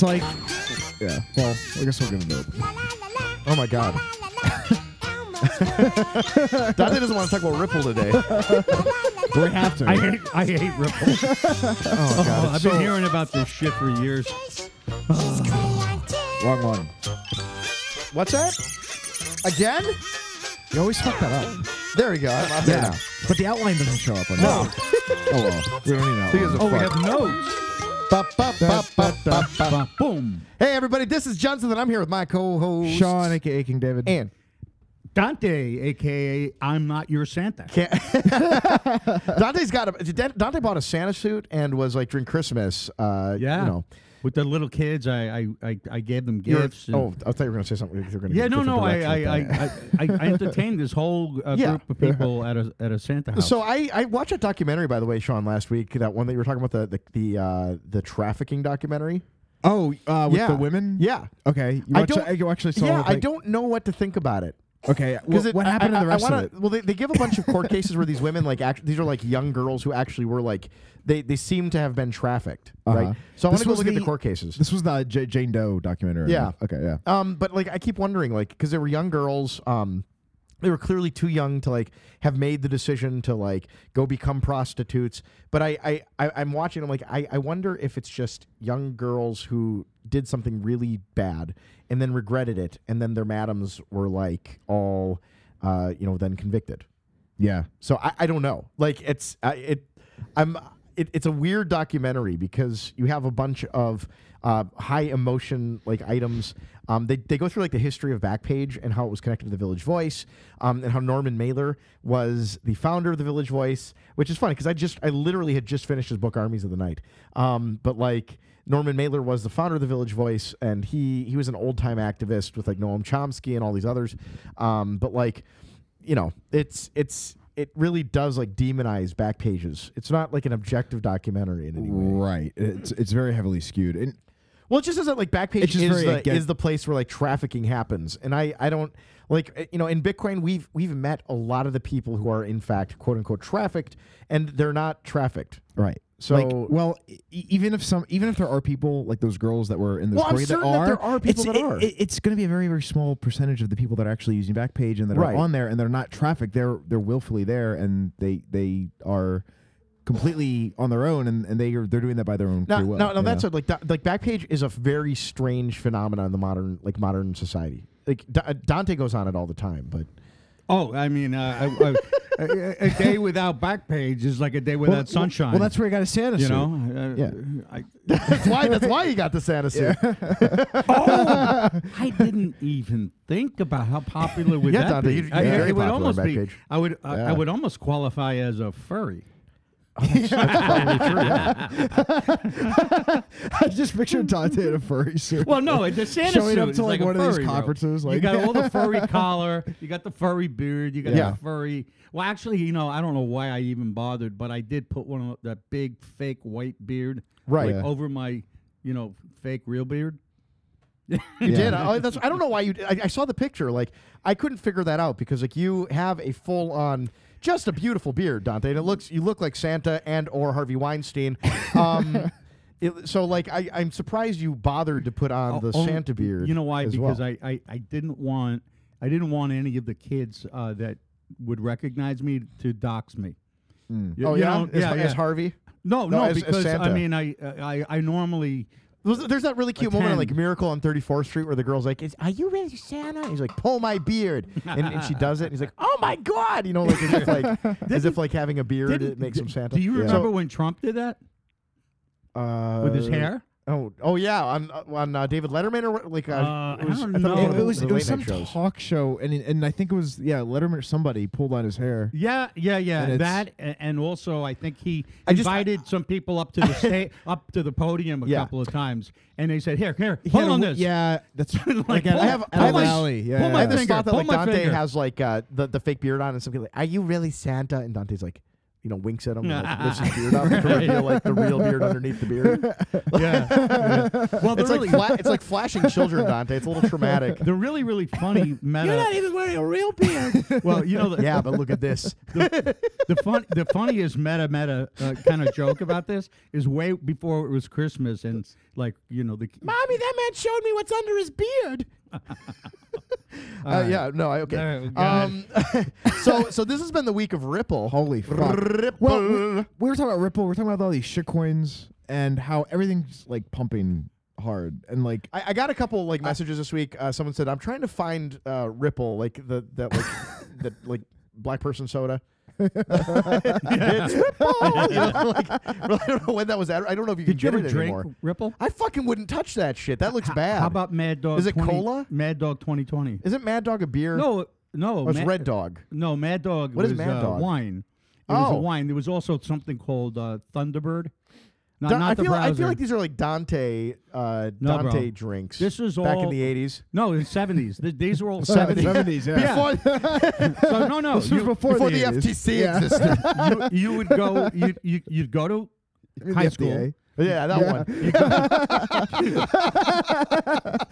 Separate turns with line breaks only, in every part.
It's like, yeah. Well, I guess we're gonna do it. Oh my god,
Dante doesn't want to talk about Ripple today.
do we have to?
I hate, I hate Ripple.
Oh, God.
I've
it's
been
so-
hearing about this shit for years.
Wrong one.
What's that? Again?
You always fuck that up.
There we go. I'm- I'm-
Yeah, but the outline doesn't show up on
No.
that. Oh well, we don't need
He
an
is
outline.
a
Oh, we
fuck.
have notes.
Ba, ba, ba, ba, ba, ba.
Boom.
Hey, everybody, this is Johnson, and I'm here with my co-host
Sean, aka King David,
and
Dante, aka I'm not your Santa.
Dante's got a Dante bought a Santa suit and was like during Christmas. Uh,
yeah.
you know,
With the little kids, I I, I, I gave them
you're-
gifts. and-
oh, I thought you were going to say something. you were gonna
yeah, no,
go a
no. I
different
I, I,
direction with
I, I I entertained this whole uh,
Yeah.
group of people at a at a Santa
that.
house.
So I, I watched a documentary by the way, Sean, last week. That one that you were talking about the the the, uh, the trafficking documentary.
Oh, uh, with
yeah,
the women.
Yeah,
Okay. You
I
actually,
don't-
you actually saw.
yeah.
like,
I don't know what to think about it.
Okay. Well,
Because uh, it-
what
I-
happened
I,
to the rest
I wanna,
of it?
Well, they, they give a bunch of court cases where these women, like, act, these are like young girls who actually were like, they, they seem to have been trafficked,
Uh-huh.
right? So I want
This
to go
was
look at the
the-
court cases.
This was the J- Jane Doe documentary.
Yeah.
Okay. Yeah.
Um, but like, I keep wondering, like, because they were young girls, um, they were clearly too young to like have made the decision to like go become prostitutes. But I, I, I I'm watching. I'm like, I, I wonder if it's just young girls who did something really bad and then regretted it, and then their madams were like all, uh, you know, then convicted.
Yeah.
So I, I don't know. Like it's I, it I'm it, it's a weird documentary because you have a bunch of uh, high emotion like items. Um, they, they go through like the history of Backpage and how it was connected to the Village Voice, um, and how Norman Mailer was the founder of the Village Voice, which is funny because I just I literally had just finished his book Armies of the Night, um, but like Norman Mailer was the founder of the Village Voice, and he he was an old time activist with like Noam Chomsky and all these others, um, but like you know, it's it's it really does like demonize back pages. It's not like an objective documentary in any way.
Right. It's it's very heavily skewed. And
Well, it just says that like Backpage
It's just
is
very
the,
against-
is the place where like trafficking happens, and I I don't like uh, you know in Bitcoin we've we've met a lot of the people who are in fact quote unquote trafficked, and they're not trafficked.
right.
So-
like, well, e- even if some, even if there are people like those girls that were in the
Well, I'm
story that
certain that
are,
there are people
it's,
that
it-
are.
it- it's going to be a very, very small percentage of the people that are actually using Backpage and that
Right.
are on there and they're not trafficked. They're they're willfully there and they they are completely on their own and, and they are they're doing that by their own
Now,
free will.
now, now
you
that's a,
know?
like da- like Backpage is a very strange phenomenon in the modern like modern society. Like da- eh, Dante goes on it all the time, but
oh, I mean, uh, I, I, a, a day without Backpage is like a day without
well,
sunshine.
Well, that's where I got a Santa
you
suit.
know. uh,
Yeah.
I,
that's why that's why he got the Santa suit.
Oh, I didn't even think about how popular would
Yeah,
that
Dante,
be.
you'd-
I,
you're very
it would
popular
almost
back
be.
page.
I would. I- I
Yeah.
would almost qualify as a furry.
I just pictured Dante in a furry suit.
Well, no, it's a Santa
Showing
suit.
up to,
is
like,
a
one of these
furry robe.
conferences,
you
like-
got all the furry collar. You got the furry beard. You got
Yeah.
the furry. Well, actually, you know, I don't know why I even bothered, but I did put one of that big fake white beard
Right.
like, over my, you know, fake real beard.
You did. I, that's, I don't know why you. I, I saw the picture. Like I couldn't figure that out because like you have a full on, just a beautiful beard, Dante. And it looks you look like Santa and or Harvey Weinstein. Um, it- so like I, I'm surprised you bothered to put on the
Oh, only-
Santa beard.
You know why?
as
Because
well.
I, I, I didn't want I didn't want any of the kids uh, that would recognize me to dox me. You-
Oh
you
yeah,
know,
as,
yeah,
as
yeah.
Harvey.
no,
no,
no,
as- as
because I
Santa.
mean I I, I normally
There's there's that really cute moment like
Attend.
Miracle on 34th Street where the girl's like, is, "Are you really Santa?" And he's like, "Pull my beard," and, and she does it. And he's like, "Oh my god!" You know, like as if like as if like having a beard
didn't-
it makes him Santa.
Do you
Yeah.
remember when Trump did that
So, uh,
with his hair?
Oh, oh yeah, on uh, on uh, David Letterman or what- like uh,
Uh,
it
I
was,
don't
thought
know.
one of Oh,
it,
the-
it was
the
it was
late night
some
shows.
talk show, and and I think it was yeah Letterman or somebody pulled on his hair.
Yeah, yeah, yeah.
And it's-
That a- and also I think he
I just-
invited some people up to the sta- up to the podium a
Yeah.
couple of times, and they said, "Here, here,
He had
hold
a
on
wi-
this."
Yeah, that's
Like,
at,
pull-
I have
pull
at
my-
Alley.
pull
Yeah,
my
I
yeah.
just
finger,
thought that
pull
like
my
Dante
finger.
has like uh, the the fake beard on and something like, "Are you really Santa?" And Dante's like, you know, winks at him, and, like lifts his beard up to reveal like the real beard underneath the beard.
yeah. Well, they're
It's like
really,
fla- it's like flashing children, Dante. It's a little traumatic.
they're really, really funny meta.
even wearing a real beard.
well, you know, the,
yeah, but look at this.
the, the fun, the funniest meta meta uh, kind of joke about this is way before it was Christmas and like you know the
Mommy, that man showed me what's under his beard.
Uh, yeah, no, I okay.
Oh, God.
um, so so this has been the week of Ripple.
Holy fuck.
Ripple.
Well, we, we were talking about Ripple. We're talking about all these shit coins and how everything's like pumping hard and like
I, I got a couple like messages this week. Uh, someone said I'm trying to find uh, Ripple, like the that like the like black person soda. It's Ripple. you know, like, I don't know when that was. At. I don't know if you
Did you
can
ever
get it
drink
anymore.
Ripple?
I fucking wouldn't touch that shit. That looks bad.
How about Mad Dog?
Is it
20
cola?
Mad Dog 2020.
Isn't Mad Dog a beer?
No, no.
oh, it's
Ma-
Red Dog.
No, Mad Dog.
What is
was,
Mad
uh,
Dog?
Wine. It was a
Oh.
wine. There was also something called uh, Thunderbird. Not,
Don-
not
I
the
feel I
browser.
feel like these are like Dante uh,
No, bro.
Dante drinks.
This is
back in
all-
the eighties.
no, in seventies. Th- these were all
Oh,
seventies.
Before,
So no, no.
this was
You,
before,
before the,
the, 80s.
FTC
Yeah.
existed.
you, you would go. You, you you'd go to
The
high school.
FDA.
yeah, that one.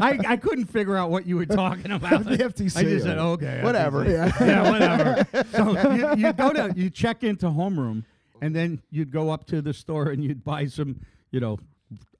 Yeah. I, I couldn't figure out what you were talking about.
The FTC.
I just said okay.
Whatever.
FTC. yeah, whatever. So you, you go to you check into homeroom, and then you'd go up to the store and you'd buy some. You know,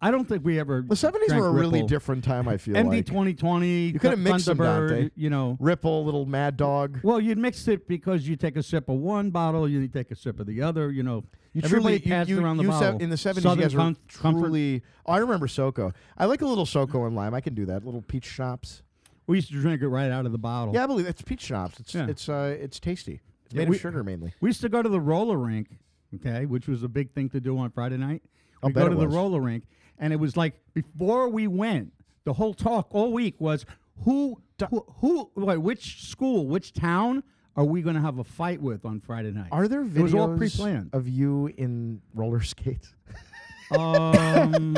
I don't think we ever.
The seventies
drank
were a really
Ripple.
different time. I feel
MD
like
twenty twenty. You
could've mixed them, Dante.
You know.
Ripple, little Mad Dog.
Well, you'd mix it because you take a sip of one bottle, you take a sip of the other. You know,
You
everybody
truly, you-
passed
you-
around the
you se-
bottle
in the seventies. You
Southern
guys were
com- comfort.
truly. Oh, I remember Soco. I like a little Soco and lime. I can do that. Little peach schnapps.
We used to drink it right out of the bottle.
Yeah, I believe it's peach schnapps. It's
Yeah.
it's uh it's tasty. It's
Yeah,
made
we-
of sugar mainly.
We used to go to the roller rink, okay, which was a big thing to do on Friday night. We
bet
go
it
to the
was.
roller rink, and it was like before we went, the whole talk all week was who, who, who wait, which school, which town are we going to have a fight with on Friday night?
Are there
It was all
videos
pre-planned.
of you in roller skates?
um,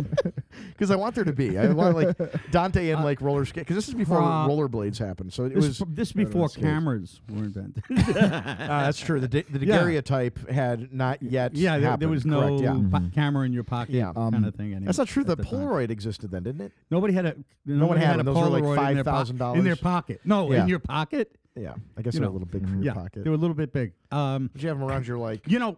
Because I want there to be. I want like Dante in like roller skate. Because this is before
prob-
rollerblades happened. So it
Uh, this,
was.
was, this before cameras were invented.
Ah, that's true. The, da- the
Yeah.
daguerreotype had not yet.
yeah, there, there
happened,
was no
correct, yeah. Mm-hmm.
po- camera in your pocket
Yeah. um,
kind of thing. Anyway,
That's not true. The
at time.
Polaroid existed then, didn't it?
Nobody had a no
one had
a
them. Those were like
Polaroid in their po-
$5,000.
in their pocket. No,
Yeah.
in your pocket.
Yeah, I guess
You
they're a
know.
little big for your
yeah,
pocket.
they were a little bit big. Um,
But you have them around your like.
you know,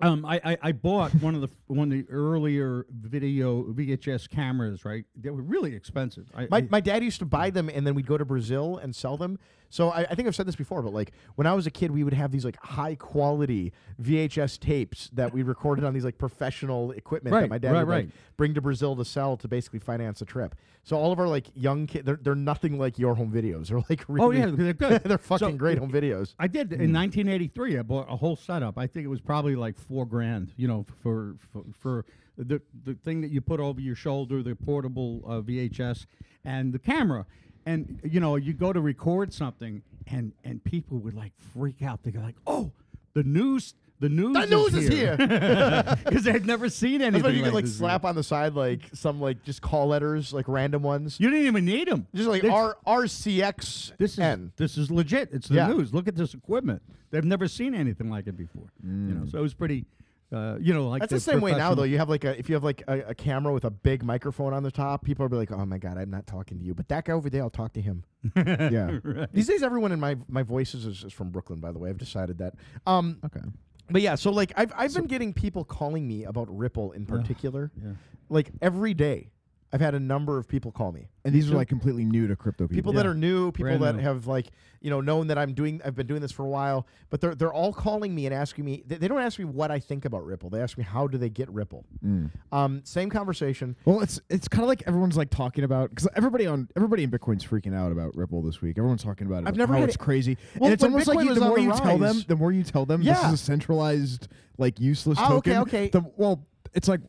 um, I, I I bought one of the one of the earlier video VHS cameras. Right, they were really expensive. I,
My,
I-
my dad used to buy them and then we'd go to Brazil and sell them. So I, I think I've said this before, but like when I was a kid, we would have these like high quality VHS tapes that we recorded on these like professional equipment that
Right,
my dad
right,
would like
right.
bring to Brazil to sell to basically finance a trip. So all of our like young kids, they're, they're nothing like your home videos. They're like really,
oh yeah, they're good.
they're fucking
So,
great home videos.
I did
Hmm.
in 1983. I bought a whole setup. I think it was probably like four grand. You know, for for, for the the thing that you put over your shoulder, the portable uh, VHS, and the camera. And you know, you go to record something, and and people would like freak out. They go like, "Oh, the news." The news,
The news is here.
because they'd never seen anything.
That's why you could
like
like
this
slap on the side like some like just call letters like random ones.
You didn't even need them.
just like R R C X
This is
N.
this is legit. It's the
Yeah.
news. Look at this equipment. They've never seen anything like it before. You know, so it was pretty. Uh, you know, like
Mm. That's the, same way now, though.
professional-
You have like a if you have like a, a camera with a big microphone on the top, people are be like, "Oh my god, I'm not talking to you," but that guy over there, I'll talk to him.
yeah.
These days, everyone in my my voices is, is from Brooklyn, by the way. I've decided that. Um,
Okay.
but yeah, so like I've I've been getting people calling me about Ripple in particular,
yeah.
like every day. I've had a number of people call me.
And these are like completely new to crypto people.
people that
Yeah.
are new, people
Brand
that
new.
have like you know known that I'm doing, I've been doing this for a while, but they're they're all calling me and asking me. They, they don't ask me what I think about Ripple. They ask me how do they get Ripple. Um, same conversation.
Well, it's it's kind of like everyone's like talking about because everybody on everybody in Bitcoin's freaking out about Ripple this week. Everyone's talking about it.
I've
about
never
how
had
it's
it-
crazy.
Well,
and it's
when
almost
Bitcoin
like you,
was
the
on
more
the
you tell them,
rise-
the more you tell them this
Yeah.
is a centralized like useless
Ah, okay,
token.
okay.
The, well, it's like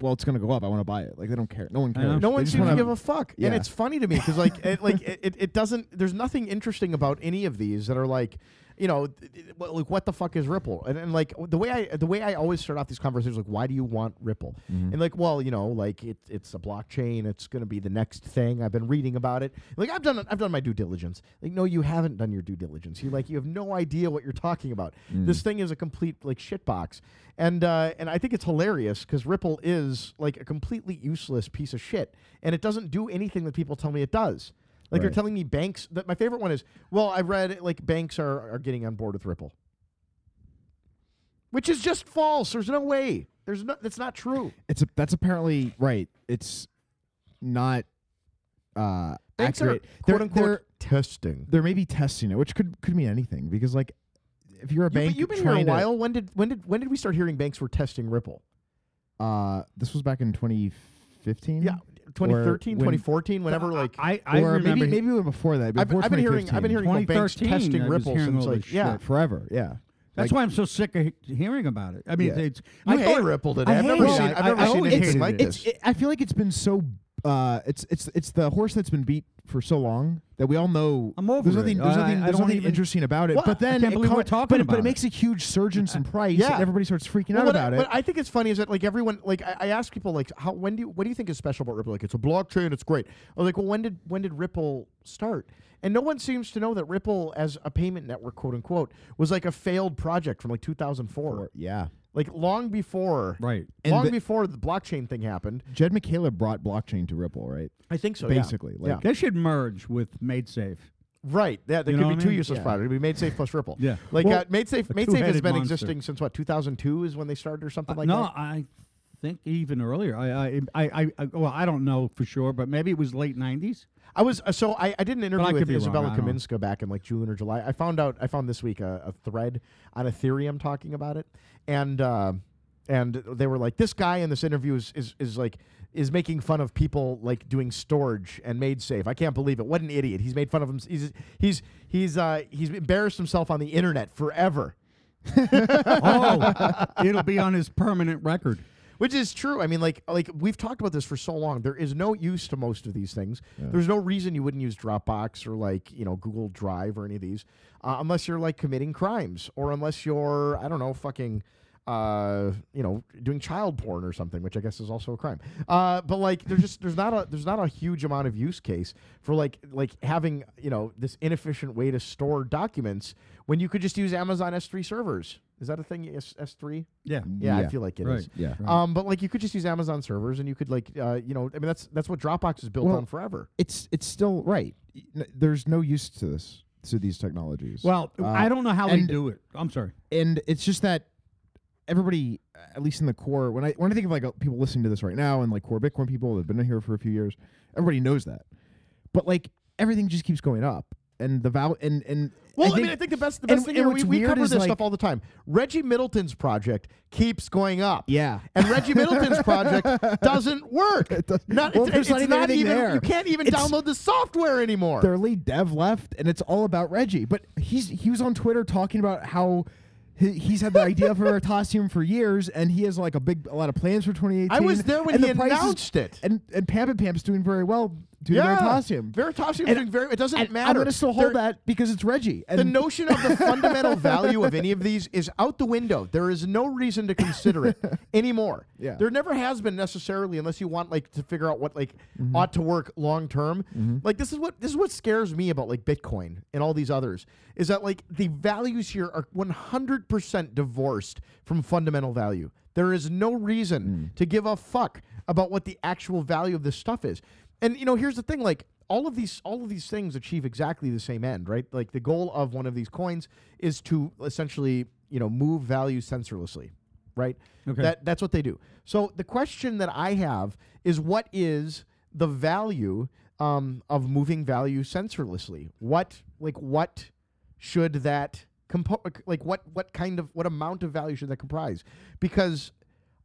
well, it's gonna go up. I want to buy it. Like they don't care. No one
I know.
cares.
No
They
one
just
seems to
wanna-
give a fuck, and
Yeah.
it's funny to me because like it, like it, it doesn't. There's nothing interesting about any of these that are like. you know, th- th- what- like what the fuck is Ripple? And, and like the way I the way I always start off these conversations, like, why do you want Ripple? And like, well, you know, like it, it's a blockchain. It's going to be the next thing. I've been reading about it. Like I've done I've done my due diligence. Like no, you haven't done your due diligence. You like you have no idea what you're talking about.
Mm.
This thing is a complete like shitbox. And uh, and I think it's hilarious because Ripple is like a completely useless piece of shit, and it doesn't do anything that people tell me it does. Like they're
Right.
telling me banks. That my favorite one is, well, I read like banks are are getting on board with Ripple, which is just false. There's no way. There's no. That's not true.
It's a, that's apparently right. It's not uh,
Banks
accurate.
are
They're-
quote unquote
they're-
testing.
there may be testing it, which could could mean anything because like if you're a
You,
bank,
have been here a
trying to-
while. when did when did when did we start hearing banks were testing Ripple?
uh, this was back in 2015.
Yeah, 2013,
Mm. when-
2014, whenever
I-
like
I, I
or
remember
maybe
he-
maybe even before that.
I've,
Before
I've been hearing I've been
2015.
hearing about banks
2013,
testing
I was
Ripple
hearing
since
all
like
this
yeah.
shit.
forever. Yeah,
That's why I'm so sick of he- hearing about it. I mean,
Yeah.
it's
You
I
hate
thought-
Ripple today.
I
I've
hate
never
it.
seen-
I-
I've never
I
seen
always
anything
hated
like
it.
this.
It's, it, I feel like it's been so. Uh, it's it's it's the horse that's been beat for so long that we all know.
I'm over
there's
it.
nothing. There's
I-
nothing.
I
there's
don't
nothing
even-
interesting about it.
Well,
but
I
then
can't
it
believe we're
but-
talking
But
about
it
it.
makes a huge surge in some price,
Yeah.
and everybody starts freaking
Well,
out
what
about
I,
it.
What I think is funny is that like everyone like I, I ask people like how when do you what do you think is special about Ripple? Like it's a blockchain, it's great. I was like, well, when did when did Ripple start? And no one seems to know that Ripple as a payment network, quote unquote, was like a failed project from like 2004,
Or- yeah.
like long before
Right.
And
long
the-
before the blockchain thing happened.
Jed McCaleb brought blockchain to Ripple, right?
I think so.
Basically,
yeah.
like-
Yeah.
They should merge with MadeSafe.
right. Yeah, there
You know
could
what
be
I
two
mean?
useless
Yeah.
products. It'd be made safe plus Ripple.
Yeah.
like
Well,
uh, made safe.
a
Made safe has
two-headed
been
monster. Uh,
existing since what 2002 is when they started or something like
no,
that.
I think even earlier. I, I, I, I, well, I don't know for sure, but maybe it was late '90s.
I was uh, so I, I did an interview
I could
with
be wrong,
Isabella
I don't know.
Kaminska back in like June or July. I found out I found this week a, a thread on Ethereum talking about it, and uh, and they were like, this guy in this interview is, is is like is making fun of people like doing storage and made safe. I can't believe it. What an idiot! He's made fun of him. He's he's he's uh, he's embarrassed himself on the internet forever.
oh, it'll be on his permanent record.
Which is true. I mean, like, like we've talked about this for so long. There is no use to most of these things. There's no reason you wouldn't use Dropbox or like you know Google Drive or any of these, uh, unless you're like committing crimes or unless you're I don't know fucking, uh, you know doing child porn or something, which I guess is also a crime. Uh, but like there's just there's not a there's not a huge amount of use case for like like having you know this inefficient way to store documents when you could just use Amazon S3 servers. Is that a thing? S S3.
Yeah.
Yeah, I
Mm, Yeah.
feel like it is.
Right.
Yeah.
Right.
Um, but like you could just use Amazon servers, and you could like uh, you know, I mean that's that's what Dropbox is built
Well-
on forever.
It's it's still right. N- There's no use to this to these technologies.
Well,
Uh,
I don't know how they
and-
do it. I'm sorry.
and it's just that everybody, at least in the core, when I when I think of like uh, people listening to this right now and like core Bitcoin people that've been in here for a few years, everybody knows that. But like everything just keeps going up, and the val and and
Well, I, mean, I think the best the
and-
best thing
and
here, we,
what's
we
weird
cover
is,
this
like-
stuff all the time. Reggie Middleton's project keeps going up.
yeah.
And Reggie Middleton's project doesn't work.
doesn't-
Not,
well,
it's,
there's
it's
not even
not
anything
even
there.
you can't even
It's-
download the software anymore.
Their lead dev left, and it's all about Reggie. But he's he was on Twitter talking about how. he- He's had the idea for Veritasium for years, and he has like a big, a lot of plans for 2018.
I was there when
and
he
the price is-
announced it.
and and Pam and Pam's doing very well doing
yeah,
Veritasium.
Veritasium
And-
doing very. It doesn't
And
matter.
I'm gonna still
They're-
hold that because it's Reggie. And
the notion of the fundamental value of any of these is out the window. There is no reason to consider it anymore.
Yeah.
There never has been necessarily, unless you want like to figure out what like ought to work long term. Like this is what this is what scares me about like Bitcoin and all these others is that like the values here are 100% divorced from fundamental value. There is no reason to give a fuck about what the actual value of this stuff is. And you know, here's the thing: like all of these, all of these things achieve exactly the same end, right? Like the goal of one of these coins is to essentially, you know, move value sensorlessly, right?
Okay.
That that's what they do. So the question that I have is, what is the value um, of moving value sensorlessly? What like what should that compo- like what what kind of what amount of value should that comprise? Because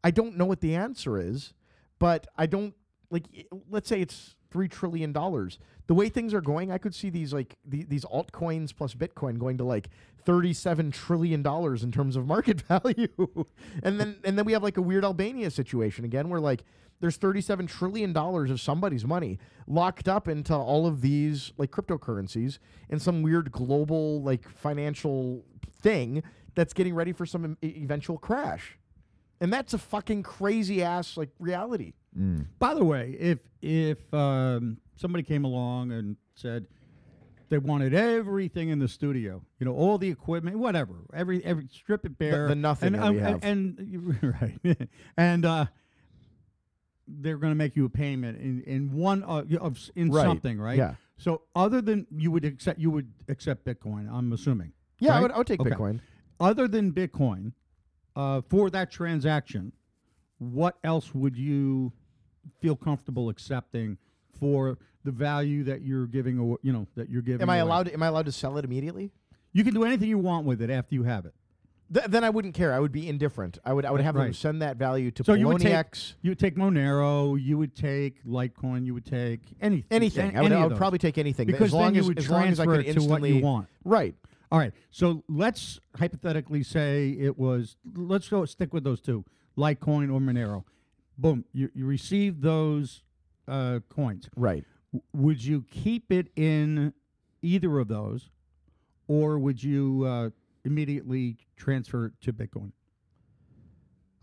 I don't know what the answer is, but I don't like. i- Let's say it's three trillion dollars. The way things are going, I could see these like the, these altcoins plus Bitcoin going to like thirty-seven trillion dollars in terms of market value, and then and then we have like a weird Albania situation again, where like there's 37 trillion dollars of somebody's money locked up into all of these like cryptocurrencies in some weird global like financial thing that's getting ready for some e- eventual crash. And that's a fucking crazy ass like reality.
By the way, if if um, somebody came along and said they wanted everything in the studio, you know, all the equipment, whatever, every every strip it bare,
the nothing
and,
that we
um, and, and- right, and uh, they're going to make you a payment in in one uh, y- of s- in
Right,
something, right?
yeah.
So other than you would accept, you would accept Bitcoin. I'm assuming.
Yeah, I,
right?
would, I would take
Okay.
Bitcoin.
Other than Bitcoin, uh, for that transaction, what else would you feel comfortable accepting for the value that you're giving? Or you know that you're giving.
Am I
away?
allowed? Am I allowed to sell it immediately?
You can do anything you want with it after you have it.
Th- then I wouldn't care. I would be indifferent. I would. I would have them
Right.
send that value to
So you would take
Poloniex.
you would take Monero, you would take Litecoin, you would take anything,
Anything.
any
I would,
of
I would
those.
probably take anything
because
as long
then you
as,
would
as long as I
transfer
could
it to what
instantly
you want.
Right.
All right. So let's hypothetically say it was. Let's go stick with those two, Litecoin or Monero. Boom. You you received those uh, coins.
Right.
W- would you keep it in either of those, or would you uh, immediately transfer it to Bitcoin?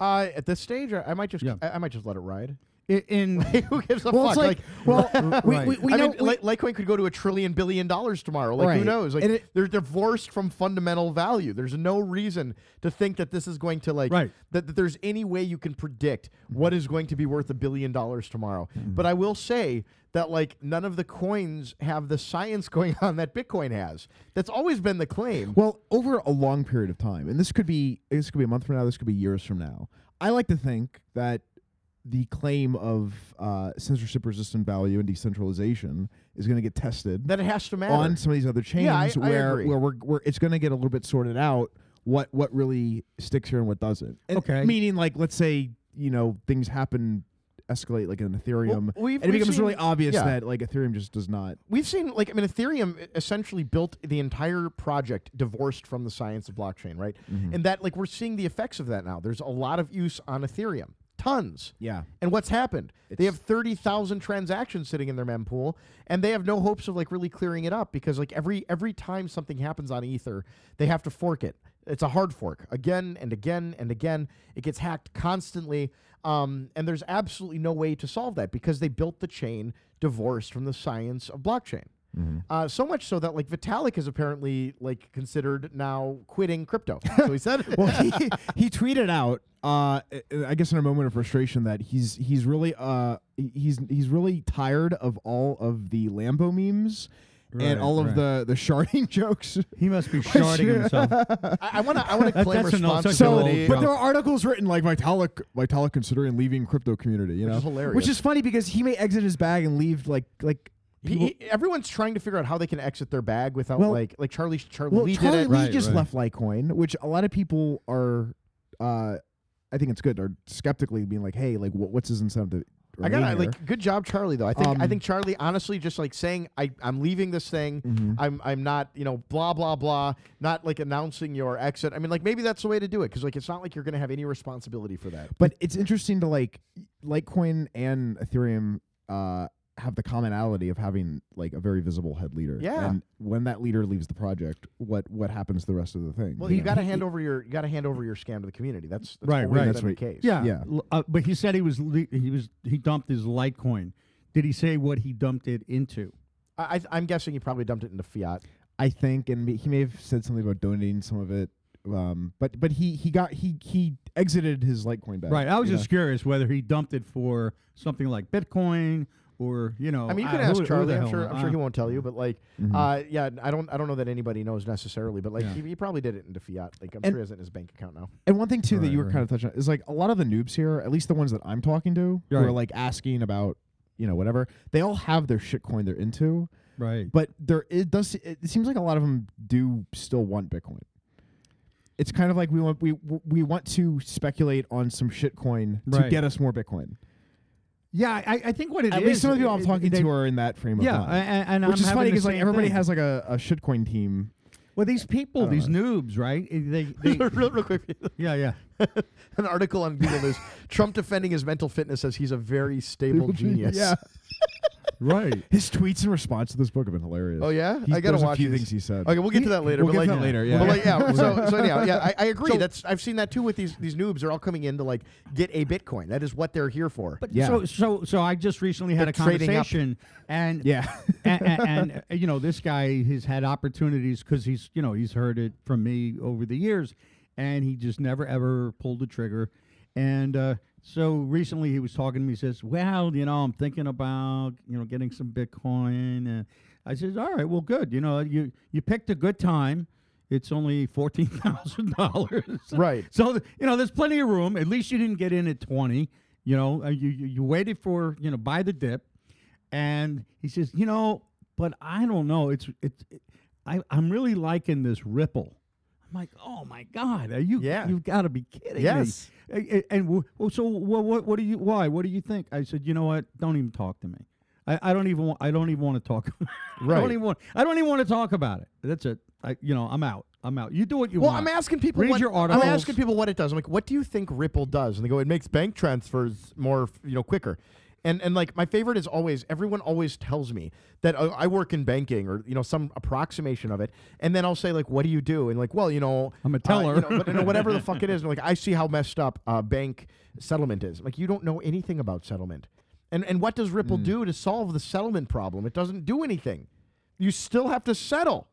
Uh, at this stage, I, I might just.
Yeah.
I, I might just let it ride.
I- In
Who gives a
Well,
fuck?
it's like-
well,
we-
Right.
we, we
I
know
mean, Li- Litecoin could go to a trillion billion dollars tomorrow. Like who
Right.
knows? Like
And it-
they're divorced from fundamental value. There's no reason to think that this is going to like
Right.
that, that there's any way you can predict what is going to be worth a billion dollars tomorrow.
Mm-hmm.
But I will say that like none of the coins have the science going on that Bitcoin has. That's always been the claim.
Well, over a long period of time, and this could be this could be a month from now, this could be years from now. I like to think that the claim of uh, censorship-resistant value and decentralization is going to get tested
that it has to matter.
on some of these other
Yeah, I-
chains
I
where
agree.
where we're, where it's going to get a little bit sorted out what what really sticks here and what doesn't. And
Okay.
meaning like let's say you know things happen escalate like in Ethereum,
we've-
and it
we've
becomes really
seen-
obvious
yeah.
that like Ethereum just does not.
we've seen like I mean Ethereum e- essentially built the entire project divorced from the science of blockchain, right? And that like we're seeing the effects of that now. There's a lot of use on Ethereum. Tons.
Yeah.
And what's happened? they
It's-
have 30,000 transactions sitting in their mempool and they have no hopes of like really clearing it up because like every every time something happens on ether, they have to fork it. It's a hard fork again and again and again. It gets hacked constantly. Um, and there's absolutely no way to solve that because they built the chain divorced from the science of blockchain. Uh, so much so that like Vitalik is apparently like considered now quitting crypto. So he said,
well, he, he tweeted out, uh, I- I guess in a moment of frustration, that he's he's really uh, he- he's he's really tired of all of the Lambo memes
Right,
and all of
right.
the the sharding jokes.
he must be sharding himself.
I want to I want to
That-
claim
that's an old- such an
So,
Responsibility.
responsibility.
but there are articles written like Vitalik, Vitalik considering leaving crypto community, you
Which
know,
is hilarious.
Which is funny because he may exit his bag and leave like like he
P-
will-
everyone's trying to figure out how they can exit their bag without
Well-
like like Charlie Charlie
well,
Lee
Charlie
did it.
Lee
Right,
just
right.
left Litecoin, which a lot of people are, uh, I think it's good, are skeptically being like, hey, like what, what's his incentive? to
I
remain
got
here?
like good job Charlie though. I think I
Um,
think Charlie honestly just like saying I I'm leaving this thing.
Mhm.
I'm I'm not you know blah blah blah. Not like announcing your exit. I mean like maybe that's the way to do it because like it's not like you're gonna have any responsibility for that.
But it's interesting to like Litecoin and Ethereum uh, have the commonality of having like a very visible head leader.
Yeah.
And when that leader leaves the project, what what happens to the rest of the thing?
Well, you got to hand over your you got to hand over your scam to the community. That's, that's
Right,
always
right.
been
That's
the
right.
case.
Yeah,
Yeah.
L- Uh, but he said he was le- he was he dumped his Litecoin. Did he say what he dumped it into?
I, I I'm guessing he probably dumped it into fiat.
I think, and he may have said something about donating some of it. Um, but but he he got he he exited his Litecoin back.
Right. I was
you know?
just curious whether he dumped it for something like Bitcoin or you know.
Oh, I mean, you
can
can ask Charlie. I'm sure. I'm sure he won't tell you, but like, uh, yeah, I don't. I don't know that anybody knows necessarily, but like,
Yeah.
he, he probably did it into fiat. Like, I'm
And-
sure he has it in his bank account now.
And one thing too that
Right,
you were
right.
kind of touching on is like a lot of the noobs here, at least the ones that I'm talking to, who
Right.
are like asking about you know whatever. They all have their shitcoin they're into.
Right.
but there it does it seems like a lot of them do still want bitcoin it's kind of like we want we we want to speculate on some shitcoin to
Right.
get us more bitcoin
Yeah, I, I think what it is.
at least some of the people i'm
it-
talking
they-
to are in that frame
Yeah,
of mind
and, and
which
I'm
is
having
funny
the
because like
same
everybody
thing.
has like a, a shitcoin team
Well, these people, these noobs, right? eh, They, they
real, real quick,
yeah, yeah.
an article on Google News: Trump defending his mental fitness says he's a very stable genius.
Yeah.
Right.
His tweets in response to this book have been hilarious.
Oh yeah,
He-
I gotta
there's
watch
a few
these.
things he said.
Okay, we'll get to that later.
We'll
but
get to
like-
that later, yeah.
But like, yeah. so, so anyhow, yeah, I, I agree. That's I've seen that too with these these noobs. They're all coming in to like get a Bitcoin. That is what they're here for.
But
Yeah.
so so so I just recently had a
They're trading up.
conversation and
Yeah.
and, and, uh, you know this guy has had opportunities because he's you know he's heard it from me over the years and he just never ever pulled the trigger and uh, so recently he was talking to me he says well you know I'm thinking about you know getting some Bitcoin and I says all right well good you know you you picked a good time. It's only fourteen thousand dollars,
Right.
So th- you know, there's plenty of room. At least you didn't get in at 20. You know, uh, you, you you waited for you know buy the dip, and he says, you know, but I don't know. It's it's it, I I'm really liking this Ripple. I'm like, oh my god, are you?
Yeah.
you've got to be kidding
Yes.
me. A- a- And, w well, so what, what? What do you? Why? What do you think? I said, you know what? Don't even talk to me. I, I don't even want, I don't even want to talk. I
Right.
don't even want I don't even want to talk about it. That's it. I you know I'm out. I'm out. You do what you
Well,
want.
I'm asking people.
Read
what,
your
I'm
articles.
asking people what it does. I'm like, what do you think Ripple does? And they go, it makes bank transfers more, you know, quicker. And and like my favorite is always everyone always tells me that uh, I work in banking or you know some approximation of it, and then I'll say like, what do you do? And like, well, you know,
I'm a
uh,
teller.
you know, but, you know, whatever the fuck it is. And like, I see how messed up uh, bank settlement is. Like, you don't know anything about settlement, and and what does
Mm.
Ripple do to solve the settlement problem? It doesn't do anything. You still have to settle.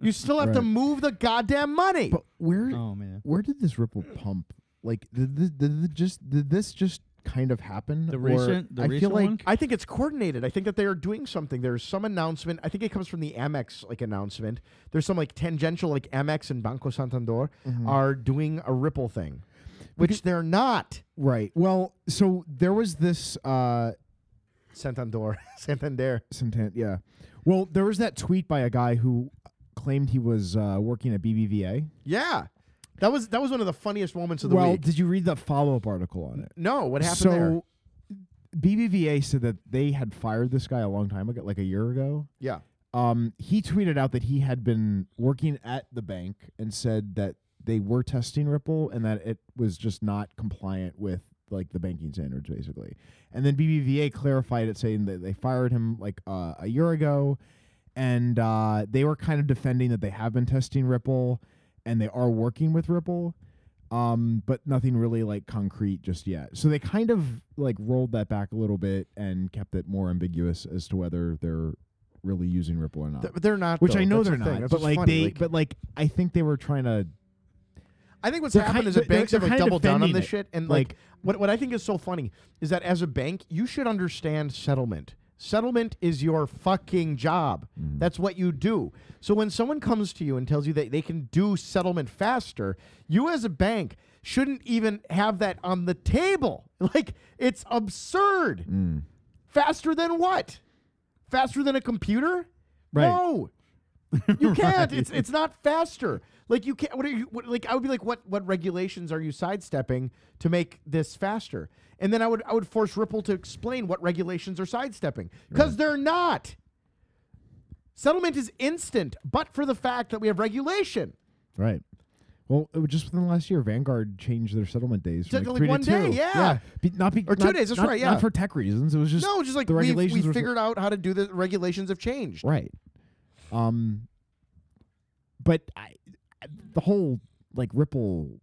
You still have to move the goddamn money.
But where
Oh, man.
where did this Ripple pump? Like did this, did this just did this just kind of happen?
The
Or-
recent- the
I
recent
feel like
one?
I think it's coordinated. I think that they are doing something. There's some announcement. I think it comes from the Amex like announcement. There's some like tangential like Amex and Banco Santander are doing a Ripple thing, which they're not.
right. Well, so there was this uh
Santander, Santander.
Santan- yeah. Well, there was that tweet by a guy who claimed he was uh, working at BBVA.
Yeah, that was that was one of the funniest moments of the
well,
week.
did you read the follow-up article on it?
no, what happened
so
there?
BBVA said that they had fired this guy a long time ago, like a year ago.
Yeah,
Um, he tweeted out that he had been working at the bank and said that they were testing Ripple and that it was just not compliant with like the banking standards, basically. And then BBVA clarified it, saying that they fired him like uh, a year ago, and uh, they were kind of defending that they have been testing Ripple and they are working with Ripple. Um, but nothing really like concrete just yet. So they kind of like rolled that back a little bit and kept it more ambiguous as to whether they're really using Ripple or not.
Th- they're not.
Which
though.
I know
That's
they're
the thing.
not,
That's
but
what's
like
funny.
they, but like I think they were trying to.
I think what's
They're
happened
kind-
is that
they're-
banks
they're
have like
kind of
doubled down on
defending
this
it.
shit. And like,
Like-
what what I think is so funny is that as a bank, you should understand settlement. Settlement is your fucking job.
Mm-hmm.
That's what you do. So when someone comes to you and tells you that they can do settlement faster, you as a bank shouldn't even have that on the table. Like it's absurd.
Mm.
Faster than what? Faster than a computer?
Right.
No. You can't. It's it's not faster. Like you can't. What are you? What, like I would be like, what what regulations are you sidestepping to make this faster? And then I would I would force Ripple to explain what regulations are sidestepping because they're not. Settlement is instant, but for the fact that we have regulation.
Right. Well, it was just within the last year, Vanguard changed their settlement days
To,
from like,
like,
three
one
to
day,
two.
yeah.
Be- not be,
Or two
not-
days, that's
not-
right, yeah.
Not for tech reasons. It was just
No, just like
the
we
regulations
we
were so-
figured out how to do the regulations have changed.
right. Um, but I, the whole like Ripple,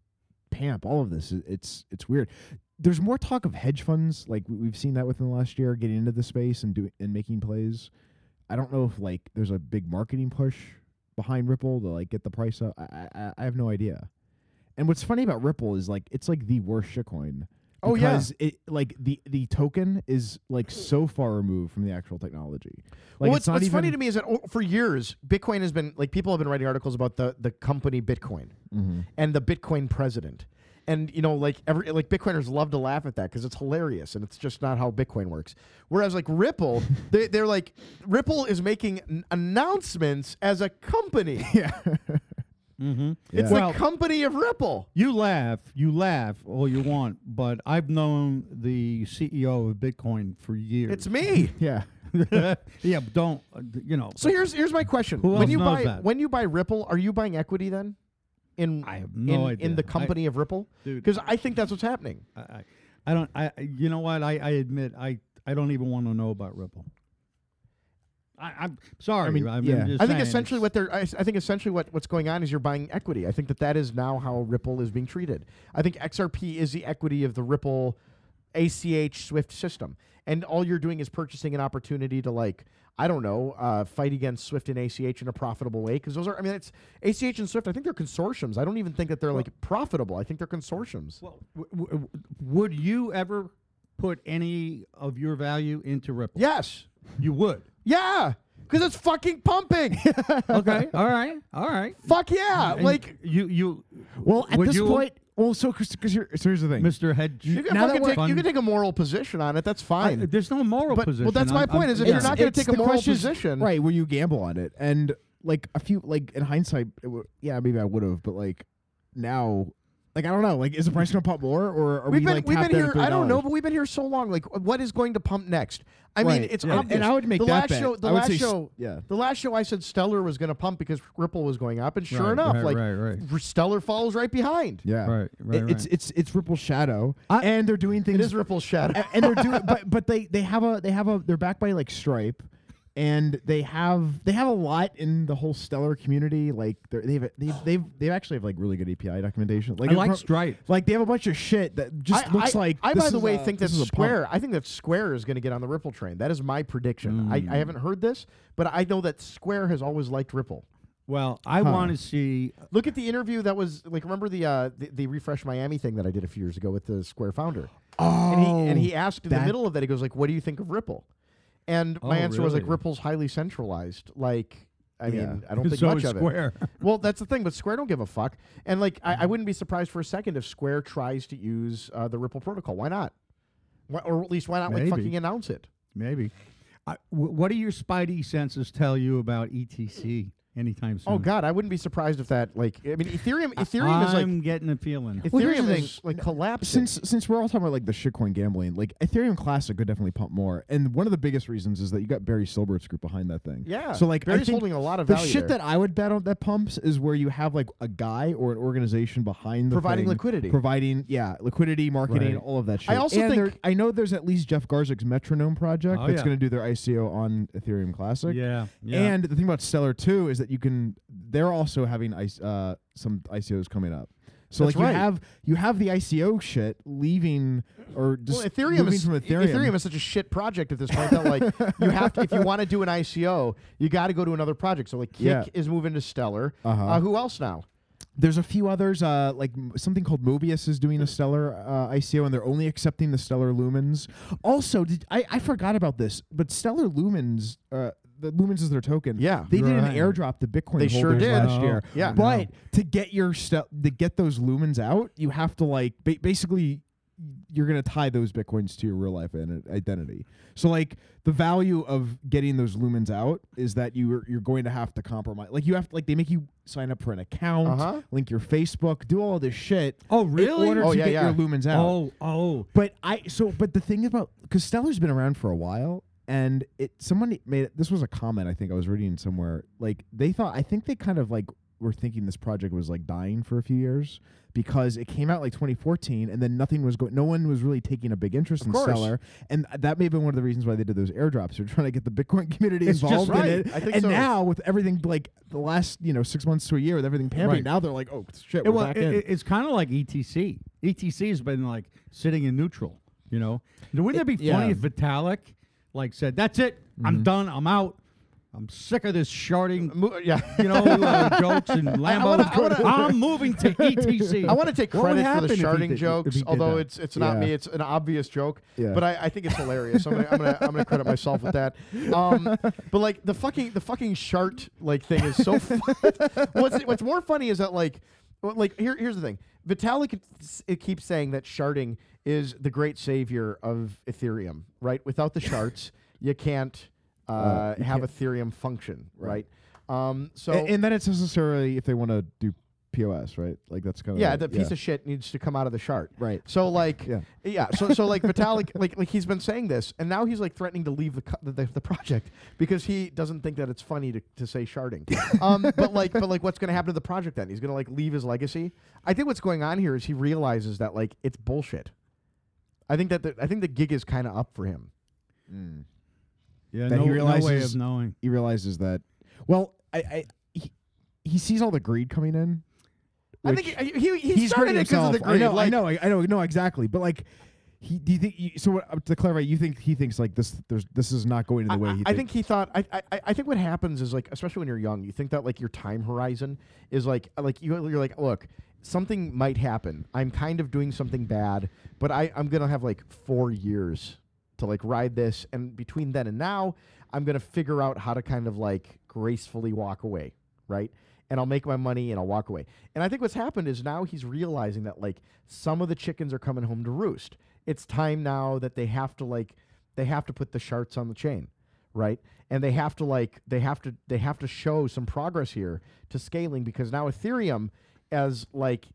pamp, all of this, i- it's it's weird. There's more talk of hedge funds. Like we- we've seen that within the last year, getting into the space and doing and making plays. I don't know if like there's a big marketing push behind Ripple to like get the price up. I I, I- I have no idea. And what's funny about Ripple is like it's like the worst shitcoin.
Oh, yeah.
because it like the the token is like so far removed from the actual technology.
Well,
Like it's
what's,
not
what's
even,
funny to me is that o- for years, Bitcoin has been like people have been writing articles about the the company Bitcoin
Mm-hmm.
and the Bitcoin president, and you know like every like Bitcoiners love to laugh at that because it's hilarious and it's just not how Bitcoin works. Whereas like Ripple, they, they're like Ripple is making n- announcements as a company. Yeah, it's
Well-
the company of Ripple.
You laugh, you laugh all you want, but I've known the CEO of E Bitcoin for years.
It's me.
Yeah.
yeah, but don't uh, d- you know?
So here's here's my question.
Who
when
else
you
knows
buy
that?
when you buy Ripple, are you buying equity then? In
I have no
in, in
idea.
the
I-
company of Ripple,
Dude.
because I think that's what's happening.
I, I, I don't. I I- you know what? I, I admit I I don't even want to know about Ripple. I, I'm sorry. I
mean,
I'm
yeah.
just
I think
saying
essentially
it's-
what they're I, s- I think essentially what, what's going on is you're buying equity. I think that that is now how Ripple is being treated. I think XRP is the equity of the Ripple ACH Swift system, and all you're doing is purchasing an opportunity to like I don't know uh, fight against Swift and ACH in a profitable way because those are I mean it's ACH and Swift. I think they're consortiums. I don't even think that they're like profitable. I think they're consortiums.
Well, w- w- w- would you ever put any of your value into Ripple?
yes,
you would.
yeah, because it's fucking pumping.
Okay. all right. All right.
Fuck yeah!
And
like
you, you,
Well, at
Would
this
you-
point, well, so because here, so here's the thing.
Mr. Head.
you can,
now that
fucking
we're-
take, you can take a moral position on it. That's
I,
fine.
there's no moral
But- well,
position.
that's my
I'm-
point
I'm-
is if
yeah.
you're not gonna
it's
take a
the
moral
question-
position.
right? Where you gamble on it, and like a few, like in hindsight, it w- yeah, maybe I would have, but like now, like I don't know, like is the price gonna pop more, or are
we've
we
been
like
we've
tapped
been
out
here.
at
I don't know,
$3?
but we've been here so long. Like, what is going to pump next? I mean,
Right.
it's
Yeah. And-
obvious.
and I would make
the
that
last
bet.
show. The
I would
last
say s-
show.
yeah.
The last show, I said Stellar was going to pump because Ripple was going up, and sure
Right,
enough,
right,
like
right, right.
r- Stellar follows right behind.
Yeah,
Right, right,
It- It's
right.
it's it's Ripple Shadow,
I-
and they're doing things.
It is Ripple's shadow.
a- and they're doing, but but they they have a they have a they're backed by like Stripe, and they have they have a lot in the whole Stellar community. Like they're, they've they've they've they actually have like really good API documentation. Like
I like
pro-
Stripe.
Like they have a bunch of shit that just
I,
looks
I-
like.
I,
this
by the
is
way,
a-
think that
this is a pump.
Square. I think that Square is going to get on the Ripple train. That is my prediction.
Mm.
I, I haven't heard this, but I know that Square has always liked Ripple.
Well, I want to see.
Look at the interview that was like. Remember the uh, the, the refresh Miami thing that I did a few years ago with the Square founder.
Oh,
and he, and he asked in the
that-
middle of that. He goes like, "What do you think of Ripple?" And my
Oh,
answer was like,
really?
"Ripple's highly centralized. Like, I
Yeah.
mean, I don't think
so
much
is
of it."
Square. Mm-hmm.
Well, that's the thing, but Square don't give a fuck. And like, I, I wouldn't be surprised for a second if Square tries to use uh, the Ripple protocol. Why not? Why, or at least why not like
Maybe.
fucking announce it?
Maybe. I, w- what do your spidey senses tell you about ETC anytime soon?
Oh God, I wouldn't be surprised if that. Like, I mean, Ethereum. Ethereum
I'm
is like
getting a feeling.
Ethereum
Well, here's the
is like collapsing.
Oh. since since we're all talking about like the shitcoin gambling, like Ethereum Classic could definitely pump more. And one of the biggest reasons is that you got Barry Silbert's group behind that thing.
Yeah.
So like I
Barry's
think
holding a lot of
the
value
shit
there.
that I would bet on that pumps is where you have like a guy or an organization behind the
Providing
thing,
liquidity.
providing yeah liquidity, marketing,
Right.
all of that shit.
I also
And
think-
there- I know there's at least Jeff Garzik's Metronome project
Oh,
that's
yeah.
going to do their ICO on Ethereum Classic.
yeah, yeah.
And the thing about Stellar too is that you can. They're also having ice, uh, some ICOs coming up. So
That's
like
right.
you have you have the ICO shit leaving or just
well, Ethereum
moving
is
from Ethereum.
is such a shit project at this point that like you have to if you want to do an ICO, you got to go to another project. So like Kick
Yeah.
is moving to Stellar.
Uh-huh.
Uh, who else now?
There's a few others uh, like m- something called Mobius is doing a Stellar uh, ICO and they're only accepting the Stellar Lumens. Also, did, I I forgot about this, but Stellar Lumens. Uh, the Lumens is their token.
Yeah.
they did an
Right.
airdrop to Bitcoin
They
holders
sure did.
last
Oh.
year.
Yeah.
but to get your stuff to get those lumens out, you have to like ba- basically you're gonna tie those bitcoins to your real life and identity. So like the value of getting those lumens out is that you are, you're going to have to compromise. Like you have to like they make you sign up for an account,
Uh-huh.
link your Facebook, do all this shit.
Oh,
In
really?
order
Oh,
to
yeah,
get
yeah.
your lumens out.
oh, oh.
But I so but the thing about because Stellar's been around for a while, and it someone made this was a comment I think I was reading somewhere. Like they thought I think they kind of like were thinking this project was like dying for a few years because it came out like 2014 and then nothing was going no one was really taking a big interest
Of
in
course.
Stellar and that may have been one of the reasons why they did those airdrops they're trying to get the bitcoin community
It's just
involved
right.
in it
I think
and
so.
now with everything like the last you know 6 months to a year with everything pampering
Right.
now they're like oh shit
It,
we're
well,
back
it-
in
it- it's kind of like E ETC. ETC has been like sitting in neutral. You know, wouldn't it,
It-
be funny
yeah.
if Vitalik like said, "That's it.
Mm-hmm.
I'm done. I'm out. I'm sick of this sharding."
Mo- yeah.
You know, uh, jokes and Lambo.
wanna- I wanna-
I'm moving to ETC.
I want to take
What would
credit for the
happen if he did-
sharding
if
jokes,
he did
although
that?
it's it's not
Yeah.
me. It's an obvious joke,
Yeah.
but I, I think it's hilarious. So I'm gonna, I'm gonna I'm gonna credit myself with that. Um, but like the fucking the fucking shart like thing is so. Fun. what's what's more funny is that like well, like here here's the thing. Vitalik s- it keeps saying that sharding is the great savior of Ethereum. Right? Without the sharts, you can't uh,
Uh, you
have Ethereum function. Right. Um, so
A- and, then it's necessarily if they want to do POS, right? Like that's kind of
Yeah, that piece of shit needs to come out of the chart.
Right.
So like,
Yeah.
yeah. so so like Vitalik, like like he's been saying this, and now he's like threatening to leave the co- the, the project because he doesn't think that it's funny to, to say sharding. um, but like, but like, what's going to happen to the project then? He's going to like leave his legacy. I think what's going on here is he realizes that like it's bullshit. I think that the, I think the gig is kind of up for him.
Yeah,
That
no,
he
no way
realizes-
of knowing.
he realizes that. Well, I, I he, he sees all the greed coming in.
I
which-
think he he, he
he's
started
hurting
it because of
himself.
the greed.
I know, I
like,
know, I, I know, no, exactly. But like, he do you think? You, so what, uh, to clarify, you think he thinks like this? There's this is not going the
I-
way
I,
he.
I think he thought. I, I I- I think what happens is like, especially when you're young, you think that like your time horizon is like uh, like you you're like, look, something might happen. I'm kind of doing something bad, but I I'm gonna have like four years to like ride this, and between then and now, I'm gonna figure out how to kind of like gracefully walk away, right? And I'll make my money and I'll walk away. And I think what's happened is now he's realizing that like some of the chickens are coming home to roost. It's time now that they have to like they have to put the sharts on the chain right and they have to like they have to they have to show some progress here to scaling because now ethereum as like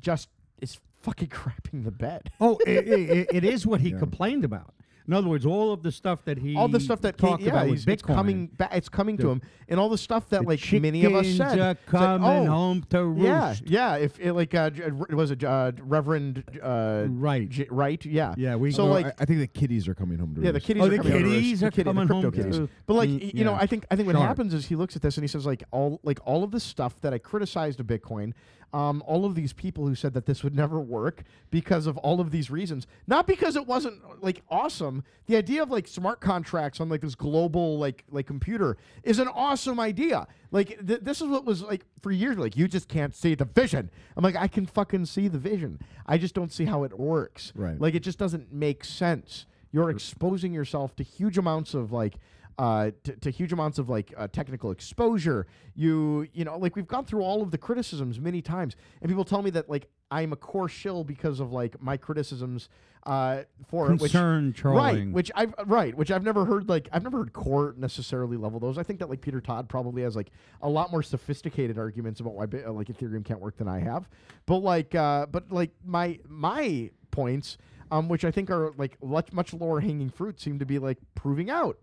just is fucking crapping the bed
Oh, i i i it is what he
Yeah.
complained about. In other words, all of the stuff that he
all the stuff that
talked
yeah,
about with
he's- it's
Bitcoin.
coming back it's coming to
The-
him and all the stuff that
the
like many of us
chickens
said
are
It's like,
coming
oh,
home to roost.
yeah yeah if it like uh, J- uh, was it uh, reverend uh,
Right.
J- right yeah
Yeah, we
so
No,
like
I, I think the kiddies are coming home to
Yeah, the
roost.
kitties
Oh,
are
the
coming home to
kitties
roost.
are
the kitty-
coming
the
home
crypto
to
kitties.
roost.
But like
Mm,
y- you know,
yeah.
I think I think what
Shark.
happens is he looks at this and he says like all like all of this stuff that I criticized of Bitcoin, um, all of these people who said that this would never work because of all of these reasons, not because it wasn't like awesome. The idea of like smart contracts on like this global like like computer is an awesome idea. Like th- this is what was like for years like you just can't see the vision. I'm like I can fucking see the vision. I just don't see how it works.
Right.
Like it just doesn't make sense. You're exposing yourself to huge amounts of like uh, to, to huge amounts of like uh, technical exposure. You you know like we've gone through all of the criticisms many times, and people tell me that like I'm a core shill because of like my criticisms uh, for it, which
Concern
Right,
trolling.
which I've right, which I've never heard like I've never heard Core necessarily level those. I think that like Peter Todd probably has like a lot more sophisticated arguments about why Bi- uh, like Ethereum can't work than I have. But like, uh, but like my my points, um, which I think are like much much lower hanging fruit, seem to be like proving out,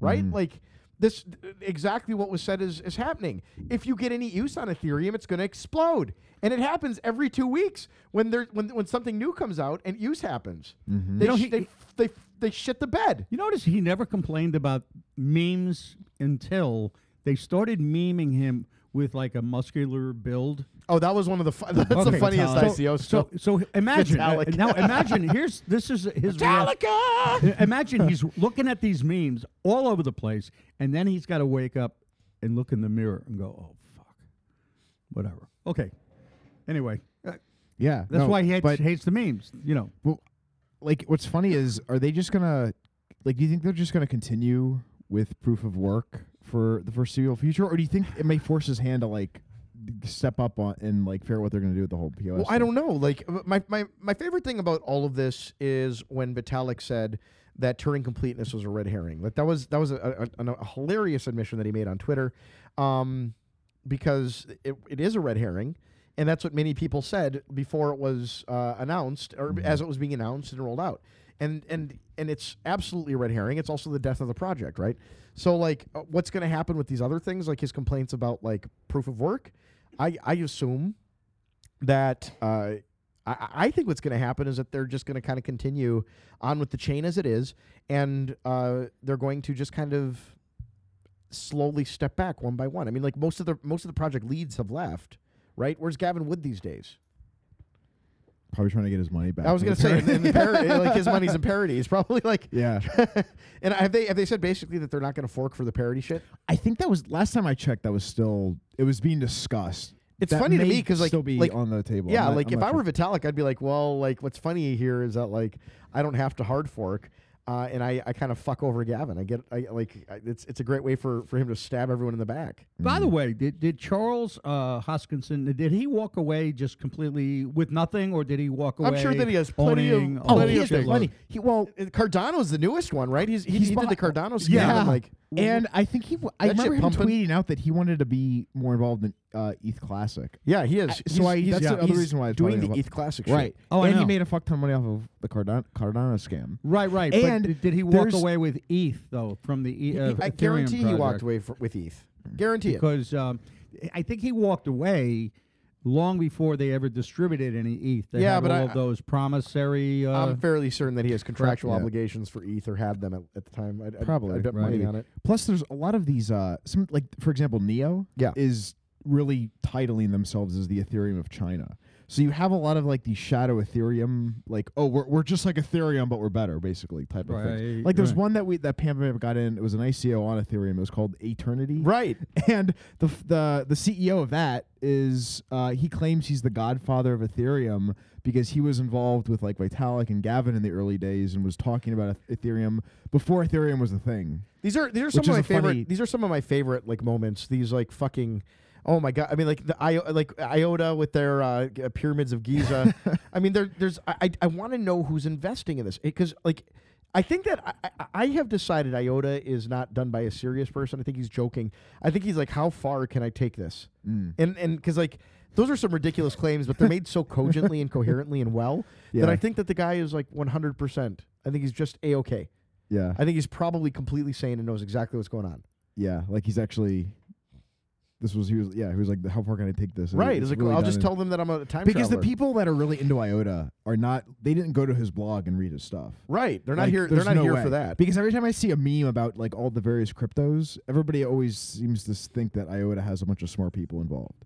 right? Like this exactly what was said is is happening. If you get any use on Ethereum, it's going to explode, and it happens every two weeks when there when when something new comes out and use happens. They,
You know,
sh-
he-
they they they shit the bed.
You notice he never complained about memes until they started memeing him with like a muscular build.
Oh, that was one of the fu- that's the
Okay.
funniest
So-
ICO stuff.
So, so imagine uh,
Vitalik.
now. Imagine here's this is his reac-
Metallica.
Imagine he's looking at these memes all over the place, and then he's got to wake up and look in the mirror and go, "Oh fuck, whatever." Okay. Anyway, uh,
yeah,
that's
no,
why he hates,
But
hates the memes. You know,
well, like, what's funny is, are they just gonna like? Do you think they're just gonna continue with proof of work for the foreseeable future, or do you think it may force his hand to like step up on and like figure out what they're gonna do with the whole POS?
Well, I
thing?
don't know. Like uh, my, my my favorite thing about all of this is when Vitalik said that Turing completeness was a red herring. Like that was that was a, a, a, a hilarious admission that he made on Twitter, um, because it, it is a red herring, and that's what many people said before it was uh, announced or as it was being announced and rolled out. And and and it's absolutely a red herring. It's also the death of the project, right? So like, uh, what's going to happen with these other things, like his complaints about like proof of work? I I assume that uh, I, I think what's going to happen is that they're just going to kind of continue on with the chain as it is, and uh, they're going to just kind of slowly step back one by one. I mean, like most of the most of the project leads have left, right? Where's Gavin Wood these days?
Probably trying to get his money back.
I was
from
going to
the
say,
parent.
in, in the parody, like his money's in parody. It's probably like,
yeah.
and have they have they said basically that they're not going to fork for the parody shit?
I think that was last time I checked. That was still it was being discussed.
It's
That
funny to
may
me 'cause, like-
still be
like-
on the table. I'm
Yeah,
not-
like
I'm
if
not
I
sure.
were Vitalik, I'd be like, well, like what's funny here is that like I don't have to hard fork, uh, and I, I kind of fuck over Gavin. I get I like I, it's it's a great way for for him to stab everyone in the back.
By the way, did, did Charles uh, Hoskinson did he walk away just completely with nothing, or did he walk away?
I'm sure that he has plenty of-
owning a
plenty
whole
of
shitload?
money.
He, well,
Uh, Cardano's the newest one, right? He's he,
He's
he did the
behi-
Cardano scam.
Yeah.
and, like
And I think he, w- I
That shit
remember him
pumping.
tweeting out that he wanted to be more involved in uh, ETH Classic.
Yeah, he is.
so I- that's the other
he's
reason why I was
doing
talking
the
about-
ETH Classic, shit.
Right.
Oh, I
and he
know.
made a fuck ton of money off of the Cardano, Cardano scam.
Right, right.
And
but did he walk
there's-
away with ETH though from the e, uh,
I
Ethereum
guarantee he walked
project?
away for, with ETH. Guarantee it.
because um, I think he walked away long before they ever distributed any ETH. They
Yeah,
had
but
all
I-
of those promissory. Uh,
I'm fairly certain that he has contractual
yeah.
obligations for ETH or had them at, at the time. I'd, I'd,
Probably,
I'd bet
right.
money on it.
Plus, there's a lot of these. Uh, some like, for example, Neo.
Yeah.
Is really titling themselves as the Ethereum of China. So you have a lot of like these shadow Ethereum, like oh we're we're just like Ethereum but we're better basically type of thing.
Right,
Like there's
right.
one that we that Pam Pam got in. It was an ICO on Ethereum. It was called Eternity.
Right.
And the f- the the CEO of that is uh, he claims he's the godfather of Ethereum because he was involved with like Vitalik and Gavin in the early days and was talking about Eth- Ethereum before Ethereum was a thing.
These are these are some
Which
of
is
my
a
favorite.
funny-
These are some of my favorite like moments. These like fucking. Oh my god! I mean, like the I like IOTA with their uh, g- pyramids of Giza. I mean, there, there's. I I, I want to know who's investing in this because like. I think that I- I, I have decided IOTA is not done by a serious person. I think he's joking. I think he's like, how far can I take this?
Mm.
And and because like those are some ridiculous claims, but they're made so cogently and coherently and well
Yeah.
that I think that the guy is like 100. percent I think he's just a okay.
Yeah.
I think he's probably completely sane and knows exactly what's going on.
Yeah, like he's actually. This was he was yeah he was like how far can I take this? And
Right.
it's
It's like
really
I'll
done
just
in-
tell them that I'm a time
because
traveler.
the people that are really into IOTA are not they didn't go to his blog and read his stuff.
Right. They're not
Like,
here. They're
there's
not
no
here
way.
for that.
Because every time I see a meme about like all the various cryptos, everybody always seems to s- think that IOTA has a bunch of smart people involved.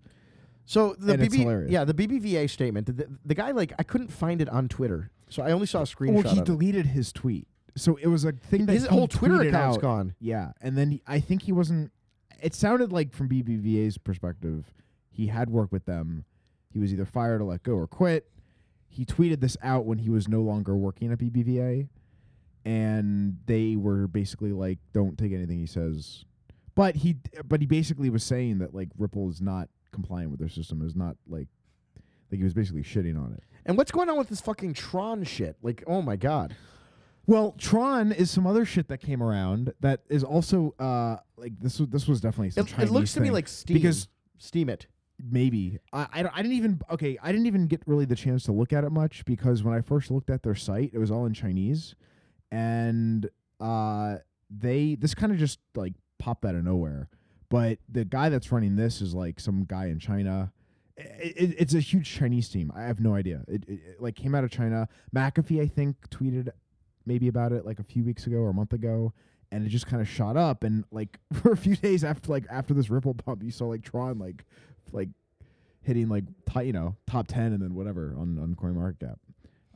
So the
And it's
BB,
hilarious.
yeah, the BBVA statement. The, the guy like I couldn't find it on Twitter, so I only saw a
Well,
screenshot.
he
of it.
deleted his tweet, so it was a thing that
His
he
whole Twitter
tweeted
account's
out.
gone.
Yeah, and then he, I think he wasn't. It sounded like from BBVA's perspective, he had worked with them. He was either fired or let go or quit. He tweeted this out when he was no longer working at BBVA, and they were basically like, "Don't take anything he says." But he, but he basically was saying that like Ripple is not compliant with their system, is not like, like he was basically shitting on it.
And what's going on with this fucking Tron shit? Like, oh my god.
Well, Tron is some other shit that came around that is also uh like this. Was, this was definitely some
It, it looks
Chinese
to me
thing.
like Steam.
because
Steam it.
maybe I I, don't, I didn't even okay I didn't even get really the chance to look at it much because when I first looked at their site it was all in Chinese, and uh they this kind of just like popped out of nowhere. But the guy that's running this is like some guy in China. I- I- it's a huge Chinese team. I have no idea. It, it, it like came out of China. McAfee I think tweeted maybe about it like a few weeks ago or a month ago and it just kind of shot up and like for a few days after like after this ripple pump you saw like tron like like hitting like ti you know top 10 and then whatever on on coin market cap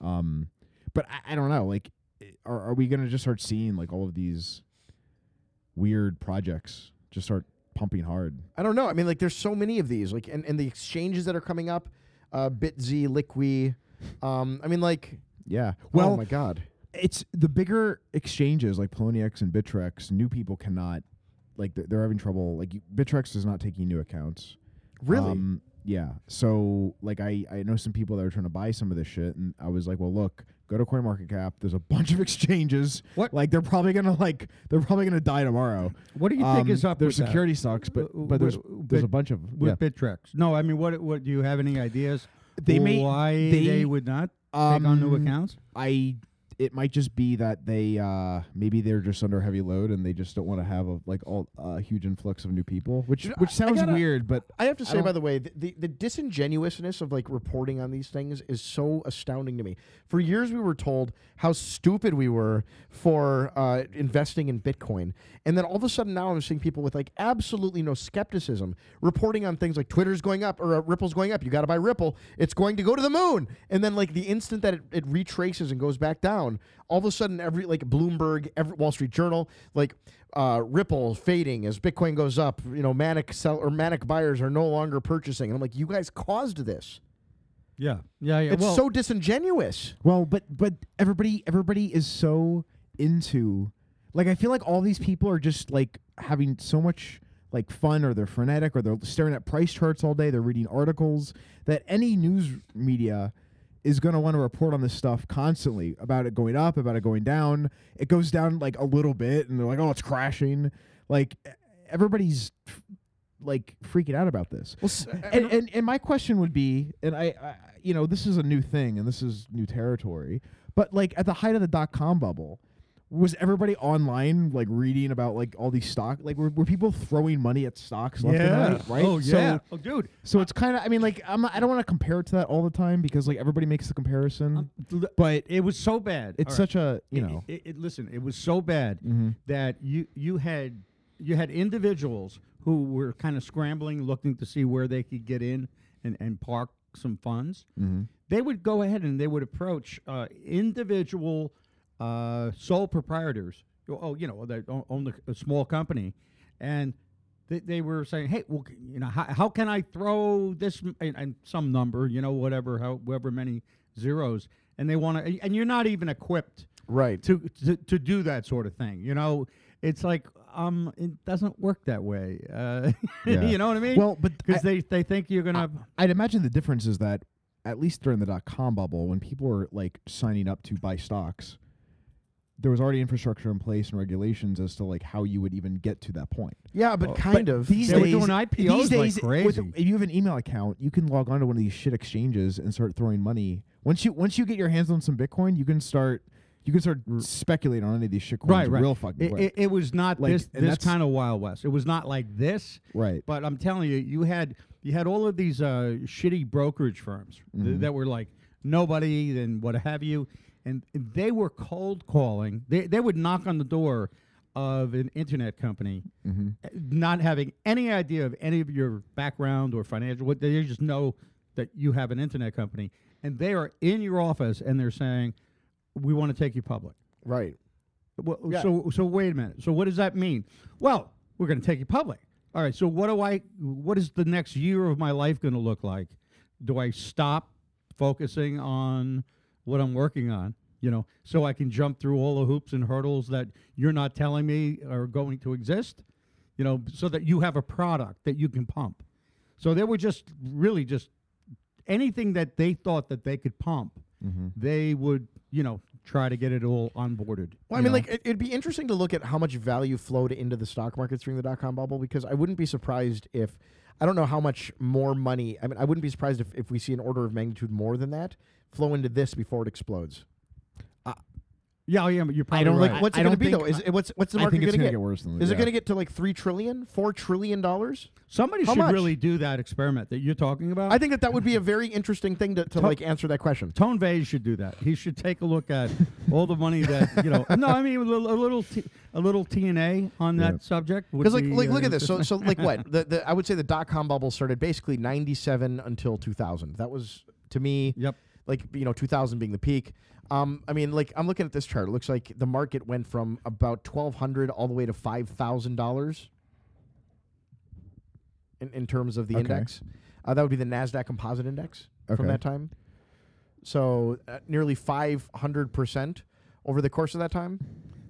um but I, I don't know like i- are, are we gonna just start seeing like all of these weird projects just start pumping hard
I don't know. I mean, like, there's so many of these. Like, and, and the exchanges that are coming up, uh, BitZ, Liqui. Um, I mean, like,
yeah
oh
well
my god.
it's the bigger exchanges like Poloniex and Bitrex. New people cannot like they're, they're having trouble. Like you, Bitrex is not taking new accounts.
Really?
Um, yeah. So like I I know some people that are trying to buy some of this shit, and I was like, well, look, go to CoinMarketCap. There's a bunch of exchanges.
What-
Like they're probably gonna like they're probably gonna die tomorrow.
what do you think
Um,
is up with
There's
that? Uh,
security stocks, but
W-
but there's
w-
there's a
Bit-
bunch of
with
yeah.
Bittrex? No, I mean, what? What do you have any ideas?
They may-
why
they-
would not take on new
Um,
accounts.
I it might just be that they uh maybe they're just under heavy load and they just don't want to have a like all a huge influx of new people, which
Dude,
which
I- I
sounds
gotta-
weird, but
I have to
I
say,
don't-
by the way, the, the, the disingenuousness of like reporting on these things is so astounding to me. For years, we were told how stupid we were for uh, investing in Bitcoin, and then all of a sudden now I'm seeing people with like absolutely no skepticism reporting on things like Twitter's going up or uh, Ripple's going up. You got to buy Ripple; it's going to go to the moon. And then like the instant that it, it retraces and goes back down, all of a sudden every like Bloomberg, every Wall Street Journal, like uh, Ripple fading as Bitcoin goes up. You know, manic sell or manic buyers are no longer purchasing. And I'm like, you guys caused this.
Yeah, yeah, yeah.
It's
well,
so disingenuous.
well, but but everybody everybody is so into like I feel like all these people are just like having so much like fun or they're frenetic or they're staring at price charts all day, they're reading articles that any news media is going to want to report on this stuff constantly about it going up, about it going down. It goes down like a little bit and they're like, "Oh, it's crashing." Like e- everybody's f- like freaking out about this. and, and and my question would be, and I, I, you know, this is a new thing and this is new territory, but like at the height of the dot com bubble, was everybody online like reading about like all these stock, like were, were people throwing money at stocks left and right, right?
Oh
So-
yeah. oh dude.
So it's kind of, I mean, like, I'm not, I don't want to compare it to that all the time because, like, everybody makes the comparison, but
It was so bad.
it's
All right.
such a, you
It-
know, Mm-hmm.
It, it- listen, it was so bad that you you had you had individuals who were kind of scrambling, looking to see where they could get in and and park some funds.
Mm-hmm.
They would go ahead and they would approach uh, individual uh, sole proprietors. Oh, Oh, you know, they o- own the c- a small company, and they, they were saying, "Hey, well, c- you know, how, how can I throw this m- and, and some number, you know, whatever, however many zeros?" And they want to, and you're not even equipped
Right.
to, to to do that sort of thing. You know, it's like um, it doesn't work that way. Uh,
Yeah.
you know what I mean?
Well, but
because
I- Ah,
they they think you're gonna.
I'd imagine the difference is that at least during the dot com bubble, when people were like signing up to buy stocks, there was already infrastructure in place and regulations as to like how you would even get to that point.
Yeah, but kind of.
These
They were
days,
doing IPOs
these
like
days, with-
crazy.
if you have an email account, you can log on to one of these shit exchanges and start throwing money. Once you once you get your hands on some Bitcoin, you can start you can start speculating on any of these shit coins
Right, right.
real fucking
It,
quick.
it, it was not
Like,
this
and
this
that's-
kind of Wild West. It was not like this.
Right.
But I'm telling you, you had you had all of these uh, shitty brokerage firms th- that were like nobody and what have you, and they were cold calling. They they would knock on the door of an internet company, uh, not having any idea of any of your background or financial. What they just know that you have an internet company, and they are in your office and they're saying, "We want to take you public."
right.
Well,
Yeah.
So so wait a minute. So what does that mean? Well, we're going to take you public. All right. So what do I? What is the next year of my life going to look like? Do I stop focusing on what I'm working on? You know, so I can jump through all the hoops and hurdles that you're not telling me are going to exist. You know, so that you have a product that you can pump. So they were just really just anything that they thought that they could pump,
Mm-hmm.
they would you know try to get it all onboarded.
Well, I
you
mean,
know?
like it, it'd be interesting to look at how much value flowed into the stock markets during the dot com bubble because I wouldn't be surprised if I don't know how much more money. I mean, I wouldn't be surprised if, if we see an order of magnitude more than that flow into this before it explodes.
Yeah, oh, yeah, but you're probably
I don't
right.
like-
What's
I
it going to be
don't
though?
think-
Is it, what's what's the
I
market
think it's
going to
gonna get worse than that,
Is it
yeah.
going to get to like three trillion, four trillion dollars?
Somebody
How
should
much?
really do that experiment that you're talking about.
I think that that would be a very interesting thing to, to like answer that question.
Tone Vase should do that. He should take a look at all the money that you know. No, I mean a little, a little, t- a little TNA on that
Yeah.
subject. would
Because like,
be,
like
uh,
look at this. So so like what? The, the I would say the dot com bubble started basically ninety seven until two thousand. That was to me.
Yep.
Like you know two thousand being the peak. Um, I mean like I'm looking at this chart. It looks like the market went from about twelve hundred all the way to five thousand dollars. In in terms of the
Okay.
index, uh, that would be the Nasdaq Composite Index from
Okay.
that time. So uh, nearly five hundred percent over the course of that time.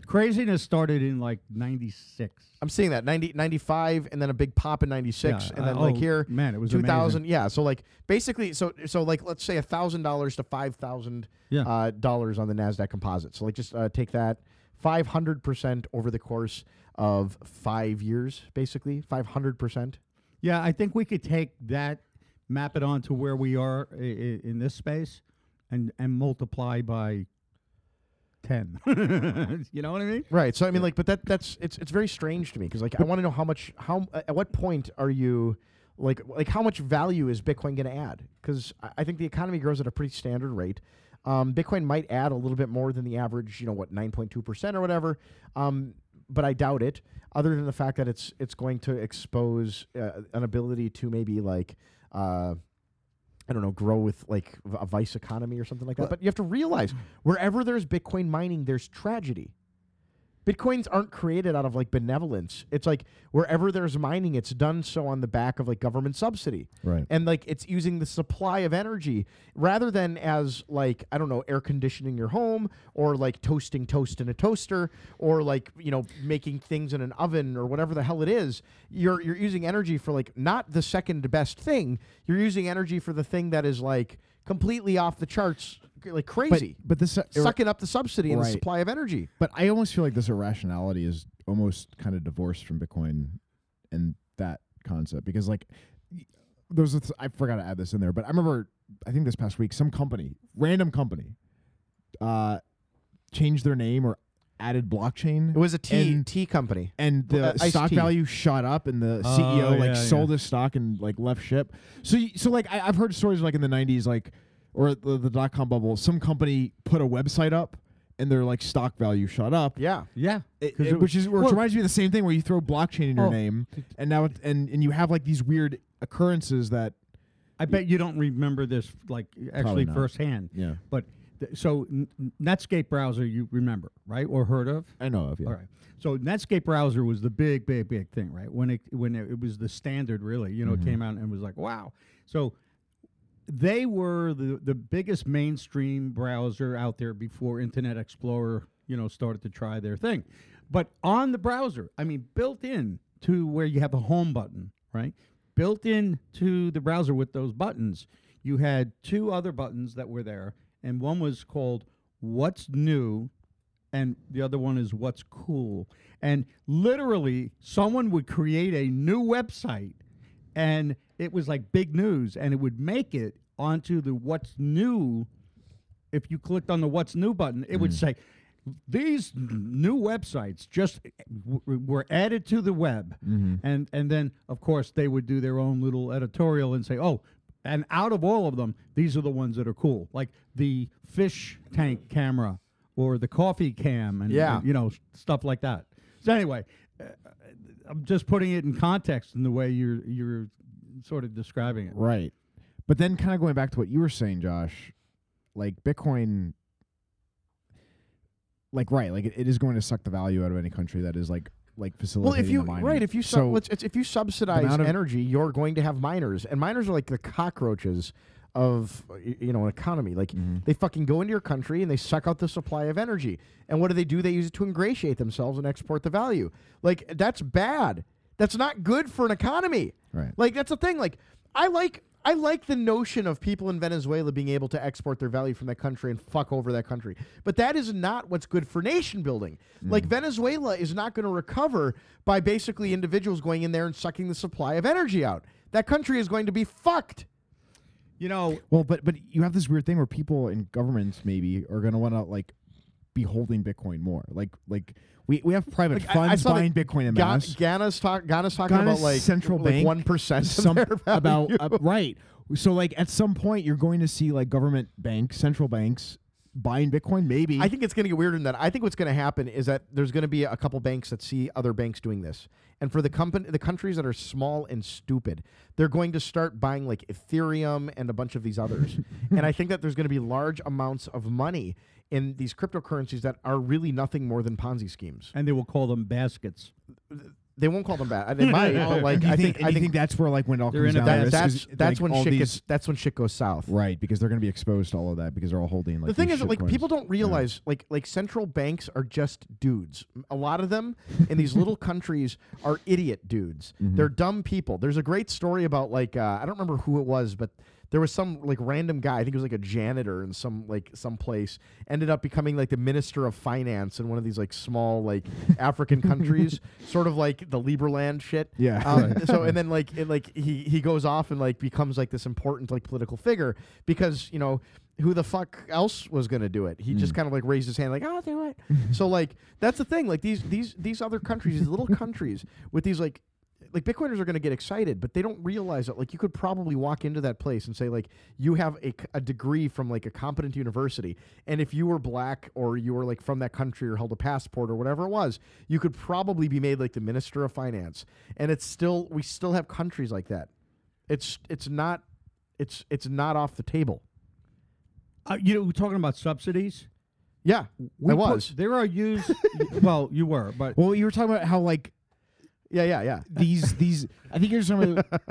craziness started in like '96.
I'm seeing that 90, 95 and then a big pop in 96
Yeah,
and then
uh,
like
oh,
here
man, it was
2000 yeah so like basically so so like let's say $1000 to $5000
Yeah.
uh, dollars on the Nasdaq composite so like just uh, take that 500% over the course of 5 years basically 500%
Yeah, I think we could take that, map it onto where we are i- i- in this space, and and multiply by ten. you know what I mean?
right so i mean like but that that's it's it's very strange to me cuz like i want to know how much how at what point are you like like how much value is bitcoin going to add cuz I, I think the economy grows at a pretty standard rate um, bitcoin might add a little bit more than the average you know what 9.2% or whatever um, but i doubt it other than the fact that it's it's going to expose uh, an ability to maybe like uh, I don't know, grow with like v- a vice economy or something like that. But you have to realize wherever there's Bitcoin mining, there's tragedy. Bitcoins aren't created out of like benevolence. It's like wherever there's mining, it's done so on the back of like government subsidy.
Right.
And like it's using the supply of energy rather than as like, I don't know, air conditioning your home or like toasting toast in a toaster or like, you know, making things in an oven or whatever the hell it is. You're you're using energy for like not the second best thing. You're using energy for the thing that is like completely off the charts like
but
crazy.
but this
sucking up the subsidy and the
Right.
supply of energy.
But I almost feel like this irrationality is almost kind of divorced from Bitcoin and that concept because like y- there's a th- I forgot to add this in there, but I remember I think this past week some company, random company, uh, changed their name or added blockchain.
It was a T
And-
T company.
and the
Uh, Ice-T.
stock value shot up, and the
Oh,
CEO like
yeah,
sold his stock and like left ship. So, y- so like I, I've heard stories like in the '90s, like or the, the dot com bubble, some company put a website up and their like stock value shot up.
Yeah.
Yeah,
It-
'cause
it-
it was-
which is which
well-
reminds me of the same thing where you throw blockchain in your
Oh.
name, and now it, and and you have like these weird occurrences that
I bet you don't remember this like
Probably
actually
not.
firsthand.
yeah
But th- so N- N- Netscape browser you remember right or heard of?
I know of yeah
All right. So Netscape browser was the big, big, big thing, right? When it when it, it was the standard, really, you know, it came out and was like, wow. So they were the the biggest mainstream browser out there before Internet Explorer, you know, started to try their thing. But on the browser, I mean, built in to where you have a home button, right? Built in to the browser with those buttons, you had two other buttons that were there, and one was called "What's New." and the other one is what's cool. And literally, someone would create a new website, and it was like big news, and it would make it onto the what's new. If you clicked on the what's new button, it would say, these n- new websites just w- w- were added to the web, and and then of course they would do their own little editorial and say, oh, and out of all of them, these are the ones that are cool, like the fish tank camera or the coffee cam, and,
Yeah.
and, you know s- stuff like that. So anyway, uh, I'm just putting it in context in the way you're you're sort of describing it.
Right. But then kind of going back to what you were saying, Josh, like Bitcoin like right, like it, it is going to suck the value out of any country that is like like
Well, if
facilitating
you
the mining.
right, if you sub,
so
let's, it's, if you subsidize
amount of-
energy, you're going to have miners, and miners are like the cockroaches of y- you know an economy. Like
Mm-hmm.
they fucking go into your country and they suck out the supply of energy, and what do they do? They use it to ingratiate themselves and export the value. Like that's bad. That's not good for an economy.
Right.
Like that's the thing. Like I like. I like the notion of people in Venezuela being able to export their value from that country and fuck over that country. But that is not what's good for nation building. Like
Mm.
Venezuela is not going to recover by basically individuals going in there and sucking the supply of energy out. That country is going to be fucked.
You know,
well, but but you have this weird thing where people and governments maybe are going to want to like be holding Bitcoin more. Like like we, we have private
Like, I- I
funds
saw
buying
that
Bitcoin in
Ga-
mass.
Ghana's, talk, Ghana's talking about
Ghana's
like
central
like
bank
1% of
some
their
about
value.
uh, right. So like at some point you're going to see like government banks, central banks buying Bitcoin maybe.
I think it's going to get weirder than that. I think what's going to happen is that there's going to be a couple banks that see other banks doing this, and for the company, the countries that are small and stupid, they're going to start buying like Ethereum and a bunch of these others. and I think that there's going to be large amounts of money in these cryptocurrencies that are really nothing more than Ponzi schemes.
and they will call them baskets.
They won't call them bad. They might, but like
Do you
I think,
and
I
you
think,
that's where like when it all
They're
comes
in a
down. to
that,
risk
that's
is,
that's
like,
when
all
shit
these-
gets that's when shit goes south.
right because they're going to be exposed to all of that because they're all holding like
the thing
these
is that, like
shitcoins.
people don't realize like like central banks are just dudes M- a lot of them in these little countries are idiot dudes
Mm-hmm.
they're dumb people there's a great story about like uh, i don't remember who it was but there was some like random guy i think it was like a janitor in some like some place ended up becoming like the minister of finance in one of these like small like african countries sort of like the liberland shit
Yeah.
um, so and then like it, like he he goes off and like becomes like this important like political figure because you know who the fuck else was gonna do it? He just kind of like raised his hand like I'll do it. so like that's the thing like these these these other countries these little countries with these like like Bitcoiners are going to get excited, but they don't realize that. Like, you could probably walk into that place and say, like, you have a, c- a degree from like a competent university, and if you were black or you were like from that country or held a passport or whatever it was, you could probably be made like the minister of finance. And it's still, we still have countries like that. It's it's not, it's it's not off the table.
Uh, you know, we're talking about subsidies.
Yeah,
We put-
I was.
there are used. well, you were, but
well you were talking about how like
yeah, yeah, yeah.
these these I think you're talking about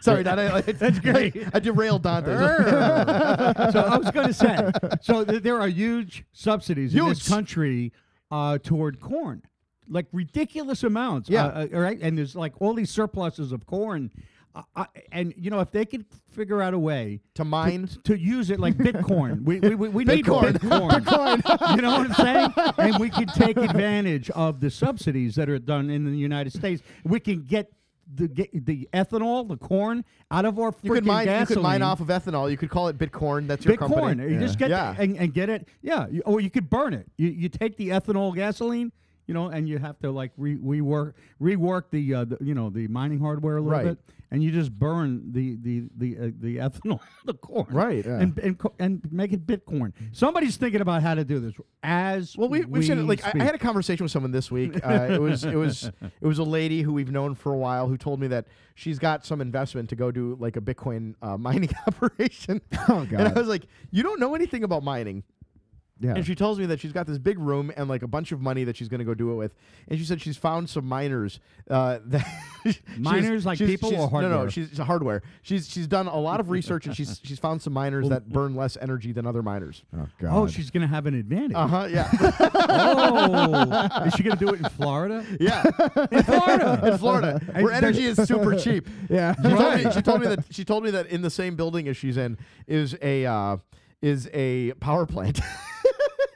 Sorry, Dante. That's great. I, derailed Dante.
Er.
so I was going to say, so th- there are huge subsidies in
Huge.
this country uh, toward corn, like ridiculous amounts.
Yeah.
Uh, uh, all right. And there's like all these surpluses of corn I, I, and you know, if they could figure out a way
To mine?
to, use it like Bitcoin, we we, we, we need
Bitcoin.
Bitcoin. you know what I'm saying? And we can take advantage of the subsidies that are done in the United States. We can get. The, get the ethanol, the corn, out of our freaking
You could mine. You could mine
gasoline.
off of ethanol. You could call it Bitcoin. That's your
Bitcoin.
company.
You just get
Yeah.
the, and, and get it. Yeah. You, or you could burn it. You, you take the ethanol gasoline, you know, and you have to like re, rework rework the, uh, the you know the mining hardware a little
Right.
bit, and you just burn the the the uh, the ethanol, the corn,
Right, yeah.
and and, co- and make it Bitcoin. Somebody's thinking about how to do this as
Well, we, we've seen it. Like, I, I
speak.
had a conversation with someone this week. Uh, it was it was it was a lady who we've known for a while who told me that she's got some investment to go do like a Bitcoin uh, mining operation.
Oh,
And I
God.
was like, you don't know anything about mining.
Yeah.
And she tells me that she's got this big room and like a bunch of money that she's going to go do it with. And she said she's found some miners. Uh, that she was-
Miners like
she's-
people
she's-
or
No, no,
hardware?
she's she's hardware. She's she's done a lot of research and she's she's found some miners that burn less energy than other miners.
Oh God.
Oh, she's gonna have an advantage.
Uh huh. Yeah.
Oh, is she gonna do it in Florida?
Yeah,
In Florida.
in Florida, where energy is super cheap.
Yeah.
She told, me, she told me that she told me that in the same building as she's in is a uh, is a power plant.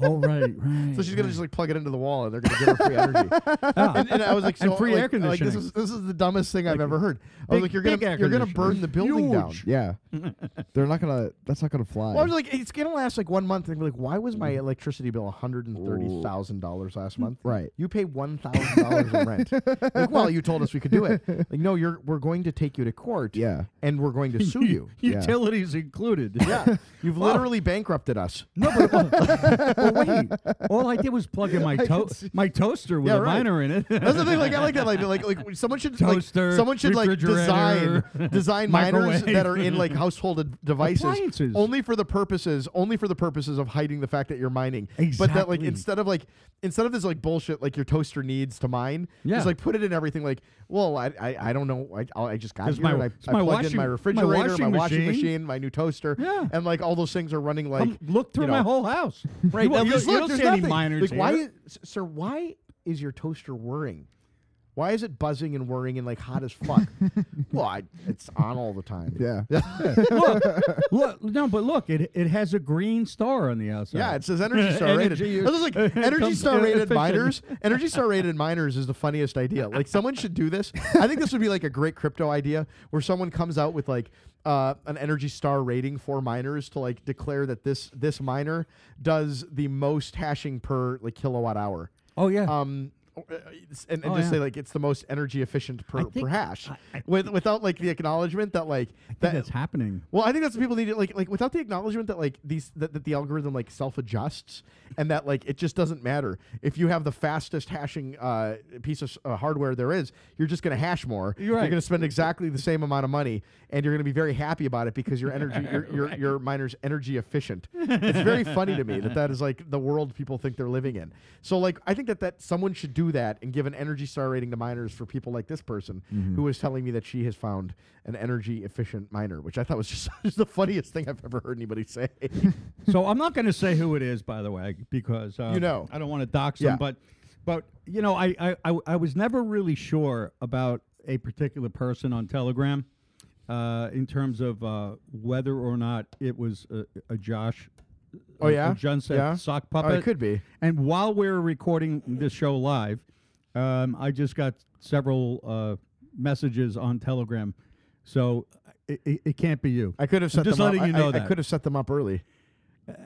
Oh, right, right.
so she's gonna just like plug it into the wall, and they're gonna give her free energy.
Ah.
And, and I was like, so,
And free
like,
air
like, this
conditioning.
is this is the dumbest thing I've ever heard. I was
big-
like, you're
big
gonna
air
you're gonna
conditioning.
burn the building down.
Huge.
Yeah. They're not gonna. That's not gonna fly.
Well, I was like, it's gonna last like one month. And I'm like, why was
Mm.
my electricity bill one hundred and thirty thousand dollars last month?
Right.
You pay one thousand dollars in rent. Like, well, you told us we could do it. Like, no, you're we're going to take you to court.
Yeah.
And we're going to sue you.
Yeah.
Utilities included.
yeah. You've literally bankrupted us.
No, but well, well, wait. All I did was plug in my to- my toaster with
Yeah,
a
right.
miner in it.
That's the thing. Like I like that. Like like, like someone should
Toaster,
like someone should like design
refrigerator,
design miners
microwave.
that are in like household ad- devices
Appliances.
only for the purposes only for the purposes of hiding the fact that you're mining. But that like
Exactly.
instead of like instead of this like bullshit like your toaster needs to mine,
Yeah.
just like put it in everything. Like well I I, I don't know I, I'll- I just got
It's
here
my-
and I,
it's
I
my
plugged in
washing-
my
my
refrigerator, my washing,
washing machine.
machine, my new toaster,
Yeah.
and like all those things are running like
Come look through
you know,
my whole house.
Right.
You,
now,
won't- you,
there's-
don't- you
look,
don't
there's
see any
nothing.
miners
Like, why,
here.
is, s- sir? Why is your toaster whirring? Why is it buzzing and whirring and like hot as fuck? well, I, it's on all the time.
yeah.
look, look, no, but look, it it has a green star on the outside.
Yeah, it says Energy Star rated.
Energy-
This is like Energy
comes-
Star rated
efficient.
miners. Energy Star rated miners is the funniest idea. Like someone should do this. I think this would be like a great crypto idea where someone comes out with like uh, an Energy Star rating for miners to like declare that this this miner does the most hashing per like kilowatt hour.
Oh yeah.
um, or, uh, it's- and, and
Oh,
just say
yeah.
like it's the most energy efficient per,
think-
per hash,
I- I
with, without like the acknowledgement that like
I think
that.
that's happening.
Well, I think that's what people need to like like without the acknowledgement that like these that, that the algorithm like self adjusts and that like it just doesn't matter if you have the fastest hashing uh, piece of s- uh, hardware there is, you're just gonna hash more.
You're right.
going to spend exactly the same amount of money, and you're going to be very happy about it because your energy your your, your miner's energy efficient. it's very funny to me that that is like the world people think they're living in. So like I think that that someone should do that and give an energy star rating to miners for people like this person
Mm-hmm.
who was telling me that she has found an energy efficient miner, which I thought was just, just the funniest thing I've ever heard anybody say.
so I'm not going to say who it is, by the way, because uh,
You know.
I don't want to dox
Yeah.
them. But but you know, I, I I I was never really sure about a particular person on Telegram uh, in terms of uh, whether or not it was a, a Josh.
Oh,
a-
yeah?
a John said
Yeah.
sock
Oh, it
puppet.
could be.
And while we were recording this show live, um, I just got several uh, messages on Telegram, so it, it, it can't be you.
I could have
I'm
set
just
them
letting
up.
you
I-
know
I,
that.
I could have set them up early.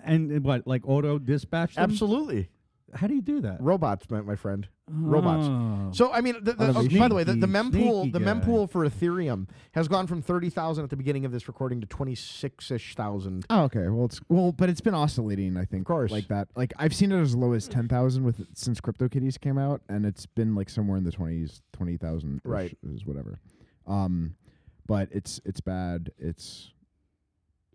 And and what, like auto dispatch? them?
Absolutely.
How do you do that?
robots, my, my friend.
Oh.
Robots. So I mean, the, the, oh, by the way, the, the
Sneaky,
mempool, the
sneaky guy.
mempool for Ethereum has gone from thirty thousand at the beginning of this recording to twenty six ish thousand.
Oh, okay. Well, it's well, but it's been oscillating. I think, of
course.
like that. Like I've seen it as low as ten thousand with since CryptoKitties came out, and it's been like somewhere in the twenties, twenty thousand,
Right.
Is whatever. Um, but it's it's bad. It's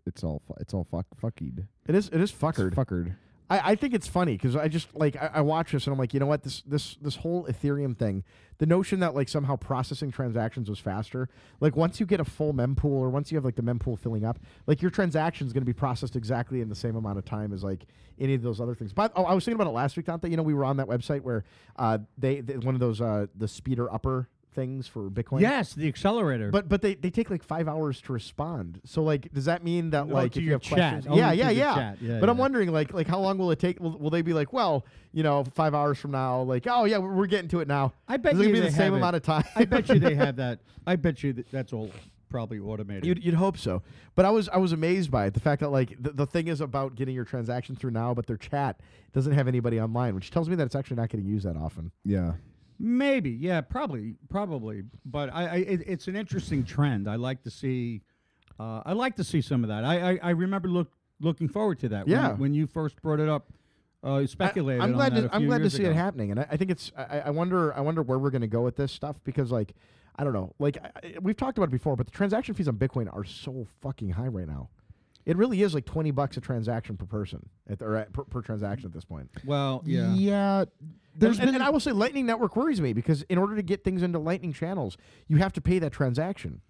it's all fu- it's all fuck fuckied.
It is, it is
It's
fuckered.
fuckered.
I, I think it's funny because I just like I, I watch this and I'm like, you know what, this this this whole Ethereum thing, the notion that like somehow processing transactions was faster, like once you get a full mempool or once you have like the mempool filling up, like your transaction's gonna be processed exactly in the same amount of time as like any of those other things. But oh, I was thinking about it last week, Dante. You know, we were on that website where uh, they, they one of those uh, the speeder upper things for Bitcoin?
Yes, the accelerator.
But but they, they take like five hours to respond. So like, does that mean that
No,
like
Oh, to
if you
your
have
chat.
questions?
Only
yeah,
to
yeah,
the
yeah.
chat. Yeah,
But I'm
yeah.
wondering like like how long will it take? Will, will they be like, well, you know, five hours from now? Like, oh yeah, we're we're getting to it now.
I bet
Is it
you
gonna be
they
the same
have it.
amount of time.
I bet you they have that. I bet you that that's all probably automated.
You'd, you'd hope so, but I was I was amazed by it. The fact that like the, the thing is about getting your transaction through now, but their chat doesn't have anybody online, which tells me that it's actually not getting used that often.
Yeah.
Maybe, yeah, probably, probably. But I, I it, it's an interesting trend. I like to see, uh, I like to see some of that. I, I, I remember look looking forward to that. when-
Yeah.
When, you first brought it up, uh, you speculated.
I, am
on
glad
that
to,
a
I'm
few
glad to
years
see
ago.
it happening, and I, I think it's. I, I- I wonder. I wonder where we're going to go with this stuff because, like, I don't know. Like, I, I- we've talked about it before, but the transaction fees on Bitcoin are so fucking high right now. It really is like twenty bucks a transaction per person, at the, or at, per, per transaction at this point.
Well, yeah.
Yeah.
There's
There's
and,
been
and I will say, Lightning Network worries me because in order to get things into Lightning channels, you have to pay that transaction.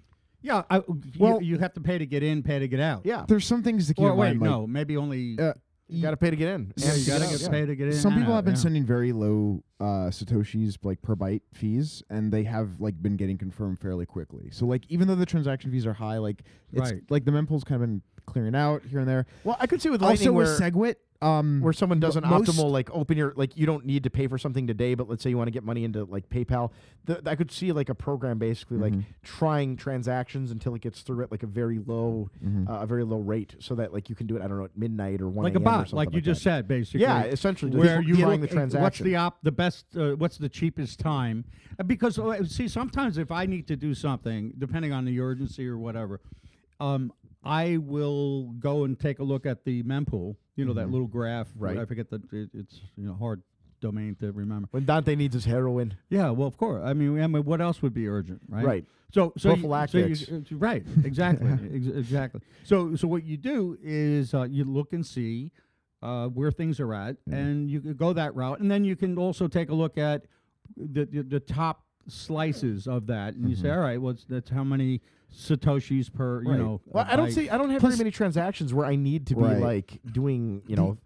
Yeah. I, well,
Well-
you, have to pay to get in, pay to get out.
Yeah,
there's some things to keep
Or
in
wait,
mind. like,
no, maybe only.
uh,
you got to pay to get in.
yeah,
and
you
to
gotta
out,
get
yeah.
paid to get in.
Some
and
people
out,
have been
yeah.
sending very low uh, satoshis, like per byte fees, and they have like been getting confirmed fairly quickly. So like even though the transaction fees are high, like it's
Right.
like the mempool's kind of been clearing out here and there.
Well, I could see with Lightning
also
where
with SegWit, um,
where someone does an
Mo- most-
optimal like open your like you don't need to pay for something today but let's say you want to get money into like paypal th- i could see like a program basically like trying transactions until it gets through at like a very low uh, a very low rate so that like you can do it i don't know at midnight or one
like a
a.m. or
bot,
something
like you just
that.
said, basically.
yeah essentially just
where
people
you
trying
look-
the
uh, What's
transaction
the op the best? Uh, what's the cheapest time? Uh, Because uh, see, sometimes if I need to do something, depending on the urgency or whatever, um, I will go and take a look at the mempool. You know that little graph.
Mm-hmm. Right.
I forget that it, it's you know hard domain to remember.
when dante needs his heroin
Yeah, well, of course. I mean, I mean, what else would be urgent, right?
Right.
So, so you-
Prophylactics.
So you, uh, right. Exactly. ex- exactly. So, so what you do is uh, you look and see uh, where things are at,
Mm-hmm.
and you could go that route, and then you can also take a look at the the, the top slices of that, and you say, all right, well, it's, that's how many satoshis per, you
Mm-hmm. Right.
know.
well
uh,
i don't
byte."
see i don't have very many transactions where i need to be
Right.
like doing you know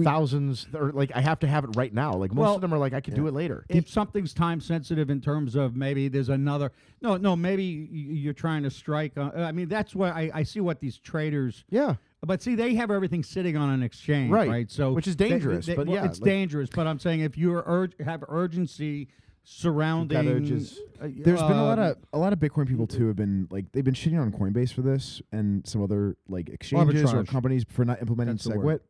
thousands or like i have to have it right now like most
Well,
of them are like i could do it later
if something's time sensitive in terms of maybe there's another no no maybe y- you're trying to strike uh, i mean that's why I, I see what these traders
yeah
but see they have everything sitting on an exchange right,
Right,
so
which is
they- they-
dangerous,
they-
but
well,
yeah,
it's
like-
dangerous but i'm saying if you are urg- have urgency surrounding
urges.
uh,
There's been a lot
um,
of a lot of Bitcoin people too have been like they've been shitting on Coinbase for this and some other like exchanges or
Arbitrage.
companies for not implementing
That's the
SegWit.
word.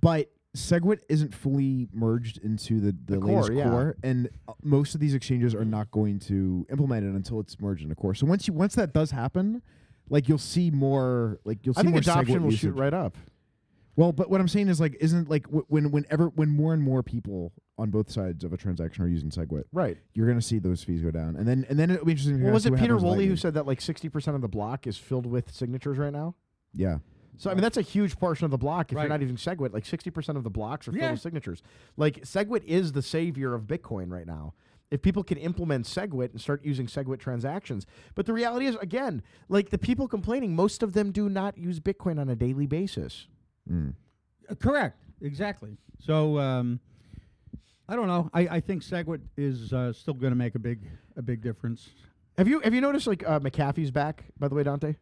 But SegWit isn't fully merged into the the,
core,
latest
yeah.
core, and uh, most of these exchanges are not going to implement it until it's merged into core. So once you once that does happen, like you'll see more like you'll see
i think
more
adoption
SegWit
will
usage.
shoot right up
Well, but what I'm saying is like isn't like w- when whenever when more and more people on both sides of a transaction are using SegWit,
right
you're going to see those fees go down, and then and then it'll be interesting. to
Well,
kinda
was
see
it
what
Peter
happens with
Woolley who
Lightning.
said that like 60% of the block is filled with signatures right now?
Yeah.
So I mean that's a huge portion of the block. If
Right.
you're not using SegWit, like 60% of the blocks are filled
Yeah.
with signatures. Like SegWit is the savior of Bitcoin right now. If people can implement SegWit and start using SegWit transactions, but the reality is again, like the people complaining, most of them do not use Bitcoin on a daily basis.
Mm.
Uh, Correct. Exactly. So um, I don't know. I, I think SegWit is uh, still going to make a big a big difference.
Have you have you noticed like uh, McAfee's back by the way, Dante?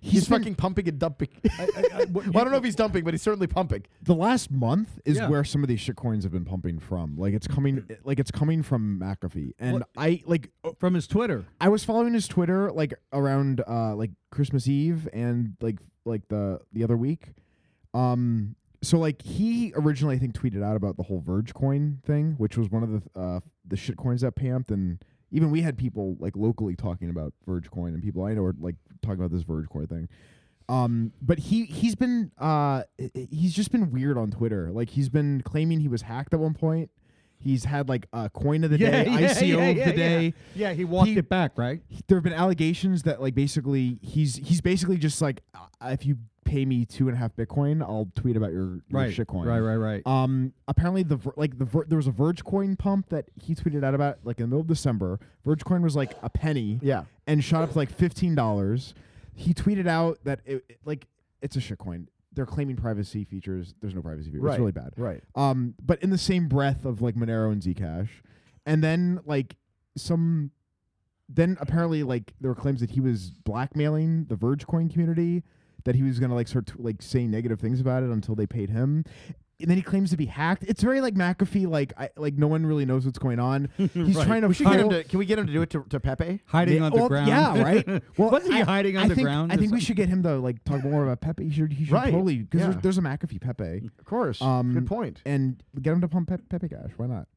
He's,
been-
fucking pumping and dumping.
I- I- what
well, I don't know if he's dumping, but he's certainly pumping.
the last month is
Yeah.
where some of these shit coins have been pumping from. Like it's coming like it's coming from McAfee. And
What-
I like oh,
From his Twitter.
I was following his Twitter like around uh like Christmas Eve and like like the the other week. Um so like he originally I think tweeted out about the whole Verge coin thing, which was one of the uh the shit coins that pamped and even we had people like locally talking about Verge coin and people I know are like talking about this Verge coin thing. Um, but he he's been uh h- h- he's just been weird on Twitter. Like he's been claiming he was hacked at one point. He's had like a coin of the day, ICO of the day.
Yeah, he walked
He-
it back, right?
He- There have been allegations that like basically he's he's basically just like "Uh, if you pay me two and a half Bitcoin, I'll tweet about your, your
Right.
shitcoin.
Right, right, right.
Um, apparently the ver- like the ver- there was a Verge coin pump that he tweeted out about like in the middle of December. Verge coin was like a penny,
Yeah.
and shot up to like fifteen dollars. He tweeted out that it, it- like it's a shit coin. They're claiming privacy features. There's no privacy features.
Right,
It's really bad.
right.
Um, but in the same breath of like Monero and Zcash, and then like some then apparently like there were claims that he was blackmailing the Verge coin community, that he was gonna like start t- like saying negative things about it until they paid him. And then he claims to be hacked. It's very like McAfee, like I, like no one really knows what's going on. He's
Right.
trying to.
We should get him
funnel-
to. Can we get him to do it to, to Pepe?
Hiding
Yeah,
on the
well,
ground.
Yeah, right. Well,
wasn't he
I-
hiding on
I
the
think-
ground?
I
or
think we
something?
should get him to like talk more about Pepe. He should, he should
Right,
totally because
yeah.
there's, there's a McAfee Pepe
Of course.
Um,
Good point.
and get him to pump Pe- Pepe Cash. Why not?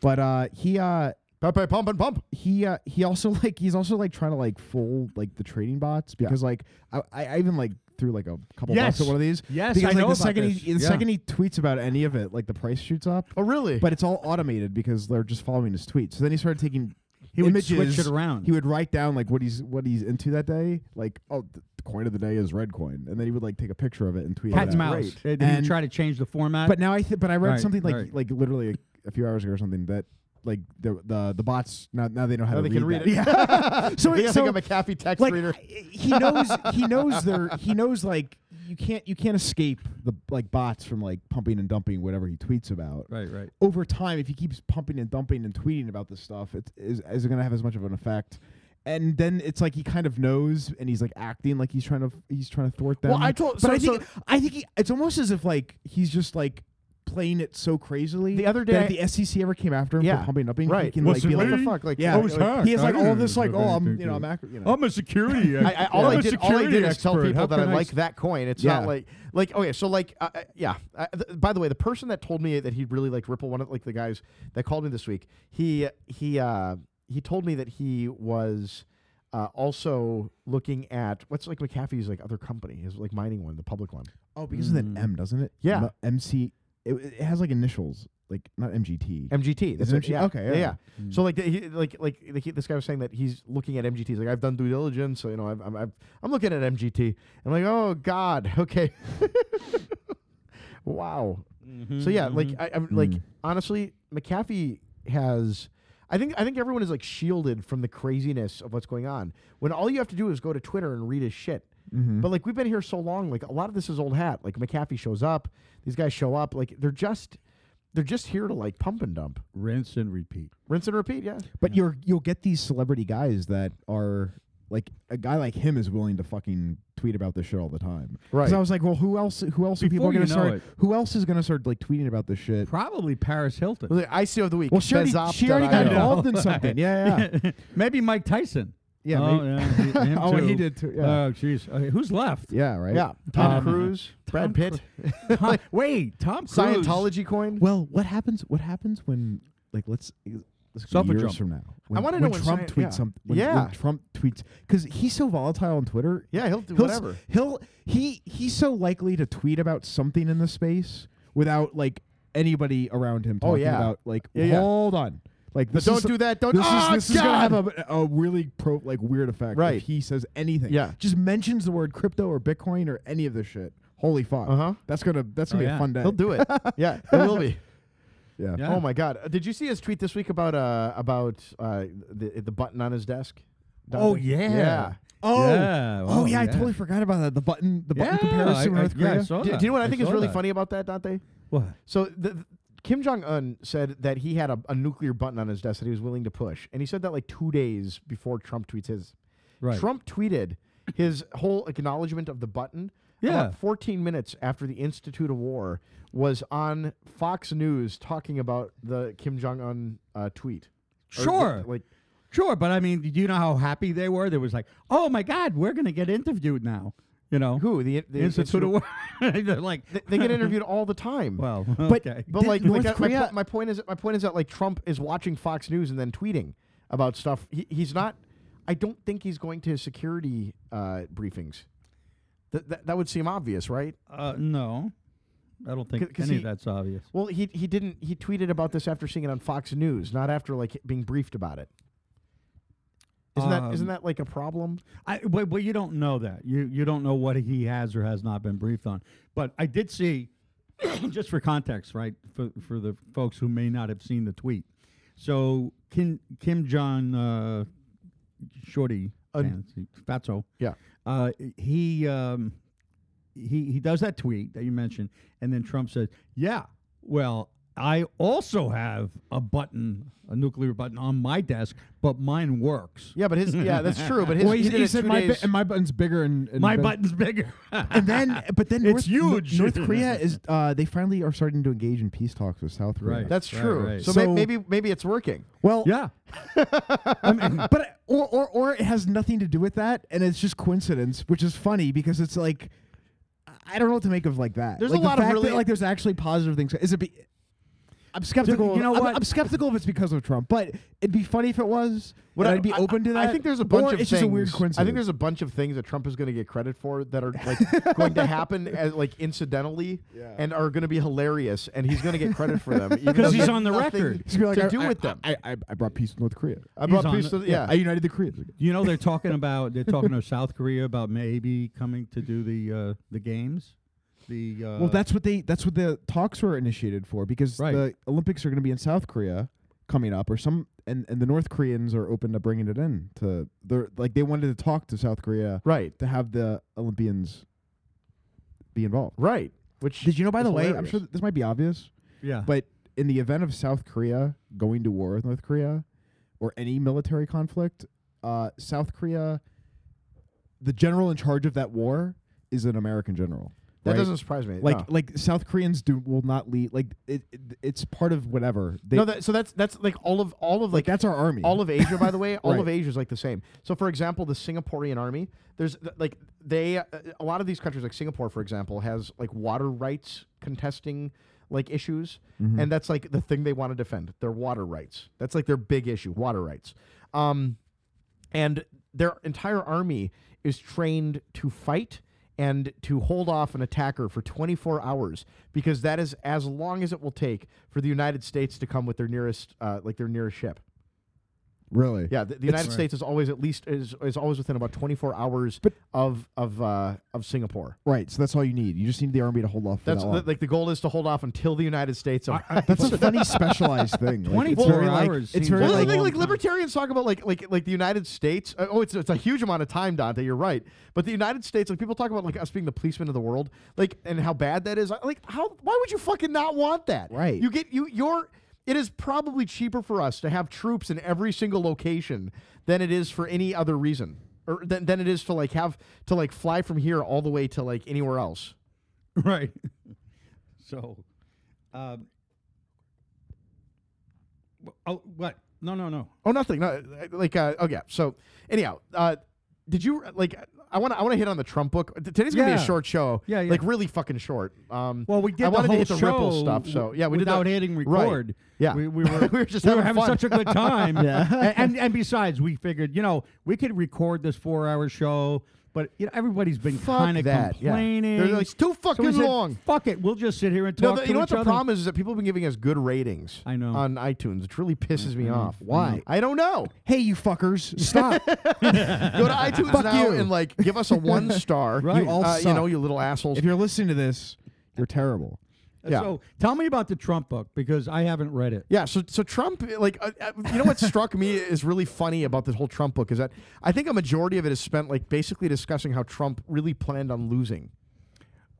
But uh, he uh,
Pepe, pump and pump.
he uh, he also like he's also like trying to like fool like the trading bots because like I, I I even like threw like a couple bucks
Yes.
at one of these.
Yes,
because
I
like
know
the
about
second
this.
he the
Yeah.
second he tweets about any of it, like the price shoots up.
Oh, really?
But it's all automated because they're just following his tweets. So then he started taking
He would
images.
switch it around.
He would write down like what he's what he's into that day. Like oh, th- the coin of the day is red coin, and then he would like take a picture of it and tweet
cat
it
and
out.
mouse.
great.
Uh, Did
And-
he try to change the format?
But now I th- but I read
Right,
something like
right.
like literally a, a few hours ago or something that like the the, the bots now now they know how
Now
to
they can read
read
it.
that. Yeah. so
They
it-
think
so
I'm a Caffey text
like
reader.
I- he knows he knows their he knows like you can't you can't escape the like bots from like pumping and dumping whatever he tweets about.
right, right.
Over time, if he keeps pumping and dumping and tweeting about this stuff, it's is, is it going to have as much of an effect? And then it's like he kind of knows, and he's like acting like he's trying to he's trying to thwart them.
Well, I told-
but
so-
I think I think he, it's almost as if like he's just like playing it so crazily.
The other
that
day-
if the SEC ever came after him
Yeah.
for pumping and dumping, he
Right.
can like
Listen,
be like,
what the
fuck? Like,
yeah,
I
like,
was
hacked.
he has
I
like all
didn't
this like,
do
oh, I'm
anything
you know,
to
I'm
it."
ac- you know.
Um,
I'm a security.
I, I, all,
I'm
I
a
did, all I
security
did is tell
expert.
people
How
that I
can
like
s-
that coin. It's
Yeah.
not like like okay. So like uh, uh, yeah. I, th- by the way, the person that told me that he really liked Ripple, one of like the guys that called me this week, he he uh, he told me that he was. Uh, also looking at what's like McAfee's like other company, his like mining one, the public one.
Oh, because of that M, doesn't it?
Yeah.
M- MC. It, it has like initials, like not MGT.
MGT.
Is
That's
it
it.
MGT?
Yeah.
Okay,
Yeah.
yeah. Hmm.
yeah. So like, the, he, like, like, like he, this guy was saying that he's looking at MGT. He's like, I've done due diligence. So you know, I've, I'm, I've, I'm looking at MGT. I'm like, oh God, okay. wow. So yeah, like, I, I'm like,
Mm.
honestly, McAfee has. I think I think everyone is like shielded from the craziness of what's going on. When all you have to do is go to Twitter and read his shit.
Mhm.
But like we've been here so long, like a lot of this is old hat. Like McAfee shows up, these guys show up, like they're just they're just here to like pump and dump.
Mm-hmm. rinse and repeat.
Rinse and repeat, yeah.
But you're you'll get these celebrity guys that are like a guy like him is willing to fucking tweet about this shit all the time. 'Cause
Right.
I was like, well, who else? Who else are people
Before
are gonna
you know it.
start? Who else is gonna start like tweeting about this shit?
Probably Paris Hilton.
Well, the ICO of the week.
Well, she already,
Bezop.io.
she already got
I know.
involved in something. Yeah, yeah,
Maybe Mike Tyson.
yeah.
oh,
maybe-
yeah, he- him
oh, he
too.
did too. Yeah,
Oh, jeez. Okay, who's left?
yeah, right.
Yeah. Um, Tom
Tom-
Cruise, Brad
Tom
Pitt,
Tom- wait, Tom Cruise.
Scientology coin.
Well, what happens? What happens when like let's let's go
Suffer
years
Trump.
from now? When,
wanna know
when
when
Trump
science-
tweets
yeah.
something. When,
Yeah.
when Trump tweets because he's so volatile on Twitter.
yeah, he'll do
he'll s-
whatever.
He'll he he's so likely to tweet about something in the space without like anybody around him
Oh,
talking
yeah.
about like
Yeah, yeah.
hold on. Like
But
this
don't
is,
do that. Don't.
this
Ah,
is this is gonna
God!
have a, a really pro like weird effect
Right.
if he says anything.
Yeah.
Just mentions the word crypto or Bitcoin or any of this shit. Holy fuck.
Uh-huh.
That's gonna that's
Oh,
gonna be
yeah.
a fun day.
He'll do it. Yeah, it will be.
yeah.
Yeah.
Oh my God! Uh, Did you see his tweet this week about uh about uh the the button on his desk?
Oh,
Donovan?
yeah.
Yeah.
Oh,
Yeah,
oh
oh,
yeah, I
yeah.
totally forgot about that. The button, the
Yeah,
button
I-
comparison
I-
with North
yeah, I
Korea.
saw
Do,
that.
do you know what I think is
saw
really
that.
funny about that, Dante?
What?
So the, the- Kim Jong Un said that he had a, a nuclear button on his desk that he was willing to push, and he said that like two days before Trump tweets his.
Right.
Trump tweeted his whole acknowledgement of the button.
Yeah.
About 14 minutes after the Institute of War was on Fox News talking about the Kim Jong Un uh, tweet. Or the-
Sure.
like
Sure, but I mean, do you know how happy they were? They was like, "Oh my God, we're gonna get interviewed now." You know,
who the, the
Institute of War. They're like,
They- They get interviewed all the time.
"Well,
But-
okay.
But
Did
like,
North
like uh, my,
Korea-
po- my point is, my point is that like Trump is watching Fox News and then tweeting about stuff. He, he's not. I don't think he's going to his security uh, briefings. Th- that that would seem obvious, right?
uh, no, I don't think
'Cause
any of
he-
that's obvious."
Well, he he didn't. He tweeted about this after seeing it on Fox News, not after like being briefed about it. Isn't that isn't
Um,
that like a problem?
I but, but you don't know that you you don't know what he has or has not been briefed on. But I did see, just for context, right, for for the folks who may not have seen the tweet. So Kim Kim Jong uh, Shorty
Un-
fancy- Fatso,
Yeah.
uh, he um, he he does that tweet that you mentioned, and then Trump says, "Yeah, well, I also have a button, a nuclear button on my desk, but mine works.
Yeah, but his yeah, that's true. But his
well, he,
he did
he
it
said
two
my
days-
bu- and my button's bigger and, and
My
better.
button's bigger.
And then, but then
It's
North, Nor-
huge.
North Korea is uh, they finally are starting to engage in peace talks with South Korea.
Right.
that's
Right,
true.
right.
So,
So-
may- maybe maybe it's working.
well,
yeah.
I mean, but or, or or it has nothing to do with that, and it's just coincidence, which is funny because it's like I don't know what to make of like that.
There's
Like,
a
the
lot of
fact
really-
that, like there's actually positive things. Is it? Be, I'm skeptical.
you know
I'm,
what?
I'm skeptical if it's because of Trump, but it'd be funny if it was.
What
Would
I-
I'd be
I-
open to
I-
that.
I think there's a bunch
or
of things.
it's just a weird coincidence.
I think there's a bunch of things that Trump is going to get credit for that are like going to happen as, like incidentally
Yeah.
and are going to be hilarious, and he's going to get credit for them even though
'Cause he's
there's
on the
nothing
record.
Just be like,
to
I-
do
I-
with them.
I, I, I brought peace to North Korea.
I
He's
brought
on
peace
the-
to the, yeah.
I united the Koreans. again.
You know they're talking about they're talking to South Korea about maybe coming to do the uh, the games. The uh,
Well, that's what they that's what the talks were initiated for because
Right.
the Olympics are going to be in South Korea coming up or some and and the North Koreans are open to bringing it in to they're like they wanted to talk to South Korea
right,
to have the Olympians be involved.
right. Which
Did you know by
is
the way, I'm
hilarious.
sure that this might be obvious,
yeah.
but in the event of South Korea going to war with North Korea or any military conflict, uh, South Korea the general in charge of that war is an American general.
that
right?
doesn't surprise me.
Like
no.
like South Koreans do will not lead like it, it it's part of whatever. They,
no, that, so that's that's like all of all of
like
like
that's our army.
all of Asia, by the way, all of
Right.
Asia is like the same. So, for example, the Singaporean army, there's th- like they uh, a lot of these countries, like Singapore, for example, has like water rights contesting like issues,
Mm-hmm.
and that's like the thing they want to defend their water rights. That's like their big issue, water rights. Um, and their entire army is trained to fight and to hold off an attacker for 24 hours because that is as long as it will take for the United States to come with their nearest uh, like their nearest ship.
really.
Yeah, the, the United States is always at least is, is always within about 24 hours
But-
of of uh, of Singapore.
Right. So that's all you need. You just need the army to hold off. For
That's
that long.
like the goal is to hold off until the United States. Are,
that's a funny specialized thing. Like, it's
24
very, like-
hours
it's
seems
very
well,
like a
like, like,
long
like
time.
libertarians talk about like like like the United States. Uh, oh, it's it's a huge amount of time, Dante. You're right. But the United States, like people talk about like us being the policeman of the world, like and how bad that is. I- Like how why would you fucking not want that?
Right.
You get you your. It is probably cheaper for us to have troops in every single location than it is for any other reason, or than, than it is to like have to like fly from here all the way to like anywhere else.
right. so, um, wh- oh, what? No, no, no.
Oh, nothing. No, uh, like uh, oh yeah. So anyhow, uh, did you like? I want to. I want to hit on the Trump book. T- Today's gonna be
Yeah.
a short show.
Yeah, yeah.
Like really fucking short. Um,
Well, we did
I
the
wanted
whole
to hit the
show
Ripple stuff. So yeah, we
without
did the,
hitting
right.
record.
Yeah.
we, we were
We were just having
having
fun.
such a good time.
Yeah.
A- and, and besides, we figured you know we could record this four hour show, but you know everybody's been
Fuck
kind of
that, yeah.
complaining.
They're like, "It's too
So we
fucking
said,
long."
Fuck it, we'll just sit here and
No,
talk.
the-
to
you know what
each
the
other.
problem is, is that people have been giving us good ratings.
I know.
on iTunes, which really pisses me off.
Why?
I don't know.
hey, you fuckers, stop.
Go to iTunes
Fuck
now
you.
and like give us a one star.
Right.
You all
uh, you
suck.
know, you little assholes.
if you're listening to this, you're terrible.
Yeah.
So tell me about the Trump book because I haven't read it.
Yeah, so so Trump, like, uh, uh, you know what struck me is really funny about this whole Trump book is that I think a majority of it is spent like basically discussing how Trump really planned on losing.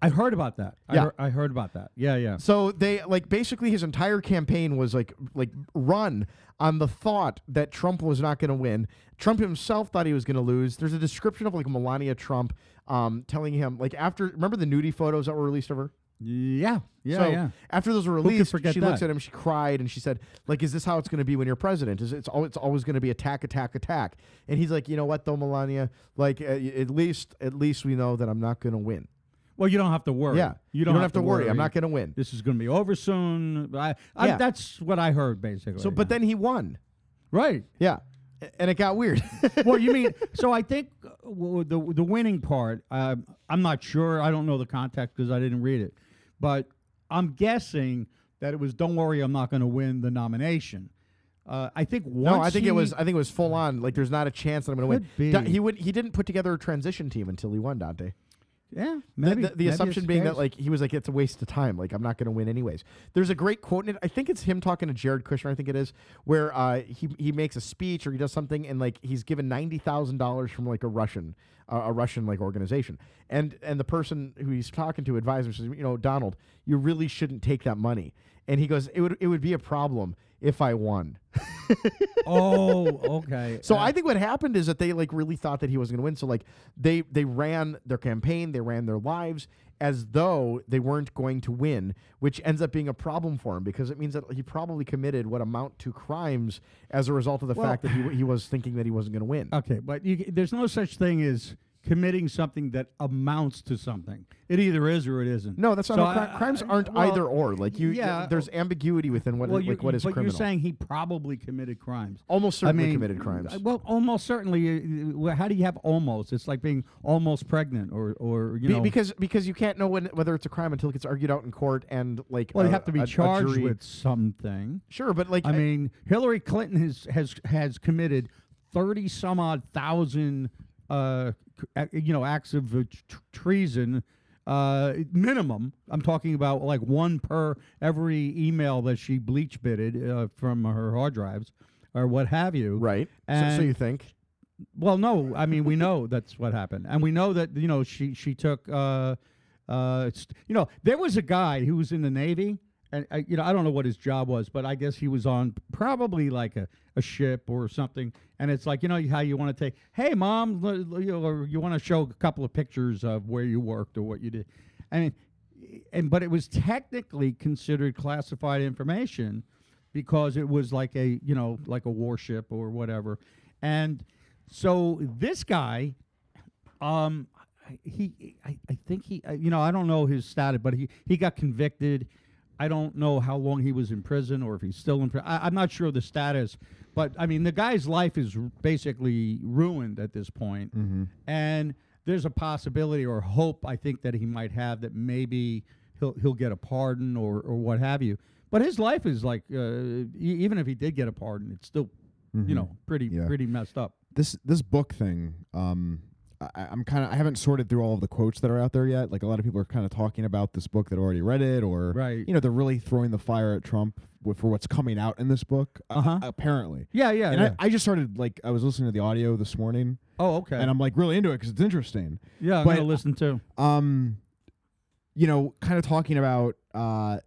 I heard about that. I,
Yeah.
heard, I heard about that. Yeah, yeah.
So they like basically his entire campaign was like like run on the thought that Trump was not going to win. Trump himself thought he was going to lose. There's a description of like Melania Trump um, telling him like after remember the nudie photos that were released of her.
Yeah, yeah,
so
yeah.
after those were
could
released,
forget
she looks
that?
at him, she cried, and she said, "Like, is this how it's going to be when you're president? Is it's all it's always going to be attack, attack, attack?" And he's like, "You know what, though, Melania? Like, uh, y- at least at least we know that I'm not going to win.
Well, you don't have to worry.
Yeah,
you don't,
have, to worry. I'm not going to win."
This is going to be over soon. I, I,
Yeah.
That's what I heard basically.
So, but then he won.
right.
Yeah, A- and it got weird.
well, you mean so? I think uh, w- the the winning part. Um, I'm not sure. I don't know the context because I didn't read it, but I'm guessing that it was "Don't worry, I'm not going to win the nomination." Uh, I think once
no, I think
he-
it was. uh, I think it was full on. Like, there's not a chance that I'm going to
Could
win. Da-
be.
he would. He didn't put together a transition team until he won, Dante.
yeah.
The-
Maybe
the, the
maybe
assumption
it's
being
case.
that like he was like it's a waste of time like i'm not going to win anyways there's a great quote in it i think it's him talking to jared kushner i think it is where uh, he, he makes a speech or he does something and like he's given $90000 from like a russian uh, a russian like organization and and the person who he's talking to advisor says you know donald you really shouldn't take that money and he goes, "It would it would be a problem if I won."
oh, okay.
So
Uh,
I think what happened is that they like really thought that he wasn't going to win. So like they they ran their campaign, they ran their lives as though they weren't going to win, which ends up being a problem for him because it means that he probably committed what amount to crimes as a result of the
Well- Uh,
fact that he w- he was thinking that he wasn't going to win.
Okay, but you, c- there's no such thing as committing something that amounts to something. It either is or it isn't.
no, that's not
So
how cri-
I- I-
crimes aren't
well,
either or. Like you,
yeah,
there's ambiguity within what
well,
like
you-
what is
but
criminal.
you're saying he probably committed crimes.
Almost
I
certainly
mean,
committed crimes.
uh, Well, almost certainly. uh, uh, well, How do you have almost? It's like being almost pregnant, or or you
Be-
know,
because because you can't know when, whether it's a crime until it gets argued out in court and like
well,
a-
you have to be
uh, a- a
charged
jury-
with something.
sure but like
I mean, Hillary Clinton has has has committed thirty some odd thousand, uh, c- ac- you know, acts of uh, tr- treason, uh, minimum. I'm talking about like one per every email that she bleach bitted uh, from her hard drives or what have you.
right so, so
And-
you think
Well, no, I mean we know that's what happened, and we know that you know she she took uh, uh, st- you know there was a guy who was in the Navy, and I, you know I don't know what his job was, but I guess he was on probably like a, a ship or something, and it's like you know how you want to take, hey mom, l- l- you know, or you want to show a couple of pictures of where you worked or what you did, I mean, and but it was technically considered classified information because it was like a you know like a warship or whatever and so this guy um I- he i, I think he I- you know i don't know his status but he he got convicted i don't know how long he was in prison or if he's still in prison i'm not sure of the status but i mean the guy's life is r- basically ruined at this point
Mm-hmm.
and there's a possibility or hope i think that he might have that maybe he'll he'll get a pardon or or what have you but his life is like uh, e- even if he did get a pardon it's still you know pretty
Mm-hmm. Yeah.
pretty messed up
this this book thing um I, i'm kind of i haven't sorted through all of the quotes that are out there yet like a lot of people are kind of talking about this book that already read it or
Right.
you know they're really throwing the fire at trump wi- for what's coming out in this book uh,
Uh-huh.
apparently
yeah yeah,
and
yeah.
I, I just started like i was listening to the audio this morning
oh okay
and i'm like really into it because it's interesting
yeah i'm
but-
gonna listen too
um you know kind of talking about uh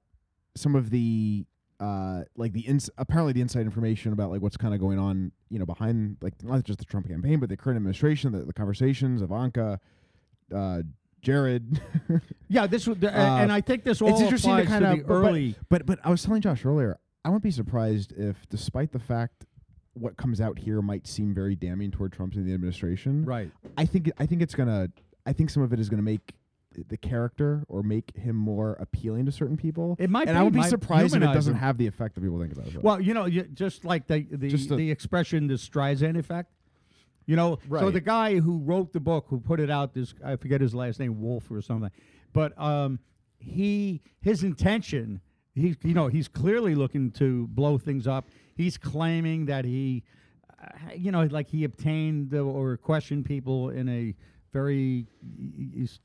some of the uh like the ins- apparently the inside information about like what's kind of going on you know behind like not just the trump campaign but the current administration the, the conversations ivanka uh jared
yeah this would th- a-
uh,
and i think this all
it's interesting to
applies
kind
the
of
early
but, but i was telling josh earlier i wouldn't be surprised if despite the fact what comes out here might seem very damning toward trump and the administration
right
I think I think it's gonna. I think some of it is gonna make th- the character or make him more appealing to certain people.
It might
and I
be,
would be
might
surprised if it
humanize
doesn't
him.
have the effect that people think about it.
Well, you know, you, just like the the,
Just a-
the expression, the Streisand effect. You know, so
Right.
the guy who wrote the book, who put it out, this I forget his last name, Wolf or something, but um, he his intention, he you know, he's clearly looking to blow things up. He's claiming that he, uh, you know, like he obtained or questioned people in a very,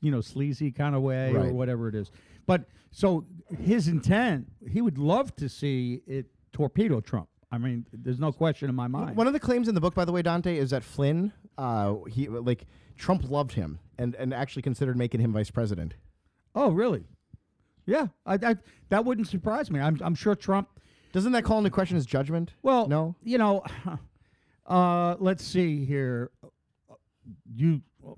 you know, sleazy kind of way or
Right.
whatever it is. But so his intent, he would love to see it torpedo Trump. I mean, there's no question in my mind.
One of the claims in the book, by the way, Dante, is that Flynn, uh, he like Trump loved him and and actually considered making him vice president.
Oh, really? Yeah, I, I that wouldn't surprise me. I'm I'm sure Trump.
Doesn't that call into question his judgment?
Well,
no.
you know, uh, let's see here. Uh, You uh,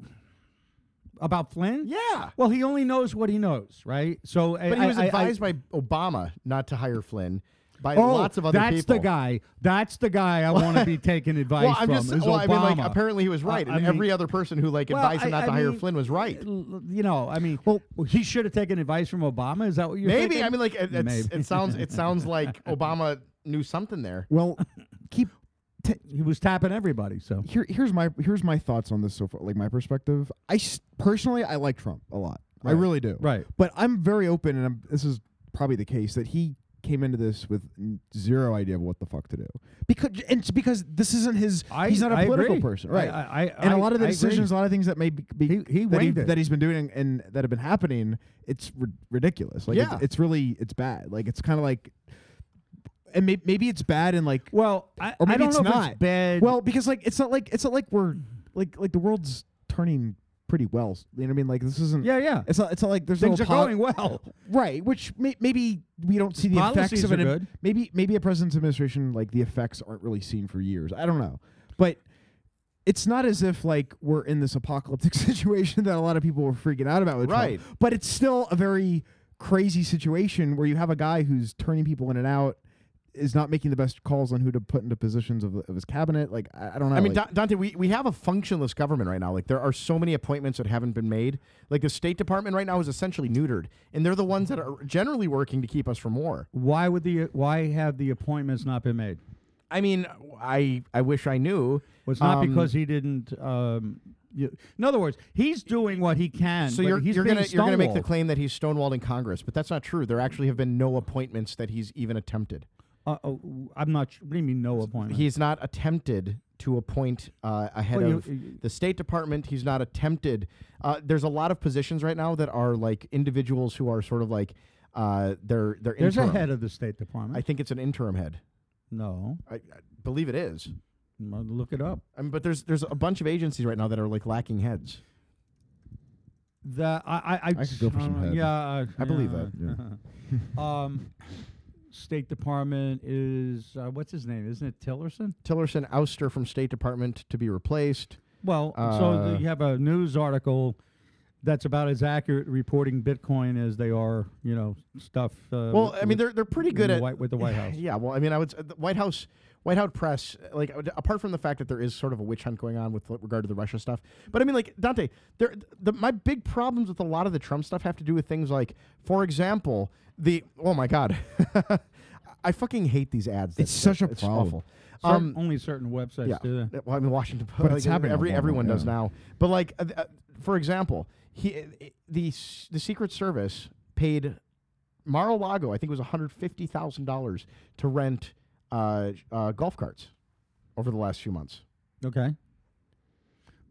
about Flynn?
Yeah,
Well, he only knows what he knows, right? So,
but
I,
he was
I- I-
advised by Obama not to hire Flynn by
oh,
lots of other
that's
people.
the guy. That's the guy I want to be taking advice
Well, I'm
from.
just
is
well, I mean, like
Obama.
apparently he was right,
I
and
mean-
every other person who like
Well,
advised him
I-
not
I
to hire
mean, uh,
Flynn was right.
l- You know, I mean, well, he should have taken advice from Obama. Is that what you're
Maybe
thinking?
I mean, like it, it's,
Maybe.
it sounds it sounds like Obama knew something there.
well, keep
he was tapping everybody. So
here. Here's my here's my thoughts on this so far. Like my perspective. I s- personally I like Trump a lot. I
Right.
really do.
Right.
But I'm very open, and I'm, this is probably the case that he came into this with n- zero idea of what the fuck to do because and it's because this isn't his.
I-
he's not a
I
political
agree.
person, right?
I- I- I-
and a lot of the
I agree.
decisions, a lot of things that may be, be
He- he
that, he,
winged it.
that he's been doing and that have been happening, it's ri- ridiculous. Like
Yeah.
it's, it's really it's bad. Like it's kind of like, and may, maybe it's bad and like
well, I,
or maybe
I don't
it's
know
not
if it's bad.
Well, because like it's not like it's not like we're like like the world's turning pretty well. s- You know what I mean? Like this isn't.
Yeah, yeah.
It's not. It's not like there's
Things
no
are
poli-
going well.
Right, which may, maybe we don't see the effects
Policies
of
are
it.
good.
Maybe maybe a president's administration like the effects aren't really seen for years. I don't know, but it's not as if like we're in this apocalyptic situation that a lot of people were freaking out about. With Trump.
Right.
but it's still a very crazy situation where you have a guy who's turning people in and out, is not making the best calls on who to put into positions of, of his cabinet. Like I, I don't know.
I mean,
like,
Da- Dante, we, we have a functionless government right now. Like, there are so many appointments that haven't been made. Like, the State Department right now is essentially neutered, and they're the ones that are generally working to keep us from war.
Why would the why have the appointments not been made?
I mean, I I wish I knew.
Well, it's not
Um,
because he didn't. Um, you, in other words, he's doing what he can.
So
but
you're,
he's
you're
being
gonna you're gonna make the
stonewalled.
claim that he's stonewalled in Congress, but that's not true. There actually have been no appointments that he's even attempted.
Uh, uh, I'm not. Sure. What do you mean no appointment?
He's not attempted to appoint uh, a head
Well, you-
of
you-
the State Department. He's not attempted. Uh, there's a lot of positions right now that are like individuals who are sort of like uh, they're they're
There's
interim.
a head of the State Department.
I think it's an interim head.
no,
I, I believe it is.
Well, look it up.
I mean, but there's there's a bunch of agencies right now that are like lacking heads.
The I I, I,
could go for some
uh,
head.
Yeah, uh,
I believe
yeah. um, State Department is uh, what's his name? Isn't it Tillerson?
Tillerson ouster from State Department to be replaced.
Well, so
Uh,
th- you have a news article that's about as accurate reporting Bitcoin as they are, you know, stuff. Uh,
Well,
with-
I mean,
with-
they're they're pretty
in
good
the
at
White- with the White House.
Yeah, well, I mean, I would s- the White House, White House press, like uh, apart from the fact that there is sort of a witch hunt going on with regard to the Russia stuff, but I mean, like Dante, there, the, my big problems with a lot of the Trump stuff have to do with things like, for example, the oh my god, I fucking hate these ads. that-
It's such a
that- it's
problem.
awful.
Cer-
Um,
only certain websites
yeah.
do that.
Uh, Well, I mean, Washington Post.
But it's
like,
happening
Every
all over,
everyone does
yeah.
now. But like, uh, th- uh, for example, he uh, uh, the s- the Secret Service paid Mar-a-Lago, I think it was one hundred fifty thousand dollars to rent uh, uh, golf carts over the last few months.
Okay.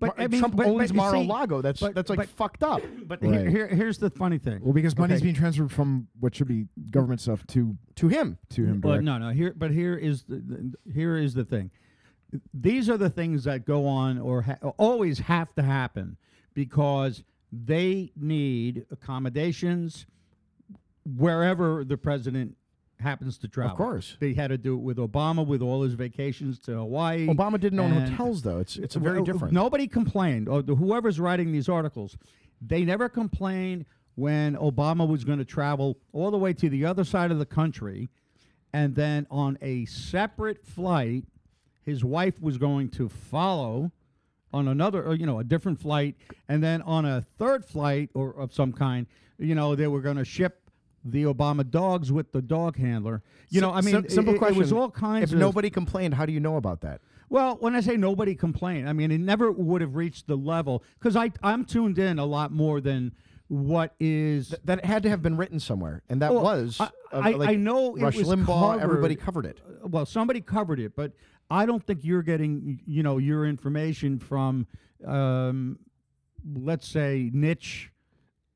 But
Mar-
I mean,
Trump
but,
owns
but,
Mar-a-Lago. that's
but-
that's like
but-
fucked up.
See, but
Right.
here, here, here's the funny thing.
well, because money's
okay.
being transferred from what should be government stuff to
To him,
to him.
Well,
direct.
no, no. Here, but here is the, the- here is the thing. These are the things that go on or ha- always have to happen because they need accommodations wherever the president happens to travel.
course.
they had to do it with Obama with all his vacations to Hawaii.
Obama didn't own
and-
hotels though. It's it's a very
Well, oh,
different.
Nobody complained. Or the, whoever's writing these articles, they never complained when Obama was going to travel all the way to the other side of the country, and then on a separate flight, his wife was going to follow on another, or, you know, a different flight, and then on a third flight or of some kind, you know, they were going to ship. The Obama dogs with the dog handler. You know, I
Sim-
mean, it-
simple
it,
question.
It was all kinds
If
of
nobody complained, how do you know about that?
well, when I say nobody complained, I mean it never would have reached the level because I I'm tuned in a lot more than what is.
Th- that had to have been written somewhere, and that
Well,
was.
I-
uh,
I-
like
I know it
Rush
was
Limbaugh. Everybody
covered.
covered it.
Uh, well, somebody covered it, but I don't think you're getting you know your information from um, let's say niche.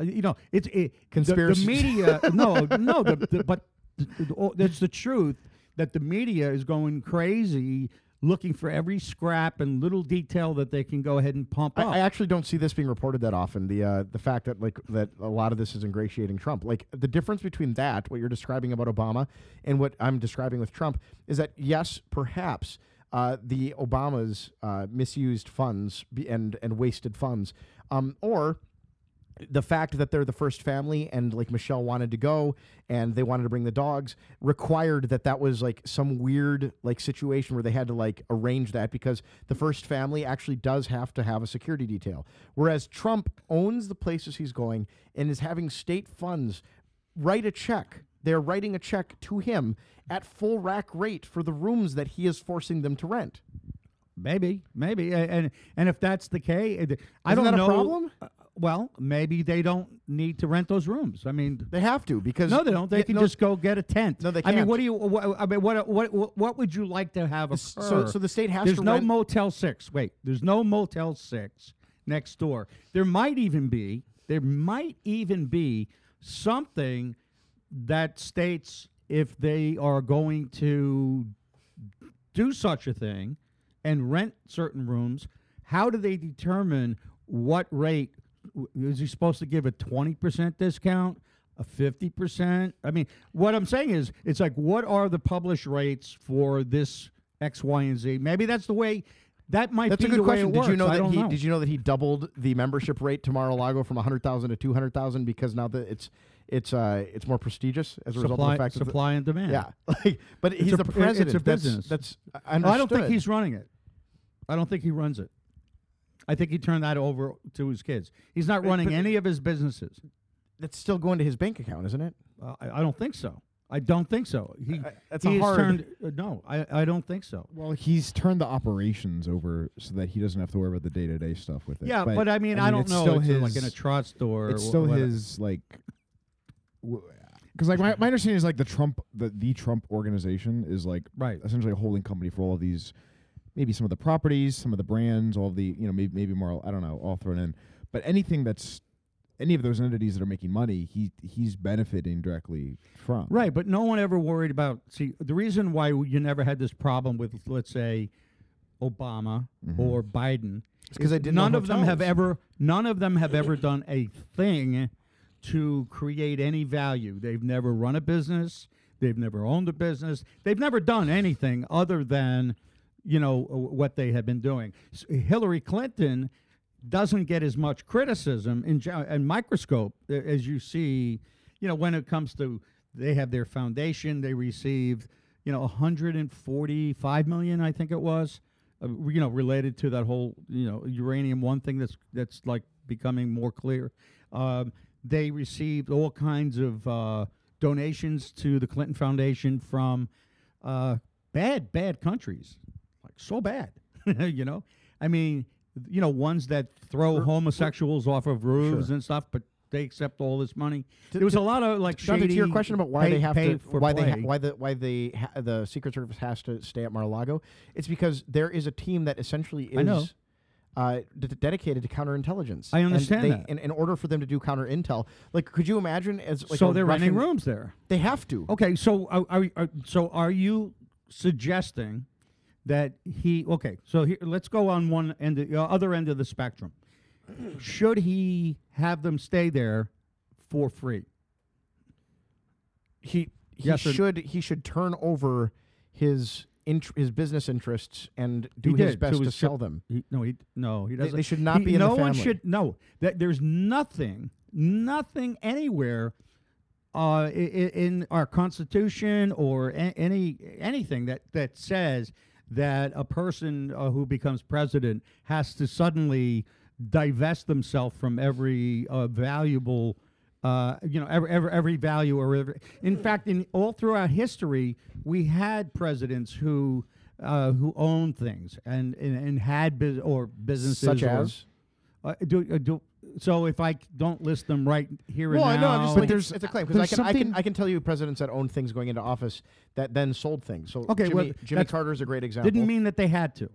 uh, You know, it's it, the-
Conspiracy-
The, media, no, no, the, the, but th- th- oh, that's the truth that the media is going crazy looking for every scrap and little detail that they can go ahead and pump up.
I, I actually don't see this being reported that often. The uh, the fact that like that a lot of this is ingratiating Trump. Like the difference between that, what you're describing about Obama, and what I'm describing with Trump is that yes, perhaps. Uh, the Obamas uh, misused funds be- and and wasted funds, um, or the fact that they're the first family and like Michelle wanted to go and they wanted to bring the dogs required that that was like some weird like situation where they had to like arrange that because the first family actually does have to have a security detail whereas Trump owns the places he's going and is having state funds write a check they're writing a check to him at full rack rate for the rooms that he is forcing them to rent
Maybe, maybe, A- and and if that's the case, it- I don't
Isn't that a
know.
problem?
Uh, well, maybe they don't need to rent those rooms. I mean,
they have to because
no, they don't. They
Yeah,
can
no,
just go get a tent.
No, they
I mean,
can't.
what do you? What, I mean, what what what- what would you like to have occur?
S- so- so the state has
There's
to
no
rent-
Motel Six. Wait, there's no Motel Six next door. There might even be. There might even be something that states if they are going to do such a thing and rent certain rooms, how do they determine what rate w- is he supposed to give a 20% discount? A 50%? I mean, what I'm saying is, it's like, what are the published rates for this X, Y, and Z? Maybe that's the way. That might
That's
be
a good
the way it
question. Did you
works.
know
I
that
don't
he
know.
did you know that he doubled the membership rate to Mar-a-Lago from 100,000 to 200,000 because now that it's it's uh it's more prestigious as a result of
supply,
the fact that the-
supply and demand.
yeah, like, but he's
a
the
pr- it's a
president. That's-
business.
That's, I
No, I don't think
understood.
he's running it. I don't think he runs it. I think he turned that over to his kids. He's not running
but-
any of his businesses.
That's still going to his bank account, isn't it?
Uh, I, I don't think so. I don't think so. He,
I- that's a
he has
hard-
turned. uh, no, I, I don't think so.
Well, he's turned the operations over so that he doesn't have to worry about the day to day stuff with it.
Yeah, but, I mean, I, don't
it's
know.
Still
it's uh,
his,
like in a trust or
it's
wh-
still
whatever.
his like, because like my, my understanding is like the Trump the the Trump organization is like
Right.
essentially a holding company for all of these, maybe some of the properties, some of the brands, all of the you know maybe maybe more I don't know all thrown in, but anything that's any of those entities that are making money, he he's benefiting directly from.
Right, but no one ever worried about. See, the reason why you never had this problem with, let's say, Obama or Biden,
Mm-hmm. 'cause
is
they didn't own
none of them have
hotels.
ever. None of them have ever done a thing to create any value. They've never run a business. They've never owned a business. They've never done anything other than, you know, uh, what they have been doing. S- Hillary Clinton doesn't get as much criticism in gen- and microscope uh, as you see you know when it comes to they have their foundation they received you know 145 million i think it was uh, re- you know related to that whole you know uranium one thing that's that's like becoming more clear um, they received all kinds of uh, donations to the clinton foundation from uh, bad bad countries like so bad you know i mean you know ones that throw homosexuals off of roofs and stuff but they accept all this money
To-
there was a lot of like
Jonathan,
shady
to your question about why
pay-
they have
pay
to
for
why they ha-
play.
why the why the ha- the Secret Service has to stay at Mar-a-Lago, it's because there is a team that essentially is
I know.
Uh, d- dedicated to counterintelligence.
I
And
understand
they-
that.
In, in order for them to do counterintel, like, could you imagine as like
so
a
they're
Russian-
running rooms there
They have to.
okay so are, are, are so are you suggesting that he okay so here, let's go on one end the uh, other end of the spectrum should he have them stay there for free
He he
Yes or-
should he should turn over his int- his business interests and do
He
his
did, so
best
he
to
should-
sell them.
He, no, he no, he
They-
doesn't.
they should not
he-
be in the
No one
family.
should. No, that there's nothing, nothing anywhere, uh, i- i- in our Constitution or a- any anything that that says that a person uh, who becomes president has to suddenly divest themselves from every uh, valuable. Uh, you know, every, every every value or every. In fact, in all throughout history, we had presidents who uh, who owned things and and, and had bus or businesses
Such
or-
as?
uh, do, uh, do, so if I c- don't list them right here
Well, I
and
know.
now,
I'm just
But
like,
there's-
it's a claim because I
there's
can, I can
something-
I can tell you presidents that owned things going into office that then sold things. So
Okay,
Jimmy,
well,
Jimmy
that's-
Carter's a great example.
didn't mean that they had to.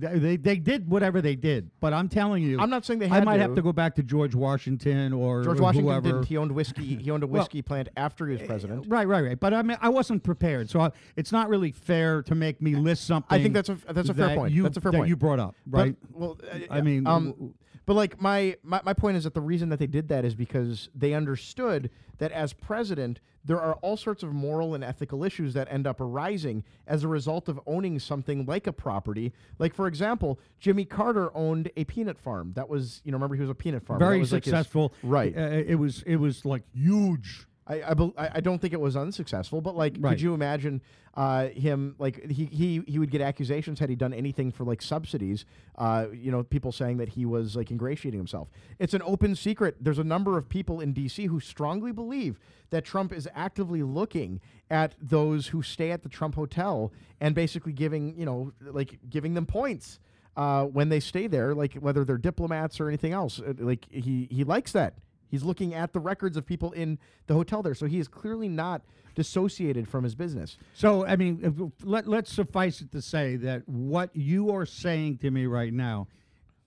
Th- They, they did whatever they did, but I'm telling you,
I'm not saying they
I
had
might
to.
have to go back to George Washington or
George Washington
whoever.
didn't. He owned whiskey. He owned a
Well,
whiskey plant after he was president.
Right, right, right. But I mean, I wasn't prepared, so I, it's not really fair to make me list something.
that's a- that's a fair
that
point.
You,
That's a fair
that
point.
you brought up, right?
But, well, uh,
I
yeah.
mean,
um,
w-
but like my, my my point is that the reason that they did that is because they understood that as president, there are all sorts of moral and ethical issues that end up arising as a result of owning something like a property. Like for example, Jimmy Carter owned a peanut farm. That was you know remember he was a peanut farmer. That
Very
was like his-
successful.
right.
Uh, it was it was like huge.
I I, bel I I don't think it was unsuccessful, but like,
Right.
could you imagine uh, him like he, he he would get accusations had he done anything for like subsidies? Uh, you know, people saying that he was like ingratiating himself. It's an open secret. There's a number of people in D.C. who strongly believe that Trump is actively looking at those who stay at the Trump Hotel and basically giving you know like giving them points. Uh, when they stay there, like whether they're diplomats or anything else, Uh, like he he likes that. He's looking at the records of people in the hotel there, so he is clearly not dissociated from his business.
So, I mean, if- let, let's suffice it to say that what you are saying to me right now,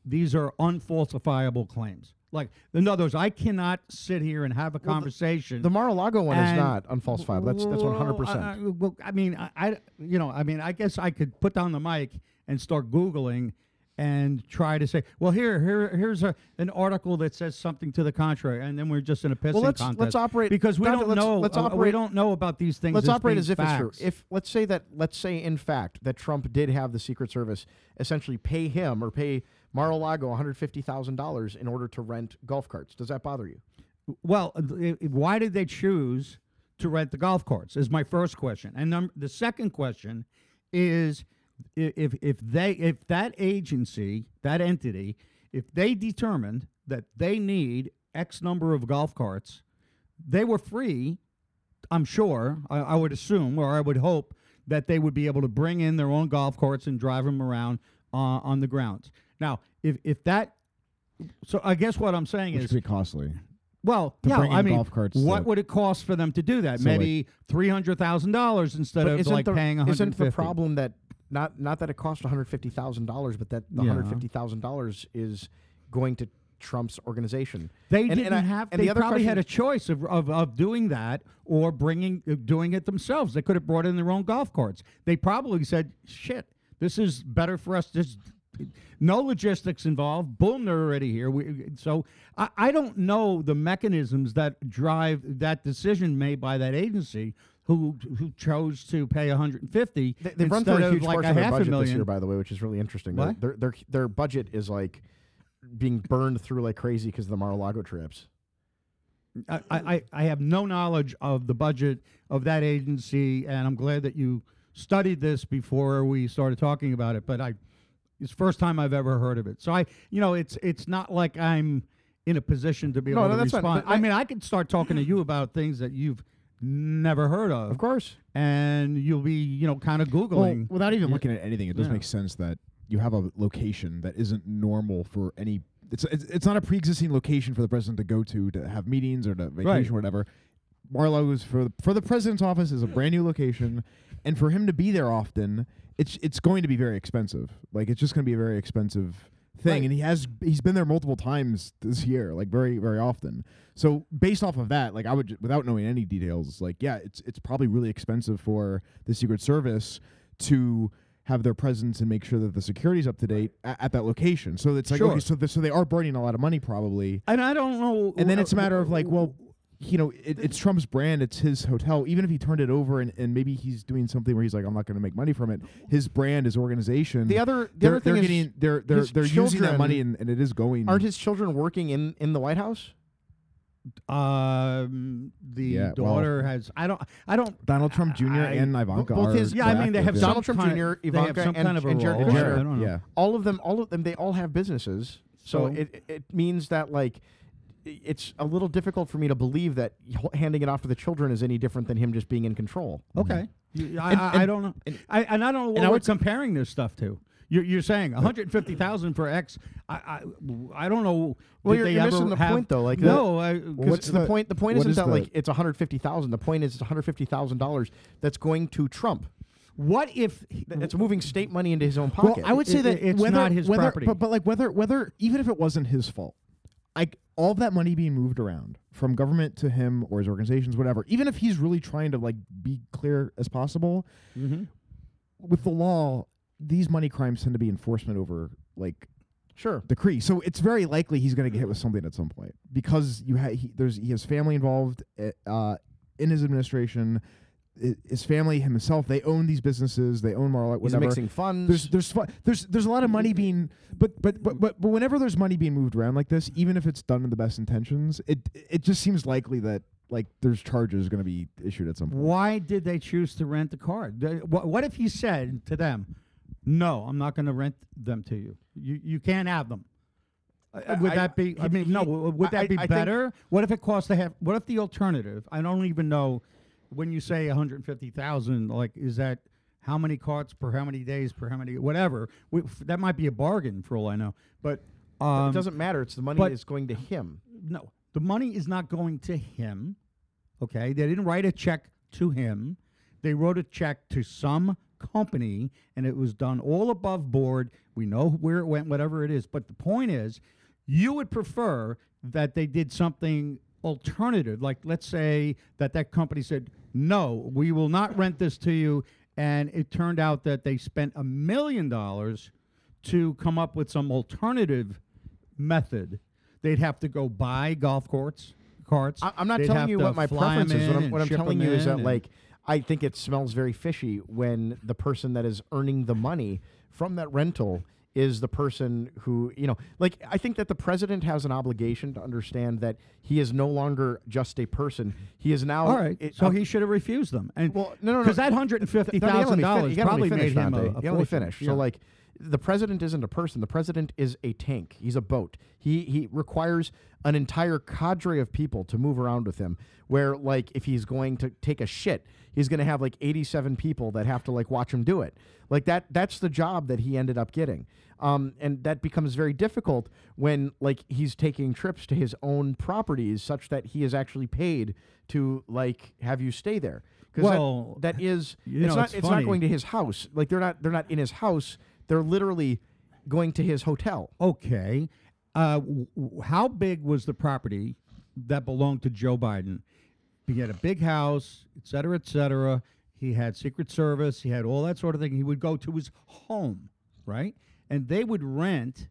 these are unfalsifiable claims. Like, in other words, I cannot sit here and have a conversation.
The Mar-a-Lago one is
and-
not unfalsifiable. That's that's one hundred
Well, I-
percent.
I- well, I mean, I, I- you know, I mean, I guess I could put down the mic and start Googling and try to say, well, here, here, here's a, an article that says something to the contrary, and then we're just in a pissing
let's-
contest.
let's operate-
because we
Doctor,
don't
let's-
know.
let's
uh, we
operate-
don't know about these things.
Let's operate
being
as if it's
facts.
true. If let's say that let's say in fact that Trump did have the Secret Service essentially pay him or pay Mar-a-Lago one hundred fifty thousand dollars in order to rent golf carts. Does that bother you?
Well, uh, th- i- why did they choose to rent the golf carts? Is my first question, and num- the second question is i- if if they if that agency that entity if they determined that they need X number of golf carts, they were free. I'm sure I, I would assume or I would hope that they would be able to bring in their own golf carts and drive them around uh, on the grounds. Now, if if that so I guess what I'm saying
Which
is
could be costly.
well,
to
yeah,
bring
I
in
mean,
golf carts
what
to-
would it cost for them to do that?
So, like-
Maybe three hundred thousand dollars instead
But
of
isn't
like
the,
paying one
isn't
hundred
the
fifty.
problem that not not that it cost one hundred fifty thousand dollars, but that the
Yeah.
hundred fifty thousand dollars is going to Trump's organization.
They
And- and
didn't
I-
have.
and
they
the other
probably had
question-
a choice of, of, of doing that or bringing uh, doing it themselves. They could have brought in their own golf carts. They probably said, "Shit, this is better for us." This no logistics involved. Boom, they're already here. We, so I, I don't know the mechanisms that drive that decision made by that agency. Who, who chose to pay 150
They, they've run through
instead
a
of
huge
like
portion
a
of their
half a
budget
million
this year, by the way, which is really interesting. Their-
What?
Their, their their budget is like being burned through like crazy because of the Mar-a-Lago trips.
I, I, I have no knowledge of the budget of that agency, and I'm glad that you studied this before we started talking about it. But I, it's the first time I've ever heard of it. So I, you know, it's it's not like I'm in a position to be
No,
able
no,
to
that's fine,
respond.
but
I
I-
mean, I could start talking to you about things that you've never heard of,
Of course,
and you'll be, you know, kind of
Well,
googling.
without even
Yeah.
looking at anything, it does
Yeah.
make sense that you have a location that isn't normal for any. It's it's, it's not a pre-existing location for the president to go to to have meetings or to vacation
Right.
or whatever. Marlowe is for the, for the president's office is a brand new location, and for him to be there often, it's it's going to be very expensive. Like it's just going to be a very expensive thing,
Right.
and he has he's been there multiple times this year, like very very often. So based off of that, like I would ju- without knowing any details, like yeah, it's it's probably really expensive for the Secret Service to have their presence and make sure that the security's up to date a- at that location. So it's like okay,
Sure.
so th- so they are burning a lot of money probably.
and I don't know.
And then
wh-
it's a matter of like,
wh-
well, you know, it, it's Trump's brand, it's his hotel. Even if he turned it over and, and maybe he's doing something where he's like, I'm not going to make money from it. His brand, his organization.
The other- the
they're,
other thing
they're
is
getting they're they're
his
they're using that
children
money and, and it is going.
aren't his children working in in the White House?
um, the
Yeah, well-
daughter has. I don't. I don't.
Donald Trump Jr.
I-
and Ivanka
both
are
his-
Yeah, I mean, they have
active, yeah.
some
Donald Trump
kind-
Jr.,
they have
Ivanka,
some
and-
kind of a
and Jared
role.
Kushner.
I don't know.
Yeah.
all of them all of them they all have businesses so,
So-
it it- it means that like i- it's a little difficult for me to believe that h- handing it off to the children is any different than him just being in control
Oh, Mm-hmm.
Okay. You- I,
And-
I- I
and-
don't know. I, and I don't know what
I
we're
would-
comparing this stuff to. You're, you're saying 150,000 for X. I, I, I don't know.
Well,
did
you're-
they
you're
ever
missing the
have-
point, though, like
no, I, 'cause
what's
because the,
the-
point the point
what
isn't
is
that
the-
like it's 150000 the point is it's 150000 dollars that's going to trump
what if he-
Th- it's moving state money into his own
Mm-hmm. Well,
pocket
I would say
It-
that
it- it's
whether,
not his
whether-
property.
But, but like whether whether even if it wasn't his fault, like all that money being moved around from government to him or his organizations, whatever. Even if he's really trying to like be clear as possible,
Mm-hmm.
with the law, these money crimes tend to be enforcement over like
sure
decree. So it's very likely he's going to get hit with something at some point because you ha- he, there's he has family involved uh, uh, in his administration. I- His family, himself, they own these businesses. They own Marlowe.
he's
whatever.
mixing funds
There's there's fu- there's there's a lot of money being but but but but but whenever there's money being moved around like this, even if it's done in the best intentions, it it just seems likely that like there's charges going to be issued at some point.
why did they choose to rent the car? Th- wha- What if he said to them, "No, I'm not going to rent them to you. You you can't have them." Uh, would
I-
that be? I
he-
mean, no.
he-
w- Would
I-
that be
I think-
better? What if it costs to have? What if the alternative? I don't even know. When you say 150,000, like is that how many carts per how many days per how many whatever? We, f- that might be a bargain for all I know. But um,
it doesn't matter it's the money
but-
that's going to him
no, the money is not going to him. Okay, they didn't write a check to him. They wrote a check to some company, and it was done all above board. We know where it went, whatever it is. But the point is, you would prefer that they did something alternative, like let's say that that company said, "No, we will not rent this to you," and it turned out that they spent a million dollars to come up with some alternative method, they'd have to go buy golf courts, carts.
I, am not
They'd
telling
have
you
to
what my
fly 'em
preference is. What
in
I'm, what
and
I'm
ship
telling
'em
you is
in
that
and-
like I think it smells very fishy when the person that is earning the money from that rental is the person who you know like i think that the president has an obligation to understand that he is no longer just a person he is now
All right,
oh, it-
so
a-
he should have refused them. And
Well, no, no, no.
because that hundred and fifty
No, you gotta let
thousand
me fin-
dollars
you gotta let
probably
me
made
finish,
him a,
Dante.
a
You gotta let me
fortune.
finish.
Yeah.
So like, the president isn't a person. The president is a tank. He's a boat. He he requires an entire cadre of people to move around with him. Where like, if he's going to take a shit, he's going to have like eighty-seven people that have to like watch him do it. Like that. That's the job that he ended up getting. Um, and that becomes very difficult when like he's taking trips to his own properties, such that he is actually paid to like have you stay there. 'Cause that-
Well,
that is
You
it's
know,
not
it's
it's, not
funny.
going to his house. Like they're not they're not in his house. They're literally going to his hotel.
okay, uh, w- w- how big was the property that belonged to Joe Biden? He had a big house, et cetera, et cetera. He had Secret Service. He had all that sort of thing. He would go to his home, right? And they would rent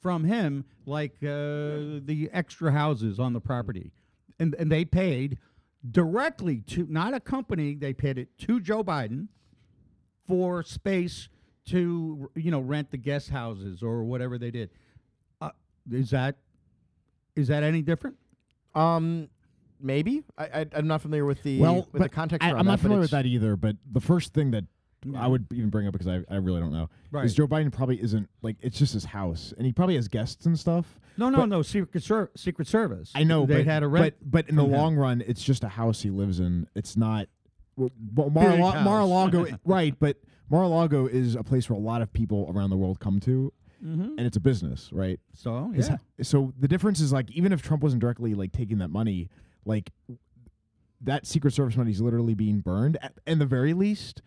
from him like uh, the extra houses on the property, and and they paid directly to not a company. They paid it to Joe Biden. for space to you know rent the guest houses or whatever they did. Uh, is that is that any different?
Um maybe. I, I I'm not familiar with the
well,
with the
but
context
I,
around
am
that,
not
but
familiar with
it's-
that either. But the first thing that I would even bring up because I, I really don't know
Right.
is Joe Biden probably isn't like it's just his house and he probably has guests and stuff.
No, no,
But-
no. Secret Ser- Secret Service.
I know
they
but,
had a rent.
but but in the
from him.
long run, it's just a house he lives in. It's not well,
Big
Mar-a-Lago,
house.
Mar-a-Lago, right? But Mar-a-Lago is a place where a lot of people around the world come to, and it's a business, right?
so
Is
Mm-hmm. yeah,
ho- so the difference is like even if Trump wasn't directly like taking that money, like that Secret Service money is literally being burned. At, and the very least,